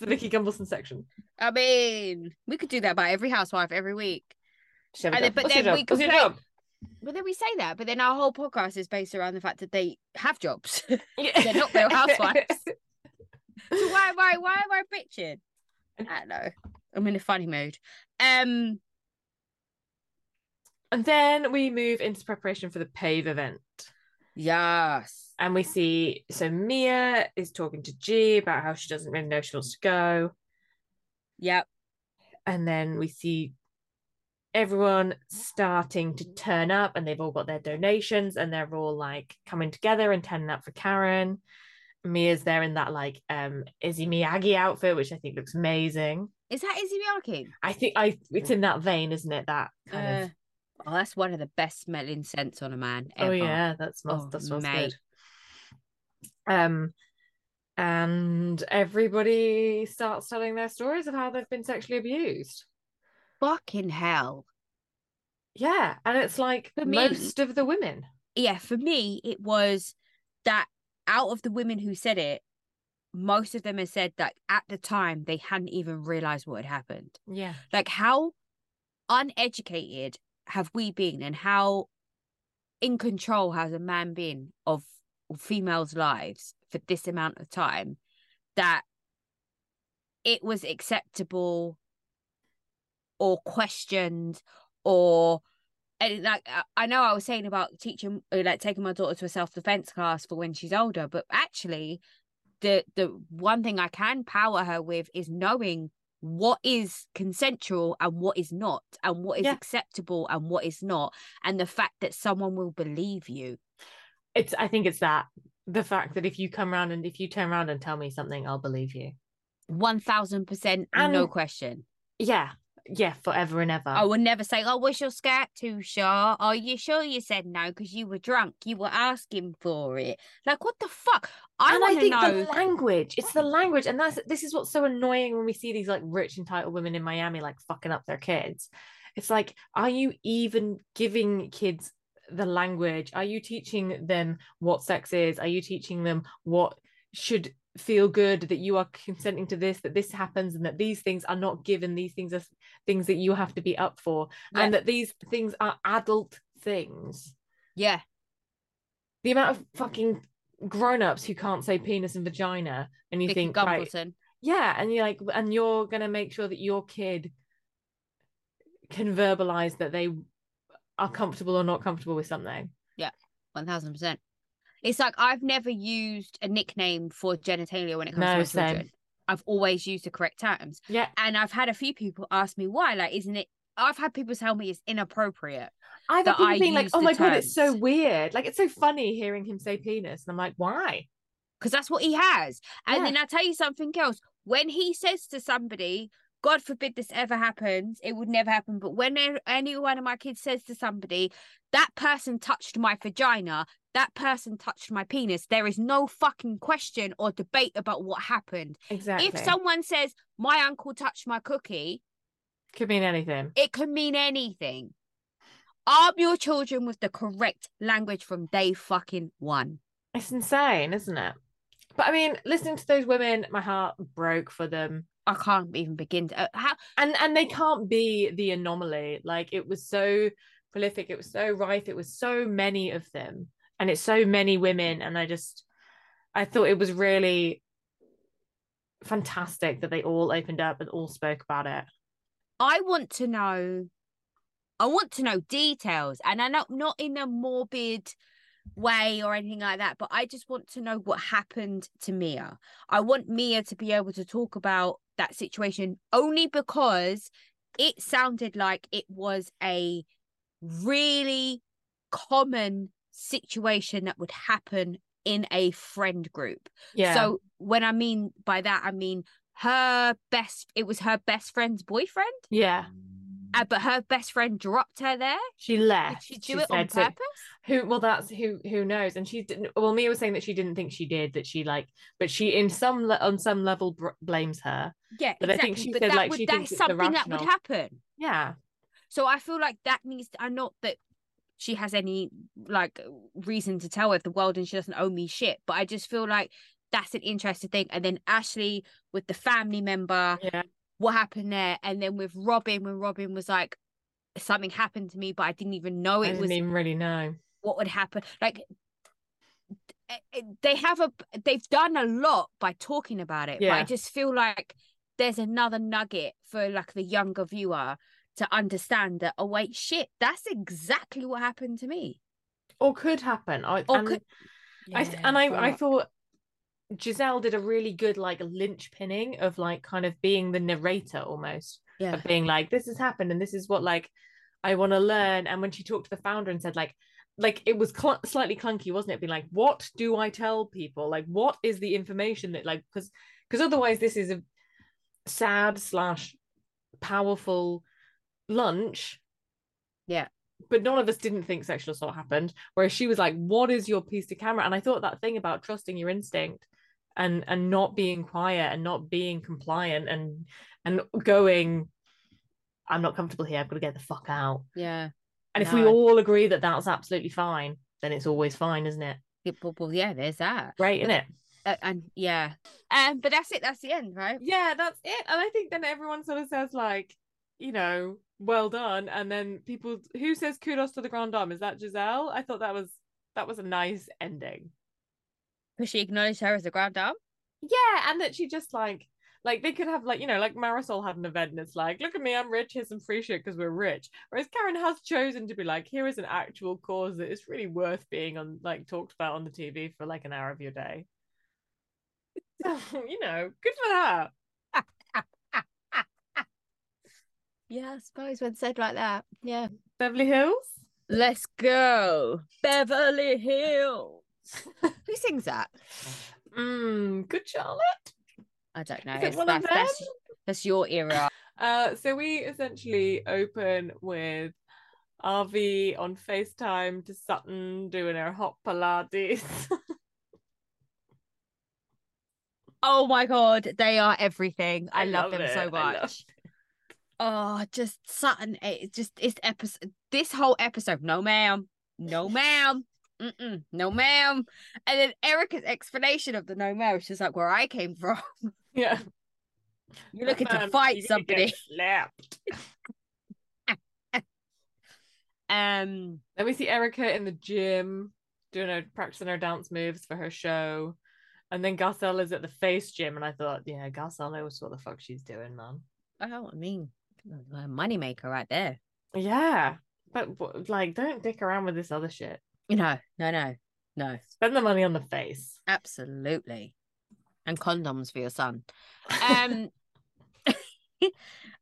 [SPEAKER 1] the Vicky Gumbelson section.
[SPEAKER 2] I mean, we could do that by every housewife every week.
[SPEAKER 1] She have a
[SPEAKER 2] And then-
[SPEAKER 1] job.
[SPEAKER 2] but
[SPEAKER 1] What's your
[SPEAKER 2] then
[SPEAKER 1] job?
[SPEAKER 2] we
[SPEAKER 1] What's your
[SPEAKER 2] complain-
[SPEAKER 1] job?
[SPEAKER 2] But then we say that, but then our whole podcast is based around the fact that they have jobs. so
[SPEAKER 1] Yeah.
[SPEAKER 2] They're not real housewives. why am I why am I bitching? I don't know. I'm in a funny mood. Um
[SPEAKER 1] And then we move into preparation for the PAVE event.
[SPEAKER 2] yes.
[SPEAKER 1] And we see, so Mia is talking to G about how she doesn't really know she wants to go.
[SPEAKER 2] Yep.
[SPEAKER 1] And then we see everyone starting to turn up, and they've all got their donations, and they're all like coming together and turning up for Karen. Mia's there in that like um Izzy Miyagi outfit, which I think looks amazing.
[SPEAKER 2] Is that Izzy Miyake?
[SPEAKER 1] I think I it's in that vein, isn't it? That kind
[SPEAKER 2] Uh,
[SPEAKER 1] of
[SPEAKER 2] oh, that's one of the best smelling scents on a man ever.
[SPEAKER 1] Oh yeah, that smells
[SPEAKER 2] Oh,
[SPEAKER 1] that smells
[SPEAKER 2] mate.
[SPEAKER 1] good. Um and everybody starts telling their stories of how they've been sexually abused.
[SPEAKER 2] Fucking hell.
[SPEAKER 1] Yeah. And it's like
[SPEAKER 2] For me-
[SPEAKER 1] most of the women.
[SPEAKER 2] Yeah, for me, it was that out of the women who said it, most of them have said that at the time they hadn't even realized what had happened.
[SPEAKER 1] Yeah.
[SPEAKER 2] like how uneducated have we been and how in control has a man been of females lives for this amount of time that it was acceptable or questioned or and like I- I know I was saying about teaching uh, like taking my daughter to a self defense class for when she's older but actually the the one thing I can power her with is knowing what is consensual and what is not and what is
[SPEAKER 1] Yeah.
[SPEAKER 2] acceptable and what is not and the fact that someone will believe you
[SPEAKER 1] It's I think it's that. The fact that if you come around and if you turn around and tell me something, I'll believe you.
[SPEAKER 2] 1000% no
[SPEAKER 1] And-
[SPEAKER 2] question
[SPEAKER 1] Yeah. Yeah, forever and ever.
[SPEAKER 2] i will never say oh was your skirt too short are you sure you said no because you were drunk you were asking for it like what the fuck i
[SPEAKER 1] and I
[SPEAKER 2] want to
[SPEAKER 1] think
[SPEAKER 2] know
[SPEAKER 1] the language, it's the language. And that's this is what's so annoying when we see these like rich entitled women in Miami like fucking up their kids. It's like, are you even giving kids the language? Are you teaching them what sex is? Are you teaching them what should feel good that you are consenting to this, that this happens, and that these things are not given, these things are things that you have to be up for,
[SPEAKER 2] Yeah.
[SPEAKER 1] and that these things are adult things
[SPEAKER 2] yeah
[SPEAKER 1] the amount of fucking grown-ups who can't say penis and vagina and you
[SPEAKER 2] Vicky
[SPEAKER 1] think right
[SPEAKER 2] Gumbleton.
[SPEAKER 1] yeah and you're like and you're gonna make sure that your kid can verbalize that they are comfortable or not comfortable with something
[SPEAKER 2] One thousand percent. It's like I've never used a nickname for genitalia when it comes
[SPEAKER 1] No,
[SPEAKER 2] to my
[SPEAKER 1] same.
[SPEAKER 2] children. I've always used the correct terms.
[SPEAKER 1] Yeah.
[SPEAKER 2] And I've had a few people ask me why. Like, isn't it? I've had people tell me it's inappropriate.
[SPEAKER 1] i've had
[SPEAKER 2] That
[SPEAKER 1] people
[SPEAKER 2] I
[SPEAKER 1] being like
[SPEAKER 2] use
[SPEAKER 1] oh
[SPEAKER 2] the
[SPEAKER 1] my god it's so
[SPEAKER 2] terms.
[SPEAKER 1] weird like it's so funny hearing him say penis and i'm like why
[SPEAKER 2] because that's what he has. And
[SPEAKER 1] Yeah.
[SPEAKER 2] then I tell you something else. When he says to somebody, God forbid this ever happens, it would never happen. But when a- any one of my kids says to somebody, that person touched my vagina, that person touched my penis, there is no fucking question or debate about what happened.
[SPEAKER 1] exactly
[SPEAKER 2] If someone says, my uncle touched my cookie,
[SPEAKER 1] could mean anything
[SPEAKER 2] it can mean anything. Arm your children with the correct language from day fucking one.
[SPEAKER 1] it's insane isn't it but i mean listening to those women my heart broke for them
[SPEAKER 2] I can't even begin to. uh, how,
[SPEAKER 1] and and they can't be the anomaly like it was so prolific it was so rife it was so many of them and it's so many women and i just i thought it was really fantastic that they all opened up and all spoke about it
[SPEAKER 2] I want to know. I want to know details, and I know not in a morbid way or anything like that, but I just want to know what happened to Mia. I want Mia to be able to talk about that situation only because it sounded like it was a really common situation that would happen in a friend group.
[SPEAKER 1] yeah
[SPEAKER 2] So when I mean by that, I mean her best it was her best friend's boyfriend
[SPEAKER 1] yeah
[SPEAKER 2] uh, but her best friend dropped her there.
[SPEAKER 1] she
[SPEAKER 2] Did
[SPEAKER 1] left
[SPEAKER 2] she do it on
[SPEAKER 1] said so-
[SPEAKER 2] purpose?
[SPEAKER 1] who well that's who who knows and she didn't well mia was saying that she didn't think she did that she like but she in some le- on some level br- blames her
[SPEAKER 2] yeah,
[SPEAKER 1] but I think she
[SPEAKER 2] but
[SPEAKER 1] said,
[SPEAKER 2] that
[SPEAKER 1] like,
[SPEAKER 2] would,
[SPEAKER 1] she thinks
[SPEAKER 2] that's
[SPEAKER 1] it's
[SPEAKER 2] something that would
[SPEAKER 1] irrational.
[SPEAKER 2] happen.
[SPEAKER 1] yeah
[SPEAKER 2] So I feel like that needs. To, I'm not that she has any like reason to tell her the world and she doesn't owe me shit, but I just feel like That's an interesting thing. And then Ashley with the family member,
[SPEAKER 1] Yeah.
[SPEAKER 2] what happened there? And then with Robin, when Robin was like, something happened to me, but I didn't even know
[SPEAKER 1] I
[SPEAKER 2] Oh, it
[SPEAKER 1] didn't
[SPEAKER 2] was
[SPEAKER 1] even really know.
[SPEAKER 2] what would happen. Like eh, eh, they have a they've done a lot by talking about it. But I
[SPEAKER 1] Yeah.
[SPEAKER 2] just feel like there's another nugget for like the younger viewer to understand that oh wait shit that's exactly what happened to me
[SPEAKER 1] Or could happen. I,
[SPEAKER 2] Or
[SPEAKER 1] and,
[SPEAKER 2] could-
[SPEAKER 1] I th-
[SPEAKER 2] Yeah,
[SPEAKER 1] and I, I
[SPEAKER 2] fuck.
[SPEAKER 1] thought Giselle did a really good like linchpinning of like kind of being the narrator almost.
[SPEAKER 2] yeah
[SPEAKER 1] of being like this has happened and this is what like i want to learn and when she talked to the founder and said like like it was cl- slightly clunky wasn't it being like what do i tell people like what is the information that like because because otherwise this is a sad slash powerful lunch
[SPEAKER 2] Yeah.
[SPEAKER 1] but none of us didn't think sexual assault happened whereas she was like what is your piece to camera and i thought that thing about trusting your instinct and and not being quiet and not being compliant and and going i'm not comfortable here i've got to get the fuck out
[SPEAKER 2] yeah
[SPEAKER 1] and if we
[SPEAKER 2] No.
[SPEAKER 1] all agree that that's absolutely fine then it's always fine isn't it
[SPEAKER 2] Yeah, well, well, yeah there's that
[SPEAKER 1] great isn't it
[SPEAKER 2] Uh, and yeah um but that's it that's the end right
[SPEAKER 1] yeah that's it and i think then everyone sort of says like you know well done and then people who says kudos to the grand dame is that giselle i thought that was that was a nice ending
[SPEAKER 2] because she acknowledged her as a grand dame
[SPEAKER 1] Yeah, and that she just like like they could have like you know like Marisol had an event and it's like look at me I'm rich here's some free shit because we're rich whereas Karen has chosen to be like here is an actual cause that is really worth being on like talked about on the TV for like an hour of your day. So, you know, good for her.
[SPEAKER 2] yeah i suppose when said like that yeah
[SPEAKER 1] Beverly Hills.
[SPEAKER 2] let's go beverly hills who sings that
[SPEAKER 1] Mm, good Charlotte.
[SPEAKER 2] i don't know
[SPEAKER 1] Is it
[SPEAKER 2] It's-
[SPEAKER 1] one of
[SPEAKER 2] that's, that's, that's your era
[SPEAKER 1] Uh, so we essentially open with RV on FaceTime to Sutton doing her hot Pilates.
[SPEAKER 2] oh my god they are everything i,
[SPEAKER 1] I
[SPEAKER 2] love,
[SPEAKER 1] love
[SPEAKER 2] them
[SPEAKER 1] it,
[SPEAKER 2] so
[SPEAKER 1] I love
[SPEAKER 2] much oh just sutton it just it's episode this whole episode no ma'am no ma'am Mm-mm, no ma'am and then erica's explanation of the no ma'am she's like where i came from
[SPEAKER 1] yeah.
[SPEAKER 2] you're looking to
[SPEAKER 1] Um,
[SPEAKER 2] fight
[SPEAKER 1] you're gonna get
[SPEAKER 2] somebody
[SPEAKER 1] slapped.
[SPEAKER 2] um
[SPEAKER 1] Then we see Erica in the gym doing her practicing her dance moves for her show. And then Garcella's at the face gym, and I thought, yeah, Garcella knows what the fuck she's doing, man.
[SPEAKER 2] oh i mean a moneymaker right there
[SPEAKER 1] Yeah, but w- like, don't dick around with this other shit.
[SPEAKER 2] no no no no
[SPEAKER 1] Spend the money on the face.
[SPEAKER 2] absolutely and condoms for your son um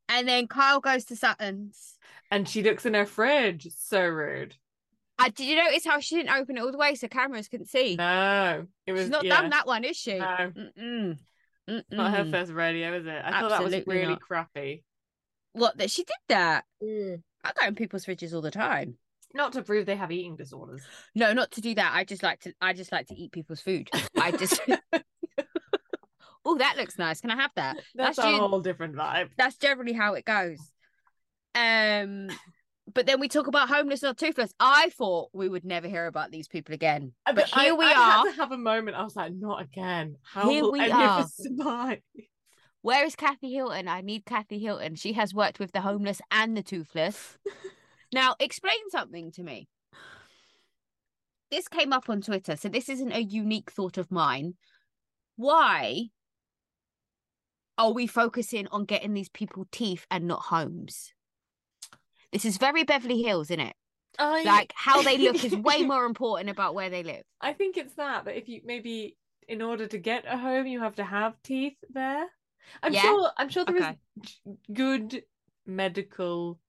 [SPEAKER 2] and then kyle goes to sutton's
[SPEAKER 1] and she looks in her fridge. So rude.
[SPEAKER 2] Uh, did you notice how she didn't open it all the way so cameras couldn't see?
[SPEAKER 1] No, it was
[SPEAKER 2] She's not
[SPEAKER 1] yeah,
[SPEAKER 2] done that one, is she?
[SPEAKER 1] No,
[SPEAKER 2] Mm-mm.
[SPEAKER 1] not her
[SPEAKER 2] Mm-mm.
[SPEAKER 1] first radio, is it? I thought that was
[SPEAKER 2] Absolutely
[SPEAKER 1] really
[SPEAKER 2] not. Mm.
[SPEAKER 1] crappy.
[SPEAKER 2] What that she did that? I go in people's fridges all the time.
[SPEAKER 1] Not to prove they have eating disorders.
[SPEAKER 2] No, not to do that. I just like to. I just like to eat people's food. I just. oh, that looks nice. Can I have that?
[SPEAKER 1] That's,
[SPEAKER 2] That's
[SPEAKER 1] a
[SPEAKER 2] you-
[SPEAKER 1] whole different vibe.
[SPEAKER 2] That's generally how it goes. Um, but then we talk about homeless or toothless. I thought we would never hear about these people again.
[SPEAKER 1] Uh,
[SPEAKER 2] But
[SPEAKER 1] I-
[SPEAKER 2] here we
[SPEAKER 1] I
[SPEAKER 2] are.
[SPEAKER 1] had to have a moment. I was like, not again. How
[SPEAKER 2] Here
[SPEAKER 1] will
[SPEAKER 2] we
[SPEAKER 1] any
[SPEAKER 2] are.
[SPEAKER 1] of us survive?
[SPEAKER 2] Where is Kathy Hilton? I need Kathy Hilton. She has worked with the homeless and the toothless. now, explain something to me. This came up on Twitter, so this isn't a unique thought of mine. Why are we focusing on getting these people teeth and not homes? This is very Beverly Hills, isn't it?
[SPEAKER 1] I
[SPEAKER 2] Like how they look is way more important about where they live.
[SPEAKER 1] I think it's that that if you maybe in order to get a home, you have to have teeth there. I'm
[SPEAKER 2] Yeah.
[SPEAKER 1] sure. I'm sure there is
[SPEAKER 2] Okay.
[SPEAKER 1] g- good medical.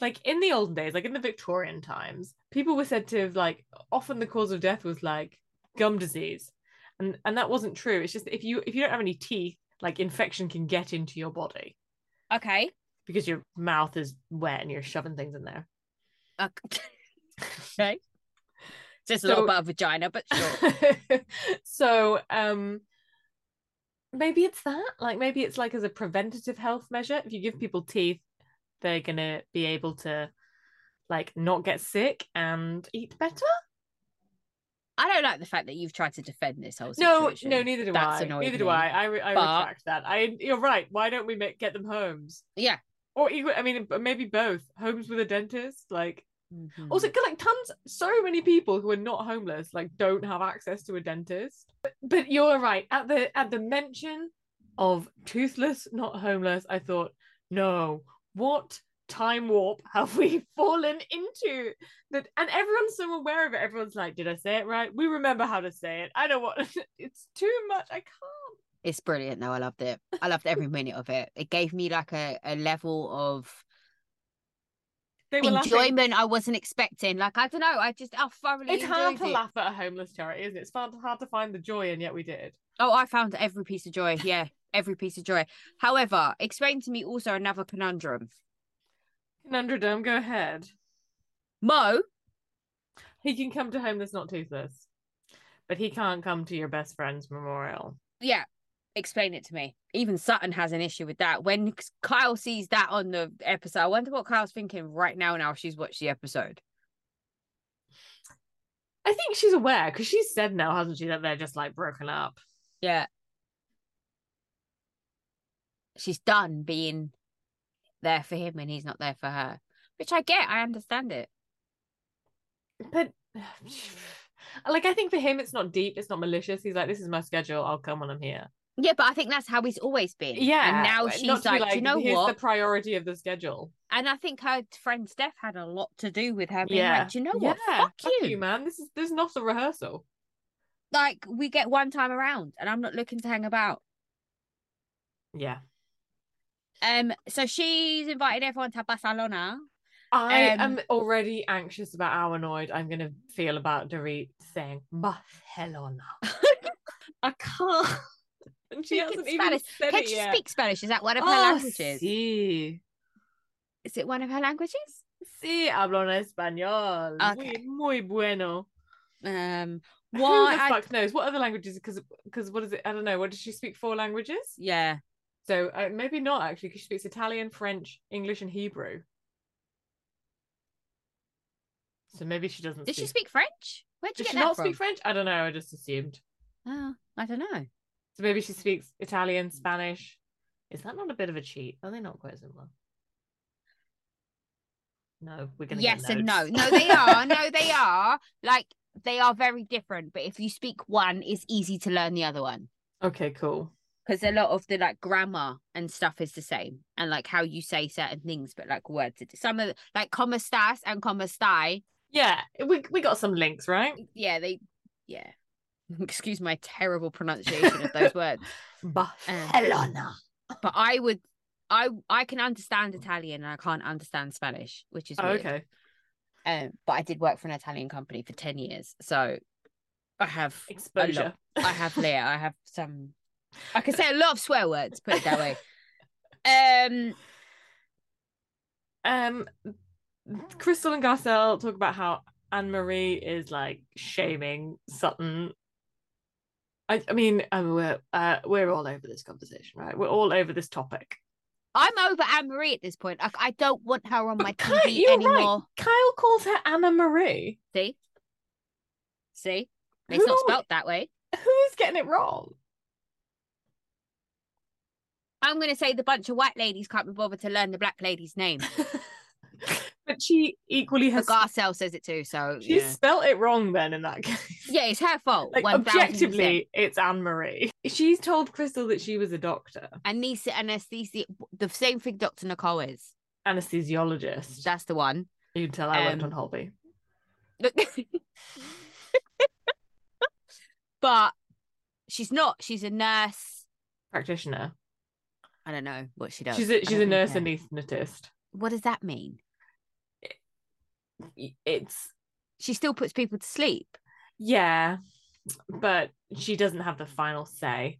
[SPEAKER 1] Like in the olden days, like in the Victorian times, people were said to have like often the cause of death was like gum disease, and and that wasn't true. It's just that if you if you don't have any teeth, like infection can get into your body.
[SPEAKER 2] Okay.
[SPEAKER 1] because your mouth is wet and you're shoving things in there.
[SPEAKER 2] Okay. okay. Just a little
[SPEAKER 1] So-
[SPEAKER 2] bit of vagina, but sure.
[SPEAKER 1] so um maybe it's that. Like maybe it's like as a preventative health measure. If you give people teeth, they're gonna be able to like not get sick and eat better.
[SPEAKER 2] I don't like the fact that you've tried to defend this whole
[SPEAKER 1] No,
[SPEAKER 2] situation.
[SPEAKER 1] no, neither do
[SPEAKER 2] That's
[SPEAKER 1] I.
[SPEAKER 2] annoyed
[SPEAKER 1] Neither do
[SPEAKER 2] me.
[SPEAKER 1] I. I, re- I
[SPEAKER 2] But-
[SPEAKER 1] retract that. I, you're right. Why don't we make, get them homes?
[SPEAKER 2] Yeah.
[SPEAKER 1] Or equal, I mean, but maybe both homes with a dentist. Like
[SPEAKER 2] Mhm.
[SPEAKER 1] also 'cause, like tons, so many people who are not homeless like don't have access to a dentist. But, but you're right. At the at the mention of toothless, not homeless, I thought, no, what time warp have we fallen into? That and everyone's so aware of it. Everyone's like, did I say it right? We remember how to say it. I don't want. it's too much. I can't.
[SPEAKER 2] It's brilliant though. I loved it. I loved every minute of it. It gave me like a, a level of
[SPEAKER 1] They were laughing.
[SPEAKER 2] enjoyment I wasn't expecting. Like I don't know. I just I thoroughly
[SPEAKER 1] It's hard to
[SPEAKER 2] enjoyed it.
[SPEAKER 1] laugh at a homeless charity, isn't it? It's hard, hard to find the joy, and yet we did.
[SPEAKER 2] Oh, I found every piece of joy. Yeah, every piece of joy. However, explain to me also another conundrum.
[SPEAKER 1] Conundrum, go ahead.
[SPEAKER 2] Mo,
[SPEAKER 1] He can come to home that's not toothless, but he can't come to your best friend's memorial.
[SPEAKER 2] yeah, explain it to me. Even Sutton has an issue with that. When Kyle sees that on the episode, I wonder what Kyle's thinking right now. Now she's watched the episode.
[SPEAKER 1] I think she's aware because she's said now, hasn't she, that they're just like broken up.
[SPEAKER 2] Yeah, she's done being there for him, and he's not there for her. Which I get. I understand it.
[SPEAKER 1] But like, I think for him, it's not deep, it's not malicious. He's like, this is my schedule. I'll come when I'm here.
[SPEAKER 2] Yeah, but I think that's how he's always been.
[SPEAKER 1] Yeah.
[SPEAKER 2] and now
[SPEAKER 1] not to
[SPEAKER 2] she's
[SPEAKER 1] be
[SPEAKER 2] like, Do you know
[SPEAKER 1] here's
[SPEAKER 2] what?
[SPEAKER 1] the priority of the schedule.
[SPEAKER 2] And I think her friend Steph had a lot to do with her being
[SPEAKER 1] yeah.
[SPEAKER 2] like, do you know
[SPEAKER 1] yeah.
[SPEAKER 2] what? Fuck, you.
[SPEAKER 1] man. This is this is not a rehearsal.
[SPEAKER 2] Like, we get one time around and I'm not looking to hang about.
[SPEAKER 1] Yeah.
[SPEAKER 2] Um, so she's invited everyone to Barcelona.
[SPEAKER 1] I
[SPEAKER 2] Um,
[SPEAKER 1] am already anxious about how annoyed I'm going to feel about Dorit saying Barcelona. I can't. And she
[SPEAKER 2] Speaking
[SPEAKER 1] hasn't even
[SPEAKER 2] Spanish.
[SPEAKER 1] said
[SPEAKER 2] Can
[SPEAKER 1] it
[SPEAKER 2] she
[SPEAKER 1] yet.
[SPEAKER 2] speak Spanish? Is that one of her
[SPEAKER 1] Ah,
[SPEAKER 2] languages?
[SPEAKER 1] Sí.
[SPEAKER 2] Is it one of her languages?
[SPEAKER 1] Sí, hablo en español.
[SPEAKER 2] Okay.
[SPEAKER 1] Muy, muy bueno.
[SPEAKER 2] Um,
[SPEAKER 1] Who
[SPEAKER 2] why?
[SPEAKER 1] the
[SPEAKER 2] I-
[SPEAKER 1] fuck knows? What other languages? Because, because what is it? I don't know. What does she speak? Four languages?
[SPEAKER 2] yeah.
[SPEAKER 1] So uh, maybe not actually, because she speaks Italian, French, English, and Hebrew. So maybe she doesn't.
[SPEAKER 2] Did she speak French? Where'd you
[SPEAKER 1] Does
[SPEAKER 2] get
[SPEAKER 1] she
[SPEAKER 2] that
[SPEAKER 1] not
[SPEAKER 2] from?
[SPEAKER 1] speak French? I don't know. I just assumed.
[SPEAKER 2] Oh, I don't know.
[SPEAKER 1] So maybe she speaks Italian, Spanish. Mm. Is that not a bit of a cheat? Are they not quite similar? No, we're gonna
[SPEAKER 2] yes
[SPEAKER 1] get
[SPEAKER 2] and no
[SPEAKER 1] loads.
[SPEAKER 2] no they are no they are like they are very different but if you speak one it's easy to learn the other one
[SPEAKER 1] okay, cool.
[SPEAKER 2] because a lot of the like grammar and stuff is the same and like how you say certain things but like words are di- some of the- like como estás and como estai
[SPEAKER 1] Yeah, we we got some links, right?
[SPEAKER 2] yeah they yeah excuse my terrible pronunciation of those words Um,
[SPEAKER 1] Barcelona.
[SPEAKER 2] but i would i i can understand italian and i can't understand spanish which is
[SPEAKER 1] Oh,
[SPEAKER 2] weird.
[SPEAKER 1] okay.
[SPEAKER 2] um but i did work for an italian company for 10 years so i have
[SPEAKER 1] Exposure.
[SPEAKER 2] I have Leah. I have some. I can say a lot of swear words. Put it that way. Um.
[SPEAKER 1] Um, Crystal and Garcelle talk about how Anne Marie is like shaming Sutton. I, I mean, um, we're uh, we're all over this conversation, right? We're all over this topic.
[SPEAKER 2] I'm over Anne Marie at this point. Like, I don't want her on my
[SPEAKER 1] But Ky-
[SPEAKER 2] TV
[SPEAKER 1] you're
[SPEAKER 2] anymore.
[SPEAKER 1] right. Kyle calls her Anna Marie.
[SPEAKER 2] See, see, it's not
[SPEAKER 1] Who-
[SPEAKER 2] spelt that way.
[SPEAKER 1] Who's getting it wrong?
[SPEAKER 2] I'm gonna say the bunch of white ladies can't be bothered to learn the black lady's name.
[SPEAKER 1] but she equally
[SPEAKER 2] But
[SPEAKER 1] has.
[SPEAKER 2] Garcelle says it too, so
[SPEAKER 1] She
[SPEAKER 2] yeah.
[SPEAKER 1] spelt it wrong then in that case.
[SPEAKER 2] yeah, it's her fault.
[SPEAKER 1] Like
[SPEAKER 2] 1000%.
[SPEAKER 1] objectively, it's Anne Marie. She's told Crystal that she was a doctor,
[SPEAKER 2] Anissa anesthesia, the same thing Dr. Nicole is.
[SPEAKER 1] anesthesiologist.
[SPEAKER 2] That's the one.
[SPEAKER 1] You can tell I worked on
[SPEAKER 2] Um,
[SPEAKER 1] Holby.
[SPEAKER 2] but she's not. She's a nurse.
[SPEAKER 1] Practitioner.
[SPEAKER 2] I don't know what she does.
[SPEAKER 1] She's
[SPEAKER 2] I
[SPEAKER 1] a, she's
[SPEAKER 2] don't
[SPEAKER 1] a
[SPEAKER 2] really
[SPEAKER 1] nurse
[SPEAKER 2] care.
[SPEAKER 1] anesthetist.
[SPEAKER 2] What does that mean?
[SPEAKER 1] It's
[SPEAKER 2] She still puts people to sleep.
[SPEAKER 1] yeah, but she doesn't have the final say.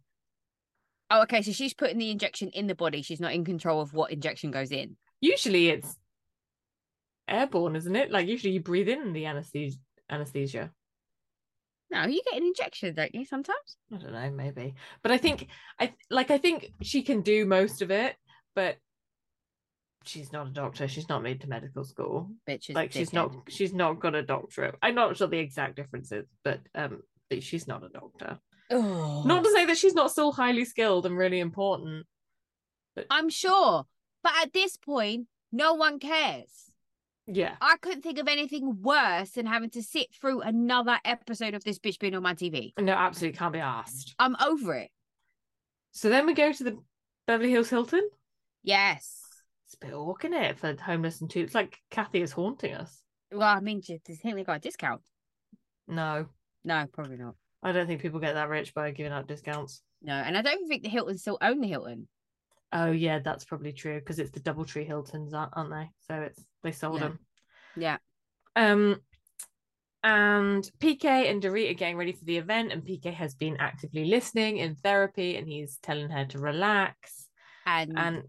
[SPEAKER 2] Oh, okay. So she's putting the injection in the body. She's not in control of what injection goes in.
[SPEAKER 1] Usually, it's airborne, isn't it? Like usually, you breathe in the anesthesia. Anesthesia.
[SPEAKER 2] No, you get an injection, don't you? Sometimes.
[SPEAKER 1] I don't know, maybe. But I think I th- like I think she can do most of it, but she's not a doctor. She's not made to medical school.
[SPEAKER 2] Bitch is
[SPEAKER 1] like she's
[SPEAKER 2] dickhead.
[SPEAKER 1] not she's not got a doctorate. I'm not sure the exact differences, but um, but she's not a doctor.
[SPEAKER 2] Ugh.
[SPEAKER 1] Not to say that she's not still highly skilled and really important.
[SPEAKER 2] I'm sure. But at this point, no one cares.
[SPEAKER 1] Yeah,
[SPEAKER 2] I couldn't think of anything worse than having to sit through another episode of this bitch being on my TV.
[SPEAKER 1] no, absolutely can't be asked.
[SPEAKER 2] I'm over it.
[SPEAKER 1] So then we go to the Beverly Hills Hilton.
[SPEAKER 2] Yes.
[SPEAKER 1] It's a bit awkward, isn't it, for homeless and two. It's like Kathy is haunting us.
[SPEAKER 2] Well, I mean, do you think they got a discount?
[SPEAKER 1] No,
[SPEAKER 2] No, probably not.
[SPEAKER 1] I don't think people get that rich by giving out discounts.
[SPEAKER 2] No, and I don't think the Hilton still own the Hilton.
[SPEAKER 1] Oh yeah, that's probably true because it's the DoubleTree Hiltons, aren't aren't they? So it's they sold
[SPEAKER 2] Yeah.
[SPEAKER 1] them.
[SPEAKER 2] Yeah.
[SPEAKER 1] Um, and PK and Dorit are getting ready for the event, and PK has been actively listening in therapy, and he's telling her to relax.
[SPEAKER 2] And,
[SPEAKER 1] And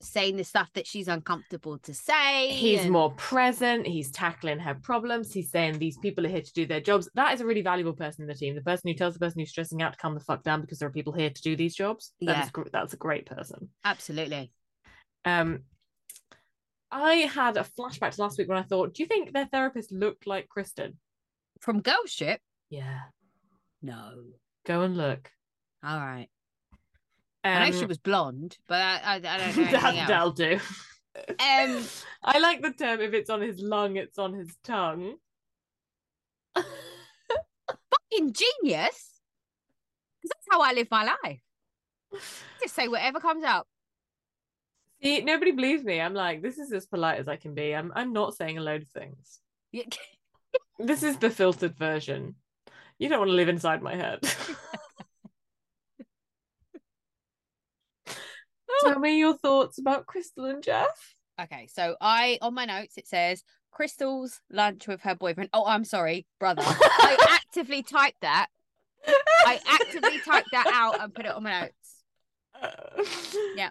[SPEAKER 2] saying the stuff that she's uncomfortable to say.
[SPEAKER 1] he's
[SPEAKER 2] and-
[SPEAKER 1] more present. He's tackling her problems. He's saying these people are here to do their jobs. That is a really valuable person in the team. The person who tells the person who's stressing out to calm the fuck down because there are people here to do these jobs. That is
[SPEAKER 2] Yeah.
[SPEAKER 1] gr- that's a great person.
[SPEAKER 2] absolutely.
[SPEAKER 1] Um, I had a flashback to last week when I thought, do you think their therapist looked like Kristen?
[SPEAKER 2] From Girl Ship?
[SPEAKER 1] Yeah,
[SPEAKER 2] No.
[SPEAKER 1] go and look.
[SPEAKER 2] All right. I know
[SPEAKER 1] Um,
[SPEAKER 2] she was blonde, but I, I, I don't know. anything
[SPEAKER 1] that,
[SPEAKER 2] else.
[SPEAKER 1] that'll do.
[SPEAKER 2] Um,
[SPEAKER 1] I like the term if it's on his lung, it's on his tongue.
[SPEAKER 2] fucking genius. 'Cause That's how I live my life. Just say whatever comes up.
[SPEAKER 1] See, nobody believes me. I'm like, this is as polite as I can be. I'm I'm not saying a load of things.
[SPEAKER 2] Yeah,
[SPEAKER 1] This is the filtered version. You don't want to live inside my head. Tell me your thoughts about Crystal and Jeff.
[SPEAKER 2] Okay, so I on my notes it says Crystal's lunch with her boyfriend. Oh, I'm sorry, brother. I actively typed that. I actively typed that out and put it on my notes. Yeah.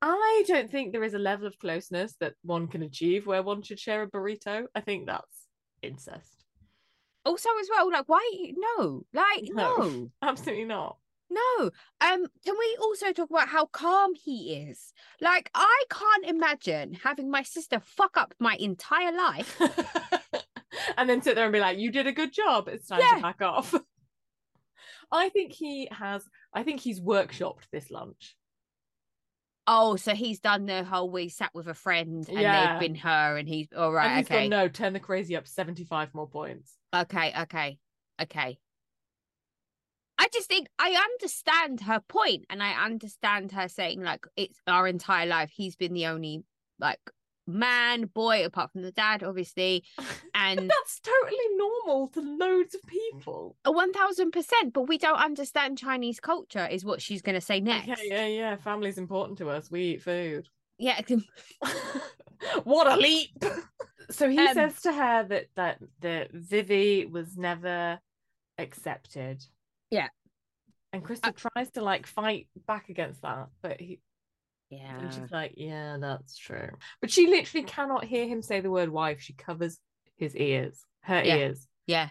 [SPEAKER 1] I don't think there is a level of closeness that one can achieve where one should share a burrito. I think that's incest.
[SPEAKER 2] Also, as well, like why? No, like no,
[SPEAKER 1] No. Absolutely not.
[SPEAKER 2] no. Um, can we also talk about how calm he is? Like I can't imagine having my sister fuck up my entire life
[SPEAKER 1] and then sit there and be like, "You did a good job. It's time
[SPEAKER 2] Yeah.
[SPEAKER 1] to back off." I think he has. I think he's workshopped this lunch.
[SPEAKER 2] Oh, so he's done the whole we sat with a friend and
[SPEAKER 1] Yeah.
[SPEAKER 2] they've been her and he's all right.
[SPEAKER 1] and he's
[SPEAKER 2] okay.
[SPEAKER 1] gone, "No, turn the crazy up seventy-five more points."
[SPEAKER 2] Okay. Okay. Okay. I just think I understand her point and I understand her saying, like, it's our entire life. He's been the only, like, man, boy, apart from the dad, obviously. And
[SPEAKER 1] That's totally normal to loads of people.
[SPEAKER 2] a 1000%, but we don't understand Chinese culture, is what she's going to say next.
[SPEAKER 1] Okay, yeah, yeah. Family's important to us. We eat food.
[SPEAKER 2] yeah.
[SPEAKER 1] what a leap! So he
[SPEAKER 2] Um,
[SPEAKER 1] says to her that that that Vivi was never accepted.
[SPEAKER 2] Yeah. Uh,
[SPEAKER 1] And Crystal tries to like fight back against that, but he
[SPEAKER 2] Yeah.
[SPEAKER 1] and she's like, "Yeah, that's true." But she literally cannot hear him say the word wife. She covers his ears, her
[SPEAKER 2] Yeah.
[SPEAKER 1] ears.
[SPEAKER 2] Yeah.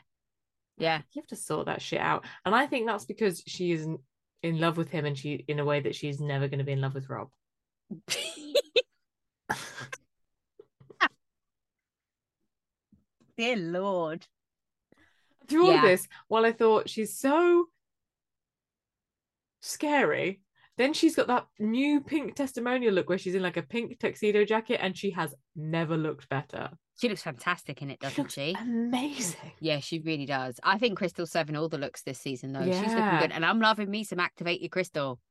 [SPEAKER 2] Yeah.
[SPEAKER 1] You have to sort that shit out. And I think that's because she is n- in love with him, and she in a way that she's never going to be in love with Rob.
[SPEAKER 2] Dear Lord.
[SPEAKER 1] through all
[SPEAKER 2] Yeah.
[SPEAKER 1] of this while I thought she's so scary. Then she's got that new pink testimonial look where she's in like a pink tuxedo jacket and she has never looked better.
[SPEAKER 2] She looks fantastic in it, doesn't
[SPEAKER 1] looks
[SPEAKER 2] she?
[SPEAKER 1] Amazing.
[SPEAKER 2] Yeah, she really does. I think Crystal's serving all the looks this season, though. She's looking
[SPEAKER 1] Yeah.
[SPEAKER 2] good. And I'm loving me some activated Crystal.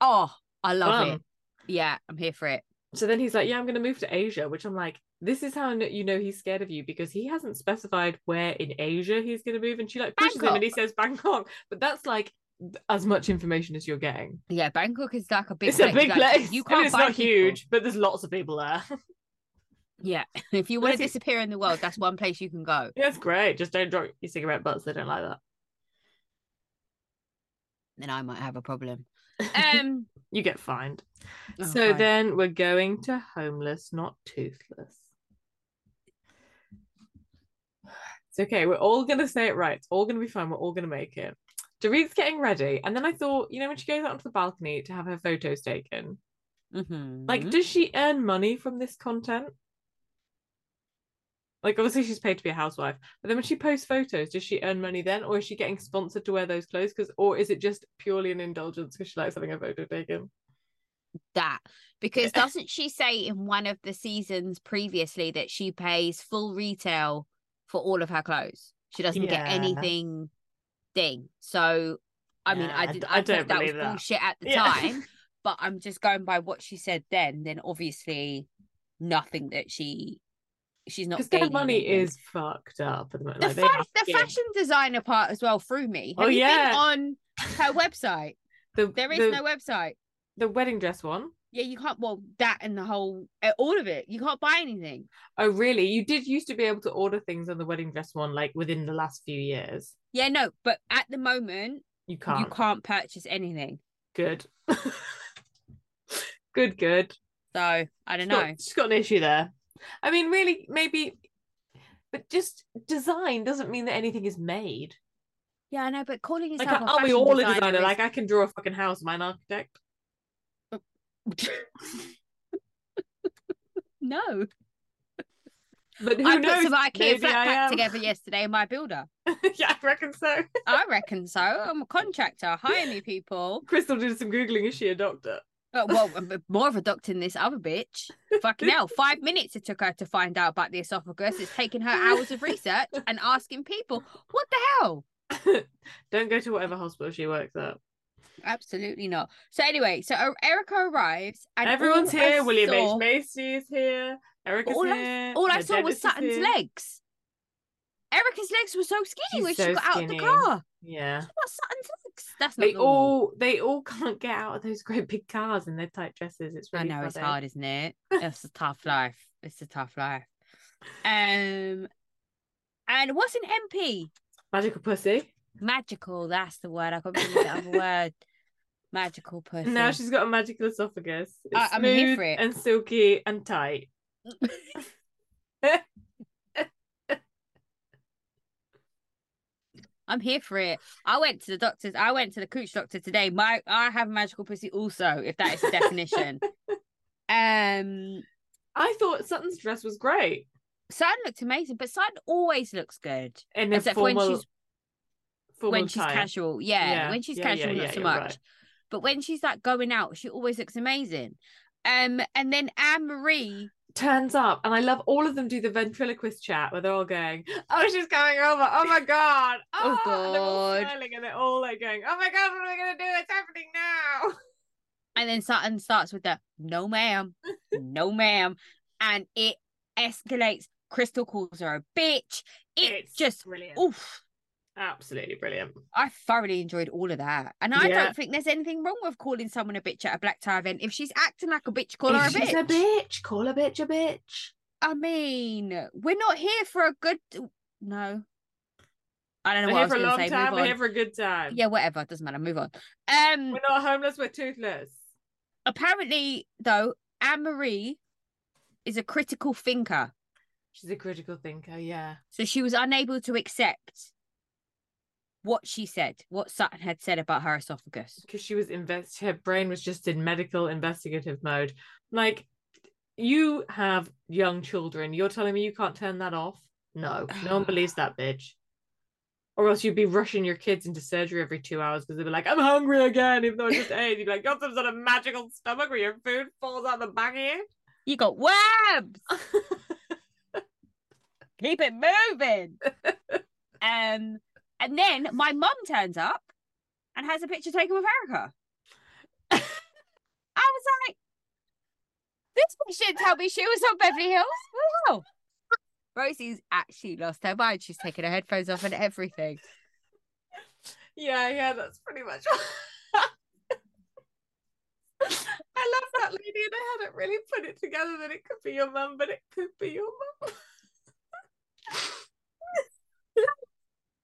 [SPEAKER 2] Oh, I love it.
[SPEAKER 1] Fun.
[SPEAKER 2] Yeah, I'm here for it.
[SPEAKER 1] Um, So then he's like, Yeah, I'm going to move to Asia, which I'm like, This is how kn- you know he's scared of you because he hasn't specified where in Asia he's going to move. And she like pushes him and he says Bangkok. But that's like th- as much information as you're getting.
[SPEAKER 2] Yeah, Bangkok is like a big
[SPEAKER 1] it's a big
[SPEAKER 2] like,
[SPEAKER 1] place.
[SPEAKER 2] You
[SPEAKER 1] You
[SPEAKER 2] can't
[SPEAKER 1] it's
[SPEAKER 2] find
[SPEAKER 1] not
[SPEAKER 2] people.
[SPEAKER 1] huge, but there's lots of people there.
[SPEAKER 2] Yeah. if you want to
[SPEAKER 1] Unless you-
[SPEAKER 2] disappear in the world, that's one place you can go.
[SPEAKER 1] That's great. Just don't drop your cigarette butts. They don't like that.
[SPEAKER 2] Then I might have a problem. Um
[SPEAKER 1] you get fined.
[SPEAKER 2] oh,
[SPEAKER 1] so
[SPEAKER 2] God.
[SPEAKER 1] then we're going to homeless, not toothless. It's okay. We're all going to say it right. It's all going to be fine. We're all going to make it. Dorit's getting ready. And then I thought, you know, when she goes out onto the balcony to have her photos taken,
[SPEAKER 2] Mm-hmm.
[SPEAKER 1] Like, does she earn money from this content? Like, obviously, she's paid to be a housewife, but then when she posts photos, does she earn money then, or is she getting sponsored to wear those clothes? Because, or is it just purely an indulgence because she likes having a photo taken?
[SPEAKER 2] that because doesn't she say in one of the seasons previously that she pays full retail for all of her clothes? She doesn't
[SPEAKER 1] Yeah.
[SPEAKER 2] get anything thing. So I mean, I
[SPEAKER 1] Yeah, I
[SPEAKER 2] did,
[SPEAKER 1] d-
[SPEAKER 2] I,
[SPEAKER 1] I
[SPEAKER 2] thought
[SPEAKER 1] don't
[SPEAKER 2] that was
[SPEAKER 1] believe that.
[SPEAKER 2] bullshit at the
[SPEAKER 1] Yeah.
[SPEAKER 2] time, but I'm just going by what she said then. Then obviously, nothing that she she's not
[SPEAKER 1] Because their
[SPEAKER 2] gaining
[SPEAKER 1] money
[SPEAKER 2] anything.
[SPEAKER 1] is fucked up at the moment.
[SPEAKER 2] the,
[SPEAKER 1] like, they
[SPEAKER 2] fa-
[SPEAKER 1] have
[SPEAKER 2] the
[SPEAKER 1] to-
[SPEAKER 2] fashion designer part as well threw me. Have
[SPEAKER 1] Oh,
[SPEAKER 2] you
[SPEAKER 1] yeah.
[SPEAKER 2] been on her website?
[SPEAKER 1] the,
[SPEAKER 2] There is
[SPEAKER 1] the,
[SPEAKER 2] no website.
[SPEAKER 1] the wedding dress one.
[SPEAKER 2] Yeah, you can't. Well, that and the whole, uh, all of it. You can't buy anything.
[SPEAKER 1] Oh, really? You did used to be able to order things on the wedding dress one, like within the last few years.
[SPEAKER 2] Yeah, no, but at the moment
[SPEAKER 1] You can't.
[SPEAKER 2] you can't purchase anything.
[SPEAKER 1] Good. good, good.
[SPEAKER 2] So I don't
[SPEAKER 1] She's
[SPEAKER 2] know.
[SPEAKER 1] got, she's got an issue there. I mean, really, maybe, but just design doesn't mean that anything is made.
[SPEAKER 2] Yeah, I know, but calling
[SPEAKER 1] Like,
[SPEAKER 2] yourself a
[SPEAKER 1] are we
[SPEAKER 2] fashion
[SPEAKER 1] all a
[SPEAKER 2] designer,
[SPEAKER 1] designer?
[SPEAKER 2] is-
[SPEAKER 1] Like, I can draw a fucking house. Am I an architect?
[SPEAKER 2] no.
[SPEAKER 1] But who
[SPEAKER 2] I
[SPEAKER 1] knows?
[SPEAKER 2] put some IKEA
[SPEAKER 1] Maybe
[SPEAKER 2] flat
[SPEAKER 1] I
[SPEAKER 2] pack
[SPEAKER 1] am.
[SPEAKER 2] together yesterday in my builder.
[SPEAKER 1] yeah, I reckon so.
[SPEAKER 2] I reckon so. I'm a contractor. Hire me, people.
[SPEAKER 1] Crystal did some googling. Is she a doctor?
[SPEAKER 2] Uh, well, I'm a- more of a doctor than this other bitch. Fucking hell. Five minutes it took her to find out about the esophagus. It's taken her hours of research and asking people. What the hell?
[SPEAKER 1] Don't go to whatever hospital she works at.
[SPEAKER 2] Absolutely not. So anyway, so uh, Erica arrives and all
[SPEAKER 1] Everyone's
[SPEAKER 2] I
[SPEAKER 1] here. William
[SPEAKER 2] saw-
[SPEAKER 1] H. Macy is here. Erica's
[SPEAKER 2] all I-
[SPEAKER 1] here.
[SPEAKER 2] All I
[SPEAKER 1] her
[SPEAKER 2] saw
[SPEAKER 1] dentist
[SPEAKER 2] was
[SPEAKER 1] is
[SPEAKER 2] Sutton's
[SPEAKER 1] here.
[SPEAKER 2] legs. Erica's legs were so skinny
[SPEAKER 1] She's
[SPEAKER 2] when she
[SPEAKER 1] so
[SPEAKER 2] got out of
[SPEAKER 1] skinny.
[SPEAKER 2] the car.
[SPEAKER 1] Yeah.
[SPEAKER 2] What's Sutton's legs? That's not
[SPEAKER 1] They
[SPEAKER 2] normal.
[SPEAKER 1] all they all can't get out of those great big cars in their tight dresses. It's
[SPEAKER 2] I
[SPEAKER 1] really
[SPEAKER 2] know it's
[SPEAKER 1] funny.
[SPEAKER 2] hard, isn't it? It's a tough life. It's a tough life. Um, and what's an MP?
[SPEAKER 1] Magical pussy.
[SPEAKER 2] Magical. That's the word. I can't remember the other word. Magical person.
[SPEAKER 1] Now she's got a magical esophagus. It's
[SPEAKER 2] I- I'm here
[SPEAKER 1] smooth
[SPEAKER 2] for it.
[SPEAKER 1] and silky and tight.
[SPEAKER 2] I'm here for it. I went to the doctors. I went to the cooch doctor today. My I have magical pussy also, if that is the definition. um.
[SPEAKER 1] I thought Sutton's dress was great.
[SPEAKER 2] Sun looked amazing, but Sun always looks good.
[SPEAKER 1] In a
[SPEAKER 2] Except for
[SPEAKER 1] formal,
[SPEAKER 2] when she's
[SPEAKER 1] formal
[SPEAKER 2] when she's
[SPEAKER 1] attire.
[SPEAKER 2] casual. Yeah,
[SPEAKER 1] Yeah,
[SPEAKER 2] When she's
[SPEAKER 1] yeah, yeah,
[SPEAKER 2] casual,
[SPEAKER 1] yeah,
[SPEAKER 2] not so
[SPEAKER 1] you're
[SPEAKER 2] much.
[SPEAKER 1] right.
[SPEAKER 2] But when she's like going out, she always looks amazing. Um, and then Anne Marie,
[SPEAKER 1] turns up and I love all of them do the ventriloquist chat where they're all going, Oh, she's coming over. Oh my god.
[SPEAKER 2] Oh,
[SPEAKER 1] and they're all
[SPEAKER 2] God.
[SPEAKER 1] smiling and they're all like going, Oh my god, what are we gonna do? It's happening now.
[SPEAKER 2] and then Sutton starts with the no ma'am, no ma'am, and it escalates. Crystal calls her a bitch. It just
[SPEAKER 1] brilliant.
[SPEAKER 2] oof.
[SPEAKER 1] Absolutely brilliant.
[SPEAKER 2] I thoroughly enjoyed all of that. And I
[SPEAKER 1] Yeah.
[SPEAKER 2] don't think there's anything wrong with calling someone a bitch at a black tie event. If she's acting like a bitch, call her a
[SPEAKER 1] she's
[SPEAKER 2] bitch.
[SPEAKER 1] a bitch, call a bitch a bitch.
[SPEAKER 2] I mean, we're not here for a good. No, I don't
[SPEAKER 1] We're
[SPEAKER 2] know what I
[SPEAKER 1] here
[SPEAKER 2] was
[SPEAKER 1] for a
[SPEAKER 2] going to
[SPEAKER 1] long
[SPEAKER 2] say.
[SPEAKER 1] time,
[SPEAKER 2] Move
[SPEAKER 1] we're
[SPEAKER 2] on.
[SPEAKER 1] here for a good time.
[SPEAKER 2] Yeah, whatever. Doesn't matter. Move on. Um,
[SPEAKER 1] We're not homeless, we're toothless.
[SPEAKER 2] apparently though, Anne Marie is a critical thinker,
[SPEAKER 1] She's a critical thinker, yeah.
[SPEAKER 2] so she was unable to accept what she said, what Sutton had said about her esophagus.
[SPEAKER 1] because she was invest her brain was just in medical investigative mode like you have young children you're telling me you can't turn that off no no one believes that bitch or else you'd be rushing your kids into surgery every two hours because they'd be like i'm hungry again even though i just ate you'd be like got some sort of magical stomach where your food falls out the back of you
[SPEAKER 2] You got webs. Keep it moving. um, and then my mum turns up and has a picture taken with Erica. I was like, this bitch didn't tell me she was on Beverly Hills. Wow. Rosie's actually lost her mind. She's taken her headphones off and everything.
[SPEAKER 1] yeah yeah that's pretty much I love that lady, and I hadn't really put it together that it could be your mum, but it could be your mum.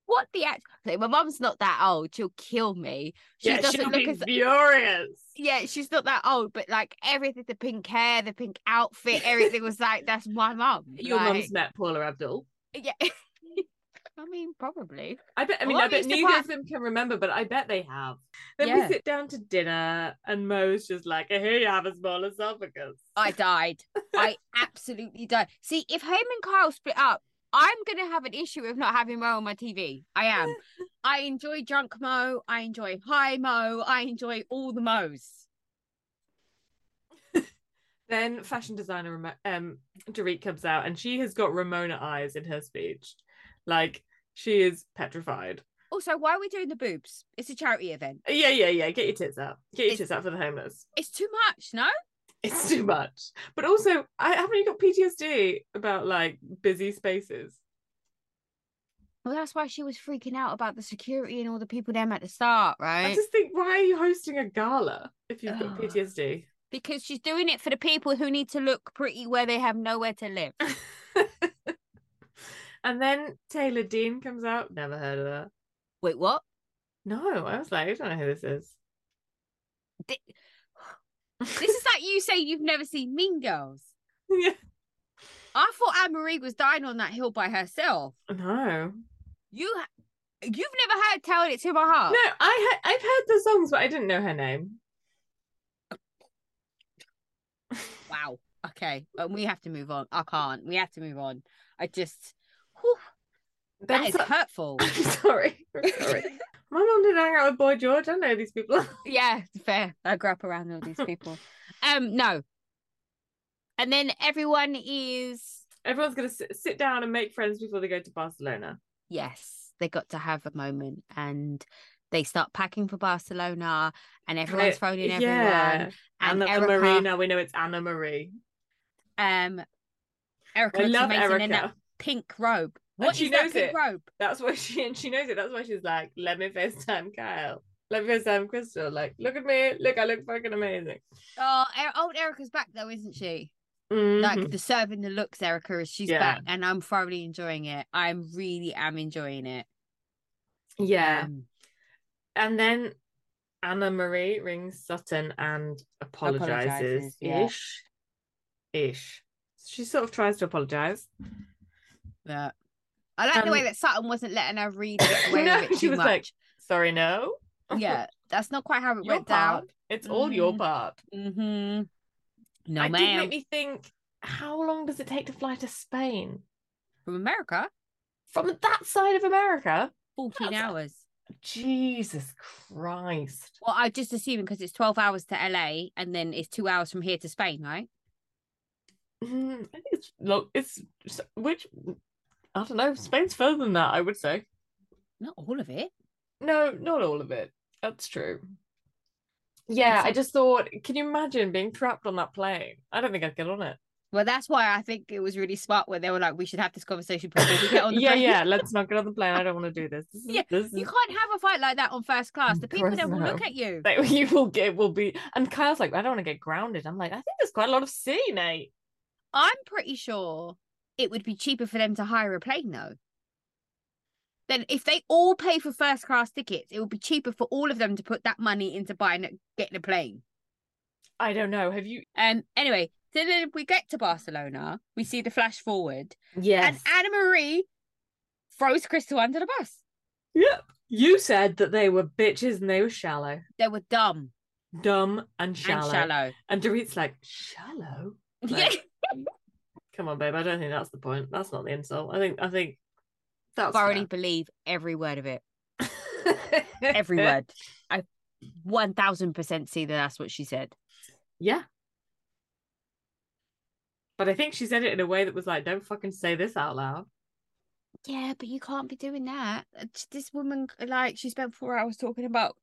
[SPEAKER 2] What the act? Like, my mum's not that old. She'll kill me. She
[SPEAKER 1] yeah,
[SPEAKER 2] doesn't
[SPEAKER 1] she'll
[SPEAKER 2] look
[SPEAKER 1] be
[SPEAKER 2] as
[SPEAKER 1] furious.
[SPEAKER 2] yeah, she's not that old, but like everything, the pink hair, the pink outfit, everything was like, that's my mum.
[SPEAKER 1] Your
[SPEAKER 2] like,
[SPEAKER 1] mum's met Paula Abdul.
[SPEAKER 2] Yeah. I mean, probably.
[SPEAKER 1] I bet. I mean,
[SPEAKER 2] Well,
[SPEAKER 1] I bet
[SPEAKER 2] it's the
[SPEAKER 1] neither
[SPEAKER 2] plan.
[SPEAKER 1] of them can remember, but I bet they have. Then
[SPEAKER 2] Yeah.
[SPEAKER 1] we sit down to dinner, and Mo's just like, "Here you have a small esophagus."
[SPEAKER 2] I died. I absolutely died. See, if Home and Kyle split up, I'm gonna have an issue with not having Mo on my TV. I am. I enjoy drunk Mo. I enjoy high Mo. I enjoy all the Mo's.
[SPEAKER 1] Then fashion designer Ramo- um Dorit comes out, and she has got Ramona eyes in her speech, like she is petrified.
[SPEAKER 2] Also, why are we doing the boobs? It's a charity event.
[SPEAKER 1] Yeah, yeah, yeah. Get your tits out. Get your
[SPEAKER 2] It's-
[SPEAKER 1] tits out for the homeless.
[SPEAKER 2] It's too much, no?
[SPEAKER 1] It's too much. But also, I haven't you got PTSD about like busy spaces.
[SPEAKER 2] Well, that's why she was freaking out about the security and all the people them at the start,
[SPEAKER 1] I
[SPEAKER 2] right?
[SPEAKER 1] just think, why are you hosting a gala if you've got
[SPEAKER 2] Ugh.
[SPEAKER 1] PTSD?
[SPEAKER 2] Because she's doing it for the people who need to look pretty where they have nowhere to live.
[SPEAKER 1] and then Taylor Dean comes out. Never heard of her.
[SPEAKER 2] Wait, what?
[SPEAKER 1] No, I was like, I don't know who this is.
[SPEAKER 2] Thi- This is like you say you've never seen Mean Girls.
[SPEAKER 1] yeah.
[SPEAKER 2] I thought Anne Marie was dying on that hill by herself. Oh.
[SPEAKER 1] No.
[SPEAKER 2] You, ha- you've never heard "Tell It to My Heart."
[SPEAKER 1] No, I he- I've heard the songs, but I didn't know her name.
[SPEAKER 2] Wow. Okay, and we have to move on. I can't. We have to move on. I just, whew, that
[SPEAKER 1] Then
[SPEAKER 2] is
[SPEAKER 1] so-
[SPEAKER 2] hurtful.
[SPEAKER 1] I'm sorry. I'm sorry. My mum did hang out with Boy George. I know these people.
[SPEAKER 2] yeah, fair. I grew up around all these people. Um, no. And then everyone is
[SPEAKER 1] Everyone's gonna sit, sit down and make friends before they go to Barcelona.
[SPEAKER 2] yes, they got to have a moment and they start packing for Barcelona and everyone's
[SPEAKER 1] Uh,
[SPEAKER 2] thrown in everyone.
[SPEAKER 1] Yeah.
[SPEAKER 2] And
[SPEAKER 1] Anna
[SPEAKER 2] Erica,
[SPEAKER 1] Marie. Now we know it's Anna Marie.
[SPEAKER 2] um Erica
[SPEAKER 1] I
[SPEAKER 2] looks
[SPEAKER 1] love
[SPEAKER 2] amazing in
[SPEAKER 1] Erica.
[SPEAKER 2] that pink robe. What
[SPEAKER 1] she
[SPEAKER 2] is that
[SPEAKER 1] knows
[SPEAKER 2] pink
[SPEAKER 1] it.
[SPEAKER 2] robe?
[SPEAKER 1] That's why she and she knows it. That's why she's like, let me FaceTime Kyle. Let me FaceTime Crystal. Like, look at me. Look, I look fucking amazing.
[SPEAKER 2] Oh, er- old Erica's back though, isn't she?
[SPEAKER 1] Mhm.
[SPEAKER 2] Like the serving the looks, Erica, is she's
[SPEAKER 1] Yeah.
[SPEAKER 2] back, and I'm thoroughly enjoying it. I'm really am enjoying it.
[SPEAKER 1] yeah.
[SPEAKER 2] Um,
[SPEAKER 1] and then Anna Marie rings Sutton and apologizes
[SPEAKER 2] Apologises, yeah.
[SPEAKER 1] ish. Ish. She sort of tries to apologize.
[SPEAKER 2] yeah. I like the way
[SPEAKER 1] Um,
[SPEAKER 2] that Sutton wasn't letting her read it away
[SPEAKER 1] No,
[SPEAKER 2] with it
[SPEAKER 1] she
[SPEAKER 2] too
[SPEAKER 1] was
[SPEAKER 2] much.
[SPEAKER 1] like, Sorry, no.
[SPEAKER 2] yeah, that's not quite how it
[SPEAKER 1] Your
[SPEAKER 2] went down.
[SPEAKER 1] part. It's all your
[SPEAKER 2] Mhm.
[SPEAKER 1] part.
[SPEAKER 2] hmm No,
[SPEAKER 1] I did
[SPEAKER 2] ma'am.
[SPEAKER 1] make me think, how long does it take to fly to Spain?
[SPEAKER 2] From America,
[SPEAKER 1] From that side of America?
[SPEAKER 2] 14
[SPEAKER 1] That's-
[SPEAKER 2] hours.
[SPEAKER 1] Jesus Christ.
[SPEAKER 2] Well, I just assuming because it's 12 hours to LA and then it's two hours from here to Spain, right?
[SPEAKER 1] Mm, I think it's look, it's which I don't know, Spain's further than that, I would say.
[SPEAKER 2] Not all of it.
[SPEAKER 1] No, not all of it. That's true. Yeah, I just thought, can you imagine being trapped on that plane? I don't think I'd get on it.
[SPEAKER 2] Well, that's why I think it was really smart when they were like, we should have this conversation before we get on the
[SPEAKER 1] yeah,
[SPEAKER 2] plane.
[SPEAKER 1] yeah, let's not get on the plane. I don't want to do this. This is,
[SPEAKER 2] Yeah,
[SPEAKER 1] this
[SPEAKER 2] You
[SPEAKER 1] is-
[SPEAKER 2] can't have a fight like that on first class. The people
[SPEAKER 1] Gross,
[SPEAKER 2] then will look
[SPEAKER 1] no.
[SPEAKER 2] at you.
[SPEAKER 1] like, you will get will be and Kyle's like, I don't want to get grounded. I'm like, I think there's quite a lot of sea, mate.
[SPEAKER 2] I'm pretty sure it would be cheaper for them to hire a plane though. Then if they all pay for first class tickets, it would be cheaper for all of them to put that money into buying a- getting a plane.
[SPEAKER 1] I don't know. Have you
[SPEAKER 2] Um anyway, so then we get to Barcelona, we see the flash forward,
[SPEAKER 1] Yes.
[SPEAKER 2] and Anna Marie throws Crystal under the bus.
[SPEAKER 1] yep. You said that they were bitches and they were shallow.
[SPEAKER 2] They were dumb
[SPEAKER 1] Dumb and shallow.
[SPEAKER 2] and shallow.
[SPEAKER 1] And Dorit's like, shallow?
[SPEAKER 2] Yeah.
[SPEAKER 1] Like, Come on, babe. I don't think that's the point. That's not the insult. I think I think that's
[SPEAKER 2] Thoroughly
[SPEAKER 1] fair.
[SPEAKER 2] believe every word of it. Every word. I one thousand percent see that that's what she said.
[SPEAKER 1] Yeah. But I think she said it in a way that was like, don't fucking say this out loud.
[SPEAKER 2] Yeah, but you can't be doing that. Uh, t- This woman, c- like, she spent four hours talking about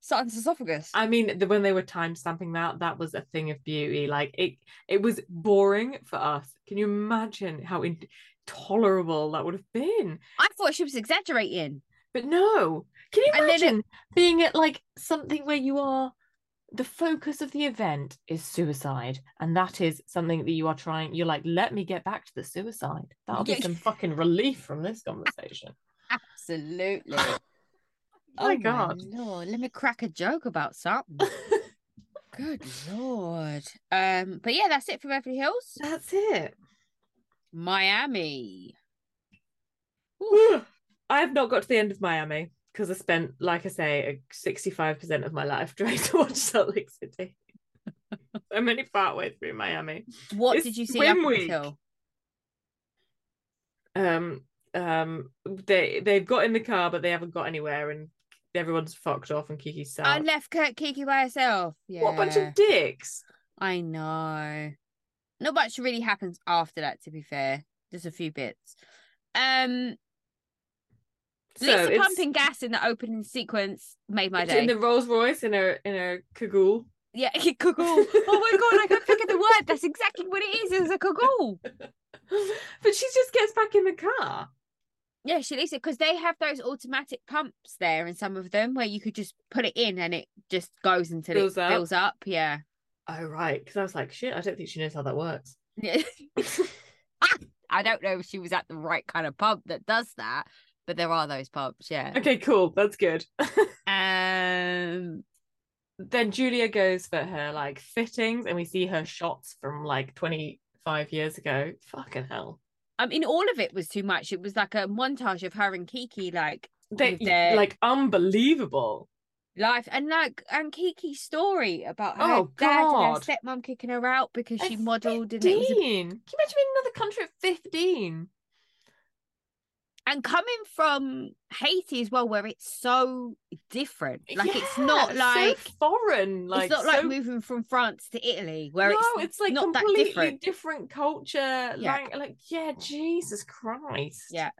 [SPEAKER 2] Sutton's esophagus.
[SPEAKER 1] I mean, the, when they were time stamping that, that was a thing of beauty. Like it, it was boring for us. Can you imagine how intolerable that would have been?
[SPEAKER 2] I thought she was exaggerating.
[SPEAKER 1] But no, can you
[SPEAKER 2] And then it-
[SPEAKER 1] imagine being at like something where you are the focus of the event is suicide, and that is something that you are trying. You're like, let me get back to the suicide. That'll be
[SPEAKER 2] Yeah.
[SPEAKER 1] some fucking relief from this conversation.
[SPEAKER 2] Absolutely.
[SPEAKER 1] Oh my God.
[SPEAKER 2] lord, let me crack a joke about something. Good lord. Um, but yeah, that's it for Beverly Hills.
[SPEAKER 1] That's it.
[SPEAKER 2] Miami. Oof.
[SPEAKER 1] Whew. I have not got to the end of Miami because I spent, like I say, sixty-five percent of my life trying to watch Salt Lake City. I'm only partway through Miami.
[SPEAKER 2] What
[SPEAKER 1] It's
[SPEAKER 2] did you see up
[SPEAKER 1] swim week.
[SPEAKER 2] until?
[SPEAKER 1] Um, um, they they've got in the car, but they haven't got anywhere, and everyone's fucked off, and Kiki's sad.
[SPEAKER 2] I left Kurt Kiki by herself. Yeah.
[SPEAKER 1] Oh. What a bunch of dicks!
[SPEAKER 2] I know. Not much really happens after that, to be fair. Just a few bits. Um Lisa
[SPEAKER 1] it's-
[SPEAKER 2] pumping gas in the opening sequence made my
[SPEAKER 1] it's
[SPEAKER 2] day.
[SPEAKER 1] in the Rolls Royce in a in a cagoule.
[SPEAKER 2] Yeah, cagoule. oh my god, I can't think of the word. That's exactly what it is. It's a cagoule.
[SPEAKER 1] but she just gets back in the car.
[SPEAKER 2] Yeah, she leaves it because they have those automatic pumps there in some of them where you could just put it in and it just goes until
[SPEAKER 1] Fills
[SPEAKER 2] it
[SPEAKER 1] up.
[SPEAKER 2] fills up. Yeah.
[SPEAKER 1] Oh right, because I was like, shit, I don't think she knows how that works.
[SPEAKER 2] Yeah. I don't know if she was at the right kind of pump that does that, but there are those pumps. Yeah.
[SPEAKER 1] okay, cool, that's good.
[SPEAKER 2] Um.
[SPEAKER 1] then Julia goes for her like fittings, and we see her shots from like twenty five years ago. Fucking hell.
[SPEAKER 2] I mean, all of it was too much. It was like a montage of her and Kiki, like
[SPEAKER 1] They
[SPEAKER 2] With their-
[SPEAKER 1] like unbelievable.
[SPEAKER 2] life and like and Kiki's story about her
[SPEAKER 1] Oh,
[SPEAKER 2] dad
[SPEAKER 1] God.
[SPEAKER 2] and her stepmom kicking her out because she
[SPEAKER 1] At
[SPEAKER 2] modelled and it was a-
[SPEAKER 1] 15. Can you imagine being in another country at fifteen?
[SPEAKER 2] and coming from Haiti as well, where it's so different. Like it's not like
[SPEAKER 1] foreign. Like
[SPEAKER 2] it's not like
[SPEAKER 1] so-
[SPEAKER 2] moving from France to Italy, where
[SPEAKER 1] no,
[SPEAKER 2] it's,
[SPEAKER 1] it's, like
[SPEAKER 2] not that
[SPEAKER 1] completely
[SPEAKER 2] different.
[SPEAKER 1] different. culture.
[SPEAKER 2] Yeah.
[SPEAKER 1] Like, like, yeah, Jesus Christ.
[SPEAKER 2] Yeah.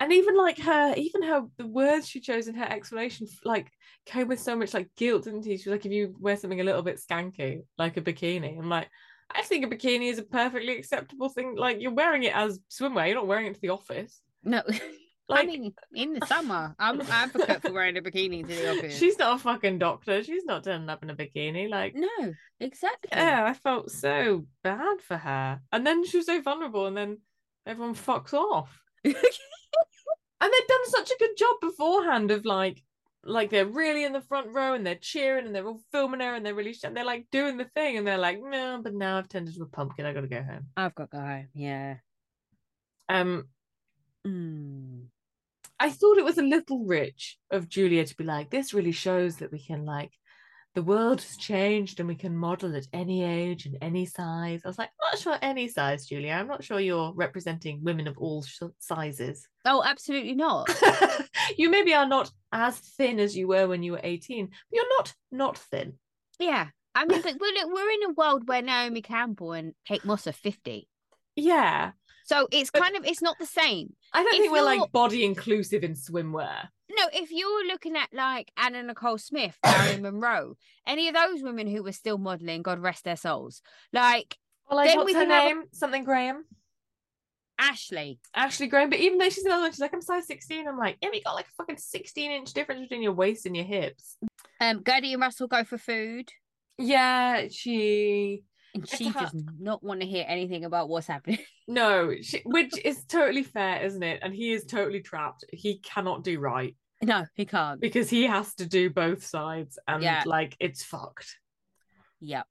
[SPEAKER 1] And even like her, even her, the words she chose in her explanation, f- like came with so much like guilt, didn't she? She was like, if you wear something a little bit skanky, like a bikini, I'm like, I think a bikini is a perfectly acceptable thing. Like you're wearing it as swimwear, you're not wearing it to the office.
[SPEAKER 2] No,
[SPEAKER 1] Like
[SPEAKER 2] I mean in the summer, I'm an advocate for wearing a bikini to the office.
[SPEAKER 1] she's not a fucking doctor. She's not turning up in a bikini. Like
[SPEAKER 2] No, exactly.
[SPEAKER 1] yeah, I felt so bad for her. And then she was so vulnerable, and then everyone fucks off. And they've done such a good job beforehand of like, like they're really in the front row and they're cheering and they're all filming her and they're really, sh- and they're like doing the thing and they're like, no, but now I've turned into a pumpkin. I gotta go home.
[SPEAKER 2] I've got to go home. Yeah.
[SPEAKER 1] Um,
[SPEAKER 2] Mm.
[SPEAKER 1] I thought it was a little rich of Julia to be like, this really shows that we can like the world has changed and we can model at any age and any size. I was like, not sure any size, Julia. I'm not sure you're representing women of all sh- sizes.
[SPEAKER 2] Oh, absolutely not.
[SPEAKER 1] you maybe are not as thin as you were when you were 18, but you're not not thin.
[SPEAKER 2] Yeah. I mean, but we're, look, we're in a world where Naomi Campbell and Kate Moss are 50.
[SPEAKER 1] Yeah.
[SPEAKER 2] So it's
[SPEAKER 1] But-
[SPEAKER 2] kind of, it's not the same.
[SPEAKER 1] I don't
[SPEAKER 2] If
[SPEAKER 1] think we're
[SPEAKER 2] you're-
[SPEAKER 1] like body inclusive in swimwear.
[SPEAKER 2] No, if you're looking at like Anna Nicole Smith, Marilyn Monroe, any of those women who were still modeling, God rest their souls, like
[SPEAKER 1] Or like,
[SPEAKER 2] Then
[SPEAKER 1] what's
[SPEAKER 2] we
[SPEAKER 1] her
[SPEAKER 2] can have a-
[SPEAKER 1] name? Something Graham.
[SPEAKER 2] Ashley.
[SPEAKER 1] Ashley Graham, but even though she's another one, she's like, I'm size 16. I'm like, yeah, but you got like a fucking 16 inch difference between your waist and your hips.
[SPEAKER 2] Um, Gertie and Russell go for food,
[SPEAKER 1] Yeah, she.
[SPEAKER 2] and
[SPEAKER 1] It's
[SPEAKER 2] she
[SPEAKER 1] her-
[SPEAKER 2] does not want to hear anything about what's happening.
[SPEAKER 1] No, she, which is totally fair, isn't it? And he is totally trapped. He cannot do right
[SPEAKER 2] no, he can't.
[SPEAKER 1] because he has to do both sides and
[SPEAKER 2] Yeah.
[SPEAKER 1] like it's fucked.
[SPEAKER 2] Yep.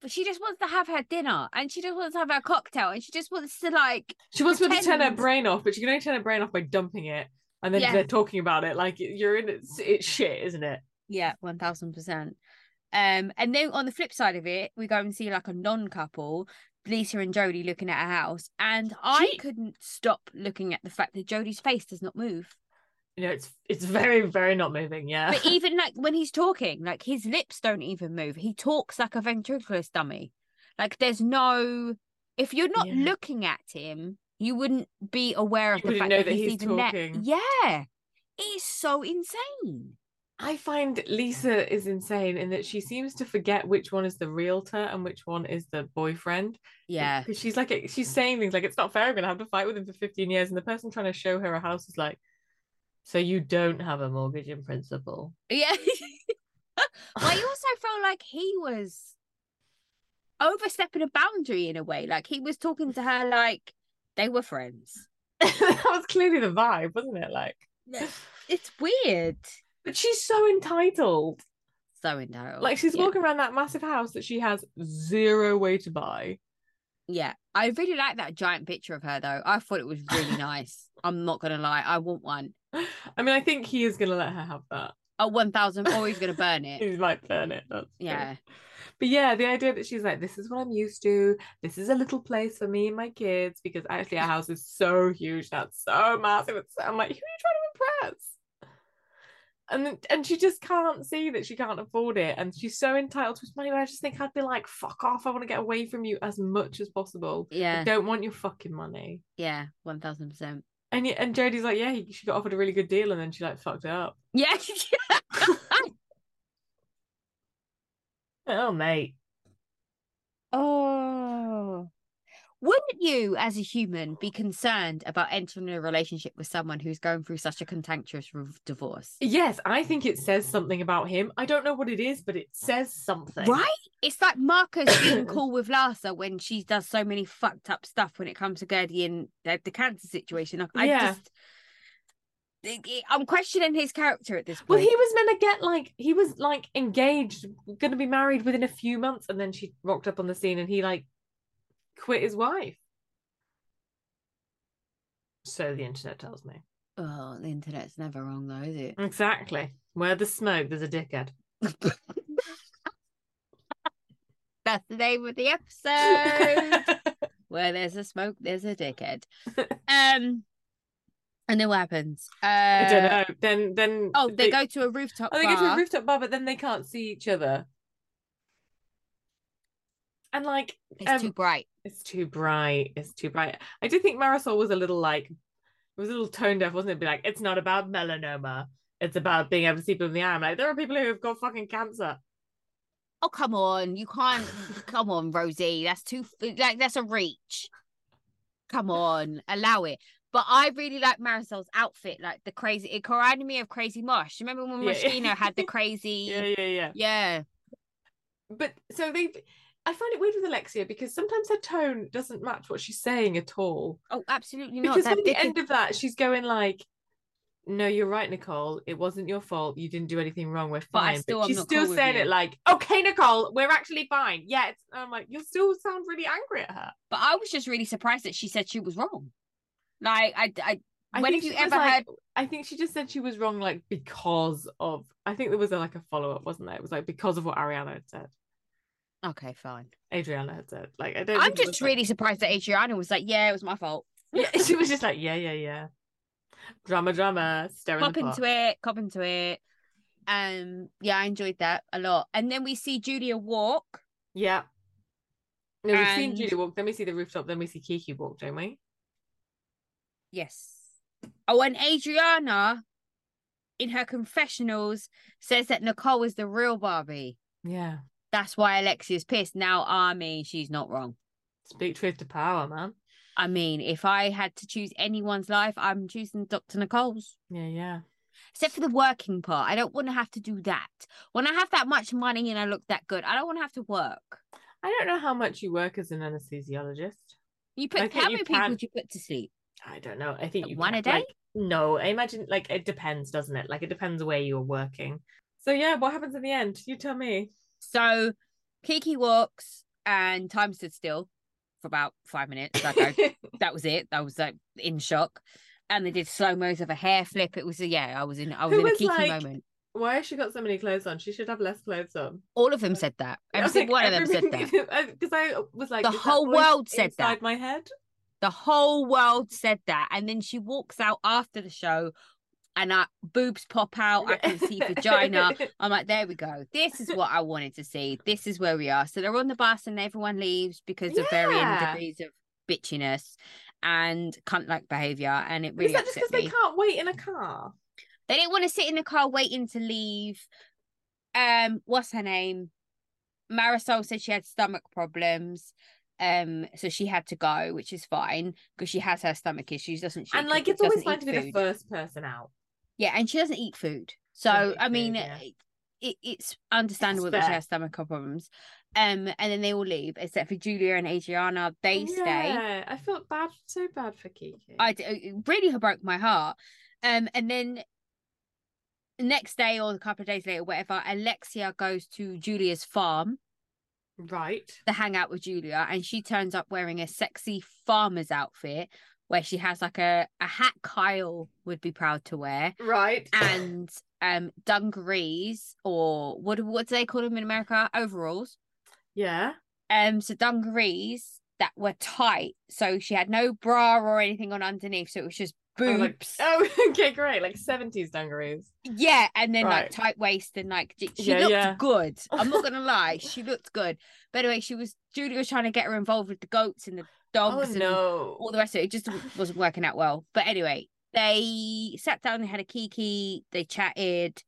[SPEAKER 2] But she just wants to have her dinner, and she just wants to have her cocktail, and she just wants to like
[SPEAKER 1] She wants people to turn her
[SPEAKER 2] Pretend.
[SPEAKER 1] brain off, but she can only turn her brain off by dumping it and then
[SPEAKER 2] Yeah.
[SPEAKER 1] they're talking about it. Like you're in it's, it's shit, isn't it?
[SPEAKER 2] Yeah, one thousand percent. Um, and then on the flip side of it, we go and see like a non-couple, Lisa and Jodie looking at a house, and I
[SPEAKER 1] She-
[SPEAKER 2] couldn't stop looking at the fact that Jodie's face does not move.
[SPEAKER 1] You know, it's it's very, very not moving. Yeah.
[SPEAKER 2] But even like when he's talking, like his lips don't even move. He talks like a ventriloquist dummy. Like there's no. If you're not
[SPEAKER 1] Yeah.
[SPEAKER 2] looking at him, you wouldn't be aware of
[SPEAKER 1] You
[SPEAKER 2] the
[SPEAKER 1] wouldn't
[SPEAKER 2] fact
[SPEAKER 1] know
[SPEAKER 2] that
[SPEAKER 1] that
[SPEAKER 2] he's,
[SPEAKER 1] he's
[SPEAKER 2] even
[SPEAKER 1] talking.
[SPEAKER 2] there. Yeah, it's so insane.
[SPEAKER 1] I find Lisa is insane in that she seems to forget which one is the realtor and which one is the boyfriend.
[SPEAKER 2] Yeah,
[SPEAKER 1] Because she's like, she's saying things like, it's not fair, I'm going to have to fight with him for 15 years. And the person trying to show her a house is like, so you don't have a mortgage in principle.
[SPEAKER 2] yeah. I also felt like he was overstepping a boundary in a way. Like he was talking to her like they were friends.
[SPEAKER 1] that was clearly the vibe, wasn't it? Like,
[SPEAKER 2] It's weird.
[SPEAKER 1] but she's so entitled.
[SPEAKER 2] So entitled.
[SPEAKER 1] Like, she's
[SPEAKER 2] Yeah.
[SPEAKER 1] walking around that massive house that she has zero way to buy.
[SPEAKER 2] Yeah. I really like that giant picture of her though. I thought it was really nice. I'm not gonna lie. I want one.
[SPEAKER 1] I mean, I think he is going to let her have that.
[SPEAKER 2] Oh, 1000 or he's gonna burn it.
[SPEAKER 1] He might burn it. That's true.
[SPEAKER 2] Yeah.
[SPEAKER 1] But yeah, the idea that she's like, this is what I'm used to. This is a little place for me and my kids because actually our house is so huge. That's so massive. It's, I'm like, who are you trying to impress? And then- and she just can't see that she can't afford it, and she's so entitled to his money. But I just think I'd be like, fuck off. I want to get away from you as much as possible. I
[SPEAKER 2] Yeah.
[SPEAKER 1] don't want your fucking money.
[SPEAKER 2] Yeah. One thousand percent.
[SPEAKER 1] And y- and Jodie's like, yeah, he, she got offered a really good deal, and then she like fucked it up.
[SPEAKER 2] Yeah.
[SPEAKER 1] Oh mate.
[SPEAKER 2] oh. Wouldn't you, as a human, be concerned about entering a relationship with someone who's going through such a contentious re- divorce?
[SPEAKER 1] Yes, I think it says something about him. I don't know what it is, but it says something.
[SPEAKER 2] Right? It's like Marcus being cool with Larsa when she does so many fucked up stuff when it comes to Gertie and the, the cancer situation. Like, I
[SPEAKER 1] Yeah.
[SPEAKER 2] just, it- it- I'm questioning his character at this point.
[SPEAKER 1] Well, he was meant to get like he was like engaged, going to be married within a few months, and then she rocked up on the scene, and he like quit his wife. So the internet tells me
[SPEAKER 2] Oh, the internet's never wrong though, is
[SPEAKER 1] Mm.
[SPEAKER 2] it?
[SPEAKER 1] exactly where there's smoke, there's a dickhead.
[SPEAKER 2] That's the name of the episode. Where there's a smoke, there's a dickhead. Um, and then what happens? Uh,
[SPEAKER 1] I don't know. Then then
[SPEAKER 2] Oh, they, go to a rooftop
[SPEAKER 1] Oh, they
[SPEAKER 2] bar.
[SPEAKER 1] go to a rooftop bar, but then they can't see each other. And like
[SPEAKER 2] It's too
[SPEAKER 1] um,
[SPEAKER 2] bright.
[SPEAKER 1] It's too bright. It's too bright. I do think Marisol was a little like, it was a little tone deaf, wasn't it? Be like, it's not about melanoma. It's about being able to see people in the eye. I'm like, there are people who have got fucking cancer.
[SPEAKER 2] Oh, come on! You can't. come on, Rosie. That's too like that's a reach. Come on, allow it. But I really like Marisol's outfit, like the crazy. It reminded me of Crazy Mosh. Remember when
[SPEAKER 1] Yeah.
[SPEAKER 2] Moschino had the crazy?
[SPEAKER 1] Yeah, yeah, yeah.
[SPEAKER 2] yeah.
[SPEAKER 1] But so they, I find it weird with Alexia because sometimes her tone doesn't match what she's saying at all.
[SPEAKER 2] Oh, absolutely not.
[SPEAKER 1] Because
[SPEAKER 2] That
[SPEAKER 1] at the
[SPEAKER 2] dickhead-
[SPEAKER 1] end of that, she's going like, no, you're right, Nicole. It wasn't your fault. You didn't do anything wrong. We're fine.
[SPEAKER 2] But I still am
[SPEAKER 1] she's
[SPEAKER 2] not
[SPEAKER 1] still
[SPEAKER 2] cool with
[SPEAKER 1] saying
[SPEAKER 2] you.
[SPEAKER 1] it like, okay, Nicole, we're actually fine. Yeah, it's, I'm like, you still sound really angry at her.
[SPEAKER 2] But I was just really surprised that she said she was wrong. Like I, I,
[SPEAKER 1] I
[SPEAKER 2] when
[SPEAKER 1] think
[SPEAKER 2] have you
[SPEAKER 1] she was
[SPEAKER 2] ever
[SPEAKER 1] like-
[SPEAKER 2] heard?
[SPEAKER 1] I think she just said she was wrong, like because of. I think there was a, like a follow up, wasn't there? It was like because of what Ariana had said,
[SPEAKER 2] Okay, fine.
[SPEAKER 1] Adriana had said. Like I don't.
[SPEAKER 2] I'm
[SPEAKER 1] think it
[SPEAKER 2] just
[SPEAKER 1] was, like-
[SPEAKER 2] really surprised that Adriana was like, "Yeah, it was my fault.
[SPEAKER 1] yeah, she was just like, yeah, yeah, yeah. Drama, drama, staring
[SPEAKER 2] Cop into it, cop into it." Um, yeah, I enjoyed that a lot. And then we see Julia walk.
[SPEAKER 1] Yeah. No, we've seen
[SPEAKER 2] And-
[SPEAKER 1] Judy walk. Then we see the rooftop. Then we see Kiki walk, don't we?
[SPEAKER 2] Yes. Oh, and Adriana, in her confessionals, says that Nicole is the real Barbie.
[SPEAKER 1] Yeah.
[SPEAKER 2] That's why Alexia's pissed. Now, I mean, she's not wrong.
[SPEAKER 1] Speak truth to power, man.
[SPEAKER 2] I mean, if I had to choose anyone's life, I'm choosing Dr. Nicole's.
[SPEAKER 1] Yeah, yeah.
[SPEAKER 2] except for the working part. I don't want to have to do that. When I have that much money and I look that good, I don't want to have to work.
[SPEAKER 1] I don't know how much you work as an anesthesiologist.
[SPEAKER 2] You put
[SPEAKER 1] I think
[SPEAKER 2] how
[SPEAKER 1] you
[SPEAKER 2] many
[SPEAKER 1] can-
[SPEAKER 2] people do you put to sleep?
[SPEAKER 1] I don't know. I think
[SPEAKER 2] Like
[SPEAKER 1] you
[SPEAKER 2] one
[SPEAKER 1] can-
[SPEAKER 2] a day?
[SPEAKER 1] like, no, I imagine like it depends, doesn't it? Like it depends where you're working. So yeah, what happens in the end? You tell me.
[SPEAKER 2] So Kiki walks and time stood still for about five minutes. Like I, that was it. I was like in shock. And they did slow mo's of a hair flip. It was a yeah, I was in I was
[SPEAKER 1] Who
[SPEAKER 2] in a
[SPEAKER 1] was
[SPEAKER 2] Kiki
[SPEAKER 1] like-
[SPEAKER 2] moment.
[SPEAKER 1] Why has she got so many clothes on? She should have less clothes on.
[SPEAKER 2] All of them said that. Every single one of them said that.
[SPEAKER 1] Because I was like,
[SPEAKER 2] The
[SPEAKER 1] is that
[SPEAKER 2] whole
[SPEAKER 1] voice
[SPEAKER 2] world said that.
[SPEAKER 1] inside my head.
[SPEAKER 2] The whole world said that. And then she walks out after the show and I boobs pop out. Oh, I can see vagina. I'm like, there we go. This is what I wanted to see. This is where we are. So they're on the bus and everyone leaves because of varying
[SPEAKER 1] Yeah.
[SPEAKER 2] degrees of bitchiness and cunt like behavior. And it
[SPEAKER 1] Is
[SPEAKER 2] really
[SPEAKER 1] that just
[SPEAKER 2] upset
[SPEAKER 1] because they
[SPEAKER 2] me.
[SPEAKER 1] can't wait in a car?
[SPEAKER 2] They didn't want to sit in the car waiting to leave. Um, what's her name? Marisol said she had stomach problems. Um, so she had to go, which is fine because she has her stomach issues, doesn't she?
[SPEAKER 1] and
[SPEAKER 2] 'Cause
[SPEAKER 1] like,
[SPEAKER 2] she
[SPEAKER 1] it's always
[SPEAKER 2] doesn't
[SPEAKER 1] fine
[SPEAKER 2] eat
[SPEAKER 1] to be the
[SPEAKER 2] food.
[SPEAKER 1] first person out.
[SPEAKER 2] Yeah, and she doesn't eat food.
[SPEAKER 1] doesn't
[SPEAKER 2] So
[SPEAKER 1] eat
[SPEAKER 2] I
[SPEAKER 1] food,
[SPEAKER 2] mean,
[SPEAKER 1] yeah.
[SPEAKER 2] it, it- it's understandable that she
[SPEAKER 1] fair.
[SPEAKER 2] has stomach problems. Um, and then they all leave except for Julia and Adriana. They stay.
[SPEAKER 1] Yeah, I felt bad, so bad for Kiki.
[SPEAKER 2] I d- it really broke my heart. Um, and then the next day or a couple of days later, whatever, Alexia goes to Julia's farm
[SPEAKER 1] Right.
[SPEAKER 2] the hangout with Julia, and she turns up wearing a sexy farmer's outfit where she has like a, a hat Kyle would be proud to wear
[SPEAKER 1] Right.
[SPEAKER 2] and um dungarees or what what do they call them in America? Overalls.
[SPEAKER 1] yeah.
[SPEAKER 2] Um so dungarees that were tight. So she had no bra or anything on underneath. So it was just
[SPEAKER 1] Oh,
[SPEAKER 2] boobs.
[SPEAKER 1] like, oh, okay, great. Like 70s dungarees.
[SPEAKER 2] Yeah, and then like
[SPEAKER 1] Right.
[SPEAKER 2] tight waist and like j- she
[SPEAKER 1] Yeah,
[SPEAKER 2] looked
[SPEAKER 1] yeah.
[SPEAKER 2] good. I'm not gonna lie, she looked good. But anyway, she was Julia was trying to get her involved with the goats and the dogs
[SPEAKER 1] oh,
[SPEAKER 2] and
[SPEAKER 1] no.
[SPEAKER 2] all the rest of it. It just wasn't working out well. But anyway, they sat down, they had a kiki, they chatted,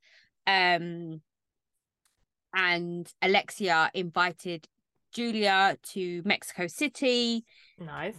[SPEAKER 2] um, and Alexia invited Julia to Mexico City
[SPEAKER 1] Nice.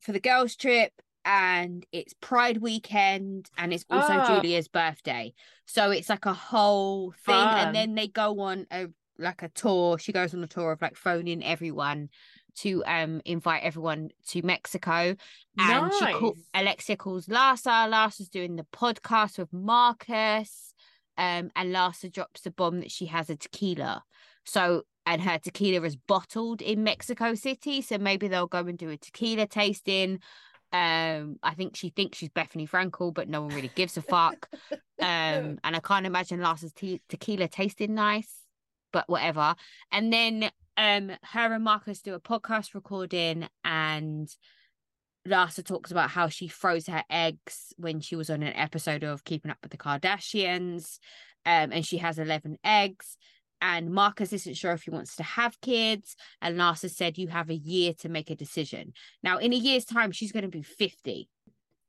[SPEAKER 2] for the girls' trip. And it's Pride weekend, and it's also
[SPEAKER 1] Oh.
[SPEAKER 2] Julia's birthday, so it's like a whole thing.
[SPEAKER 1] Fun.
[SPEAKER 2] And then they go on a like a tour. She goes on a tour of like phoning everyone to um invite everyone to Mexico and she call,
[SPEAKER 1] Nice.
[SPEAKER 2] Alexia calls Larsa. Larsa's doing the podcast with Marcus, um, and Larsa drops the bomb that she has a tequila. So and her tequila is bottled in Mexico City, so maybe they'll go and do a tequila tasting. Um, I think she thinks she's Bethany Frankel, but no one really gives a fuck. Um, and I can't imagine Larsa's te- tequila tasting nice, but whatever. And then um, her and Marcus do a podcast recording, and Larsa talks about how she froze her eggs when she was on an episode of Keeping Up with the Kardashians, um, and she has eleven eggs. And Marcus isn't sure if he wants to have kids, and Larsa said, "You have a year to make a decision." Now, in a year's time, she's going to be fifty.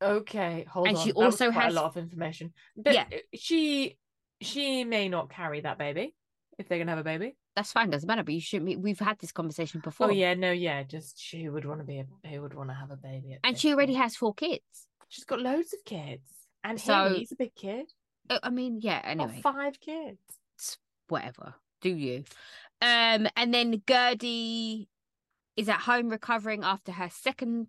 [SPEAKER 1] Okay, hold
[SPEAKER 2] And
[SPEAKER 1] on.
[SPEAKER 2] she
[SPEAKER 1] That was
[SPEAKER 2] also
[SPEAKER 1] quite
[SPEAKER 2] has-
[SPEAKER 1] a lot of information. But uh,
[SPEAKER 2] Yeah.
[SPEAKER 1] she she may not carry that baby if they're gonna have a baby.
[SPEAKER 2] That's fine, doesn't matter. But you shouldn't. Be, we've had this conversation before.
[SPEAKER 1] Oh yeah, no, yeah, just she would want to be a who would want to have a baby. at
[SPEAKER 2] And she
[SPEAKER 1] 50.
[SPEAKER 2] already has four kids.
[SPEAKER 1] she's got loads of kids. And
[SPEAKER 2] So-
[SPEAKER 1] him, he's a big kid.
[SPEAKER 2] Uh, I mean, yeah.
[SPEAKER 1] Got
[SPEAKER 2] Anyway,
[SPEAKER 1] five kids. Oh,
[SPEAKER 2] whatever. Do you? Um, and then Gertie is at home recovering after her second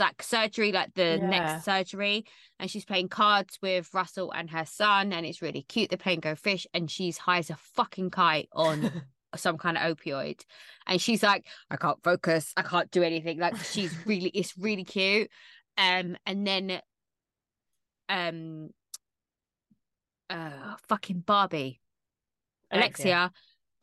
[SPEAKER 2] like surgery, like the
[SPEAKER 1] Yeah.
[SPEAKER 2] next surgery, and she's playing cards with Russell and her son, and it's really cute. They're playing go fish, and she's high as a fucking kite on some kind of opioid and she's like i can't focus i can't do anything like she's really it's really cute um and then um uh fucking barbie Alexia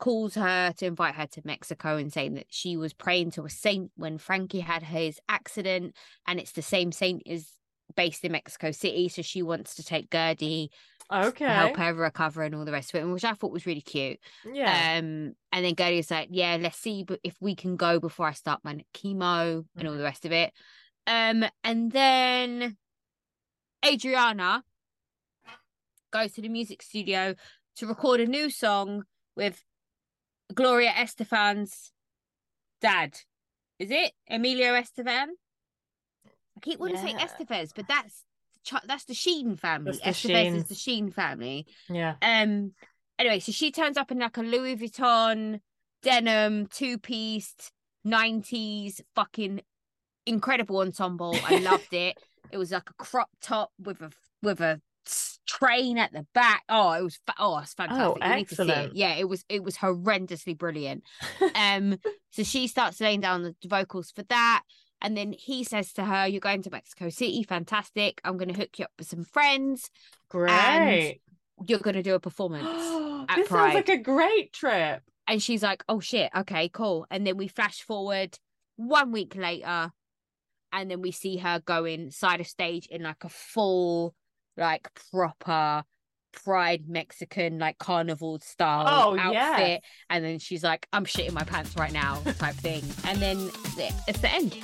[SPEAKER 2] calls her to invite her to Mexico and saying that she was praying to a saint when Frankie had his accident, and it's the same saint is based in Mexico City, so she wants to take Gertie
[SPEAKER 1] Okay.
[SPEAKER 2] to help her recover and all the rest of it, which I thought was really cute.
[SPEAKER 1] Yeah.
[SPEAKER 2] Um, and then Gertie was like, "Yeah, let's see b- if we can go before I start my chemo and
[SPEAKER 1] Mm-hmm.
[SPEAKER 2] all the rest of it." Um, and then Adriana goes to the music studio to record a new song with Gloria Estefan's dad. Is it Emilio Estefan? I keep wanting to
[SPEAKER 1] Yeah.
[SPEAKER 2] say Estevez, but that's Ch- that's the Sheen family.
[SPEAKER 1] That's the
[SPEAKER 2] Estevez is
[SPEAKER 1] Sheens.
[SPEAKER 2] the Sheen family.
[SPEAKER 1] yeah.
[SPEAKER 2] Um. Anyway, so she turns up in like a Louis Vuitton denim two piece nineties fucking incredible ensemble. I loved it. It was like a crop top with a with a s- train at the back. Oh, it was fa- oh, it's fantastic. You need to see it.
[SPEAKER 1] excellent.
[SPEAKER 2] Yeah, it was it was horrendously brilliant. um, so she starts laying down the vocals for that. And then he says to her, You're going to Mexico City, fantastic. I'm gonna hook you up with some friends.
[SPEAKER 1] Great.
[SPEAKER 2] You're gonna do a performance. at
[SPEAKER 1] this sounds
[SPEAKER 2] Pride.
[SPEAKER 1] like a great trip.
[SPEAKER 2] And she's like, oh shit, okay, cool. And then we flash forward one week later, and then we see her going side of stage in like a full, like proper pride Mexican, like carnival style
[SPEAKER 1] Oh,
[SPEAKER 2] outfit.
[SPEAKER 1] yeah.
[SPEAKER 2] And then she's like, I'm shitting my pants right now, type thing. And then th- it's the end.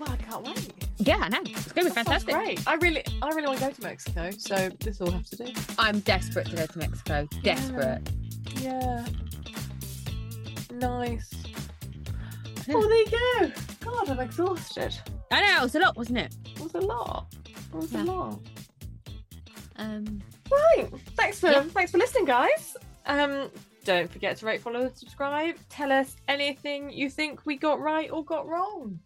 [SPEAKER 1] Well, I can't wait.
[SPEAKER 2] Yeah, I know. It's gonna be
[SPEAKER 1] That sounds
[SPEAKER 2] fantastic.
[SPEAKER 1] Great. I really, I really want to go to Mexico, so this will have to do.
[SPEAKER 2] I'm desperate to go to Mexico. Desperate.
[SPEAKER 1] Yeah. Nice.
[SPEAKER 2] Yeah.
[SPEAKER 1] Oh, there you go. God, I'm exhausted.
[SPEAKER 2] I know, it was a lot, wasn't it?
[SPEAKER 1] It was a lot. It was
[SPEAKER 2] Yeah.
[SPEAKER 1] a lot.
[SPEAKER 2] Um
[SPEAKER 1] Right. Thanks for
[SPEAKER 2] Yeah.
[SPEAKER 1] thanks for listening, guys. Um, don't forget to rate, follow, and subscribe. Tell us anything you think we got right or got wrong,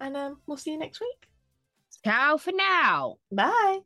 [SPEAKER 1] and um, we'll see you next week.
[SPEAKER 2] ciao for now.
[SPEAKER 1] Bye.